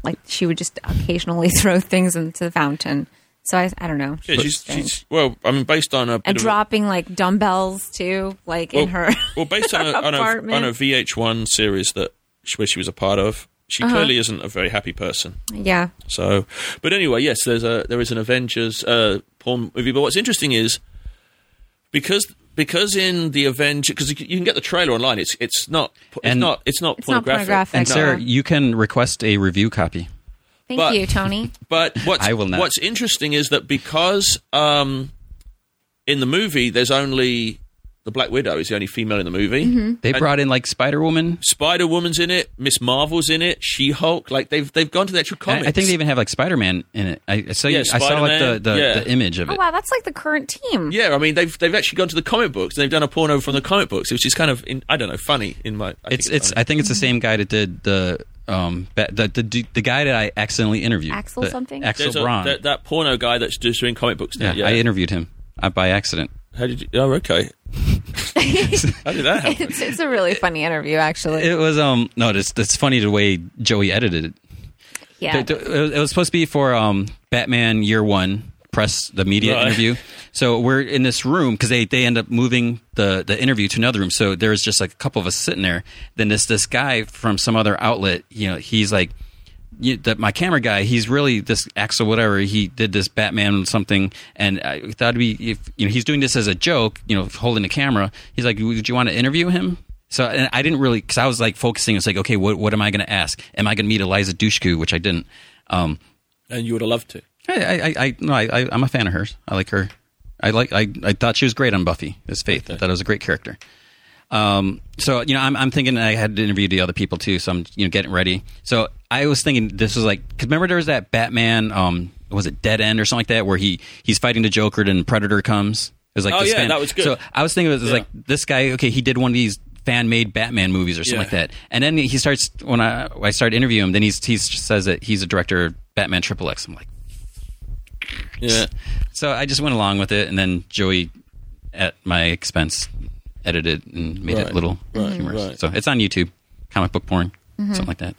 Like she would just occasionally [LAUGHS] throw things into the fountain. So I, I don't know.
yeah, she's,
Strange.
she's well, I mean, based on a bit
and
of a-
dropping like dumbbells too, like in her.
well, based on a, on, a,
apartment.
on a VH1 series that where she was a part of, she
Uh-huh.
clearly isn't a very happy person.
yeah.
So, but anyway, yes, there's a there is an Avengers uh, porn movie. But what's interesting is because because in the Avengers because you can- you can get the trailer online. It's it's not it's
And-
not it's not
It's not
pornographic.
pornographic.
and
No.
Sarah, you can request a review copy.
Thank
But-
you,
[LAUGHS]
Tony.
But what's,
I will not.
what's interesting is that because um, in the movie there's only the Black Widow is the only female in the movie.
Mm-hmm.
They brought in like Spider Woman.
Spider Woman's in it, Miss Marvel's in it, She Hulk. Like they've they've gone to the actual
I,
comics.
I think they even have like Spider Man in it. I, I saw,
Yeah,
I saw like the,
Spider-Man,
the,
yeah.
the image of
Oh
it.
wow, that's like the current team.
Yeah, I mean they've they've actually gone to the comic books and they've done a porno from the comic books, which is kind of in, I don't know funny in my. I think
It's it's.
funny.
I think it's the same guy that did the um ba- the the, the, the guy that I accidentally interviewed.
Axel
The-
something?
Axel
There's a-
Braun.
that, that porno guy that's just doing comic books now.
yeah,
Yeah,
I interviewed him uh, by accident.
how did you? Oh,
[LAUGHS]
okay. how did that happen?
[LAUGHS] It's, it's a really funny interview, actually.
It was um no, it's it's funny the way Joey edited it.
yeah.
It- It was supposed to be for um, Batman Year One press the media
Right.
interview. So we're in this room because they, they end up moving the, the interview to another room. So there's just like a couple of us sitting there. Then this this guy from some other outlet, you know, he's like, you, the, my camera guy. He's really this Axel whatever. He did this Batman something, and I thought it'd be if you know he's doing this as a joke, you know, holding the camera. He's like, would you want to interview him? So and I didn't really because I was like focusing. It's like, okay, what what am I going to ask? Am I going to meet Eliza Dushku? Which I didn't. Um,
And you would have loved to.
I, I, I- I no, I, I, I'm a fan of hers. I like her. I like. I, I thought she was great on Buffy as Faith. I thought it was a great character. Um, so you know, I'm, I'm thinking I had to interview the other people too. So I'm you know getting ready. So I was thinking this was like because remember there was that Batman. Um, was it Dead End or something like that where he he's fighting the Joker and Predator comes. It was like
Oh,
this
yeah,
fan-
that was good.
So I was thinking it was like this guy. Okay, he did one of these fan made Batman movies or something
Yeah.
like that. And then he starts when I I started interviewing him. Then he's he says that he's a director of Batman Triple X. I'm like.
Yeah.
So I just went along with it, and then Joey, at my expense, edited and made it
Right,
little
right,
humorous.
right.
So it's on YouTube, comic book porn, something like that.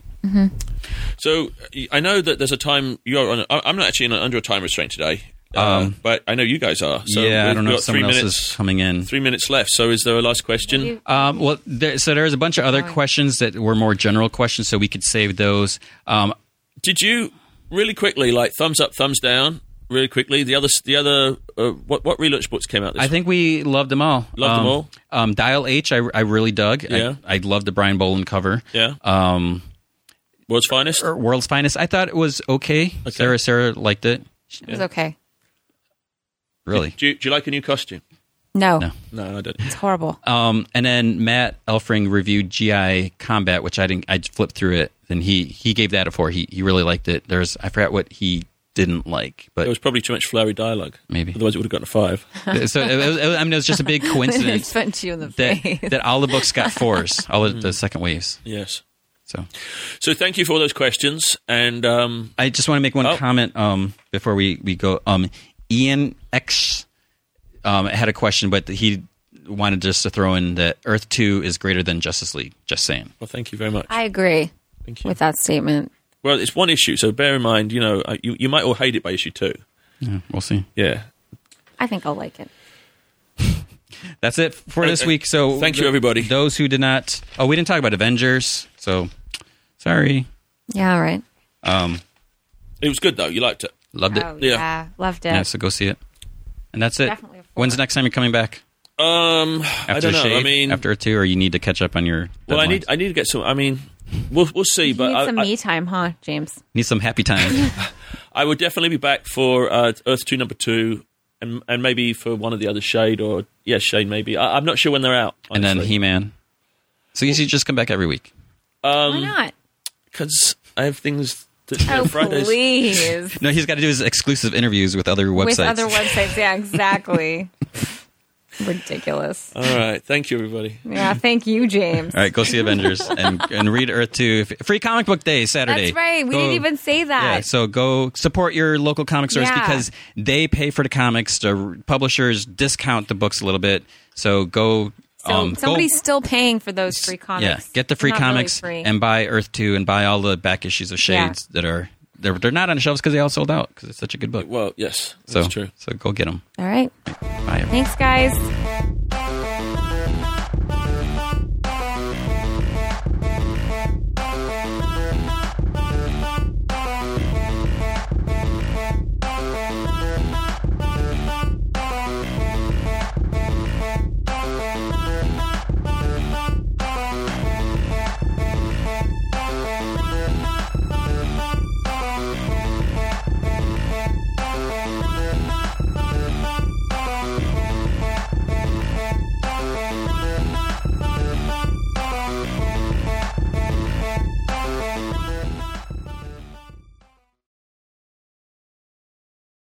So I know that there's a time you're on. I- I'm not actually under a time restraint today, uh, but I know you guys are. So
Um, yeah, I
we've
don't know
got
if
three
someone else
minutes,
is coming in.
Three minutes left. So is there a last question?
Um, well, there, so there's a bunch of other questions that were more general questions, so we could save those. Um,
Did you really quickly like thumbs up, thumbs down? Really quickly, the other the other uh, what what relaunch books came out this
I think we loved them all.
Loved them
Um,
all?
Um, Dial H, I, I really dug. I-
Yeah.
I, loved the Brian Boland cover.
Yeah.
Um,
World's Finest.
or World's Finest, I thought it was okay. Sarah, Sarah liked it.
It was okay.
Really.
Do you, do you like a new costume?
No,
No.
No, I
[LAUGHS]
don't.
it's horrible.
Um, and then Matt Elfring reviewed GI Combat, which I didn't. I flipped through it, and he he gave that a four. He he really liked it. There's I forgot what he didn't like,
There
but
was probably too much flowery dialogue.
Maybe.
[LAUGHS] Otherwise, it would have gotten a five.
so it was, it was- I mean, it was just a
[LAUGHS]
big
It
coincidence
punched you in the
that
face.
that all the books got fours, all of the second waves.
yes.
So
So thank you for all those questions. And um,
I just want to make one
Oh.
comment um, before we, we go. Um, Ian X um, had a question, but he wanted just to throw in that Earth 2 is greater than Justice League. Just saying.
well, thank you very much.
I agree
Thank you.
with that statement.
Well, it's one issue, so bear in mind, you know, uh, you, you might all hate it by issue two.
Yeah, we'll see.
Yeah.
I think I'll like it.
That's it for
Uh,
this
uh,
week. So
thank you, everybody.
Those who did not. Oh, we didn't talk about Avengers. So sorry.
Yeah, all right.
Um,
It was good, though. You liked it.
loved it.
Oh,
yeah.
yeah. Loved it.
yeah, so go see it. And that's it.
Definitely a four.
When's the next time you're coming back?
Um,
After
I don't know.
Shade?
I mean,
after Earth 2, or you need to catch up on your.
well, I
deadlines?
need I need to get some. I mean, we'll we'll see,
you
but
need
I,
some
I,
me time, huh, James?
need some
[LAUGHS]
happy time.
I would definitely be back for uh, Earth Two Number Two, and and maybe for one of the other Shade or yeah Shade maybe. I, I'm not sure when they're out.
and then
honestly.
He Man. So you should just come back every week. Um,
Why not?
because I have things that you know,
Oh,
Fridays.
please.
No, he's got to do his exclusive interviews with other websites.
With other websites. Yeah,
[LAUGHS]
exactly. Ridiculous.
All right, thank you everybody.
Yeah, thank you, James.
All right, go see Avengers and and read Earth Two. Free Comic Book Day Saturday.
That's right. We
Go-
didn't even say that.
Yeah, so go support your local comic stores
Yeah.
because they pay for the comics. The publishers discount the books a little bit. So go.
So
um, go-
somebody's still paying for those free comics.
Yeah, get the free
They're not really
comics
free.
and buy Earth Two and buy all the back issues of
Yeah.
Shades that are they're they're not on the shelves because they all sold out because it's such a good book.
Well, yes,
so
that's true.
so go get them.
All right.
Bye. everyone.
Thanks, guys.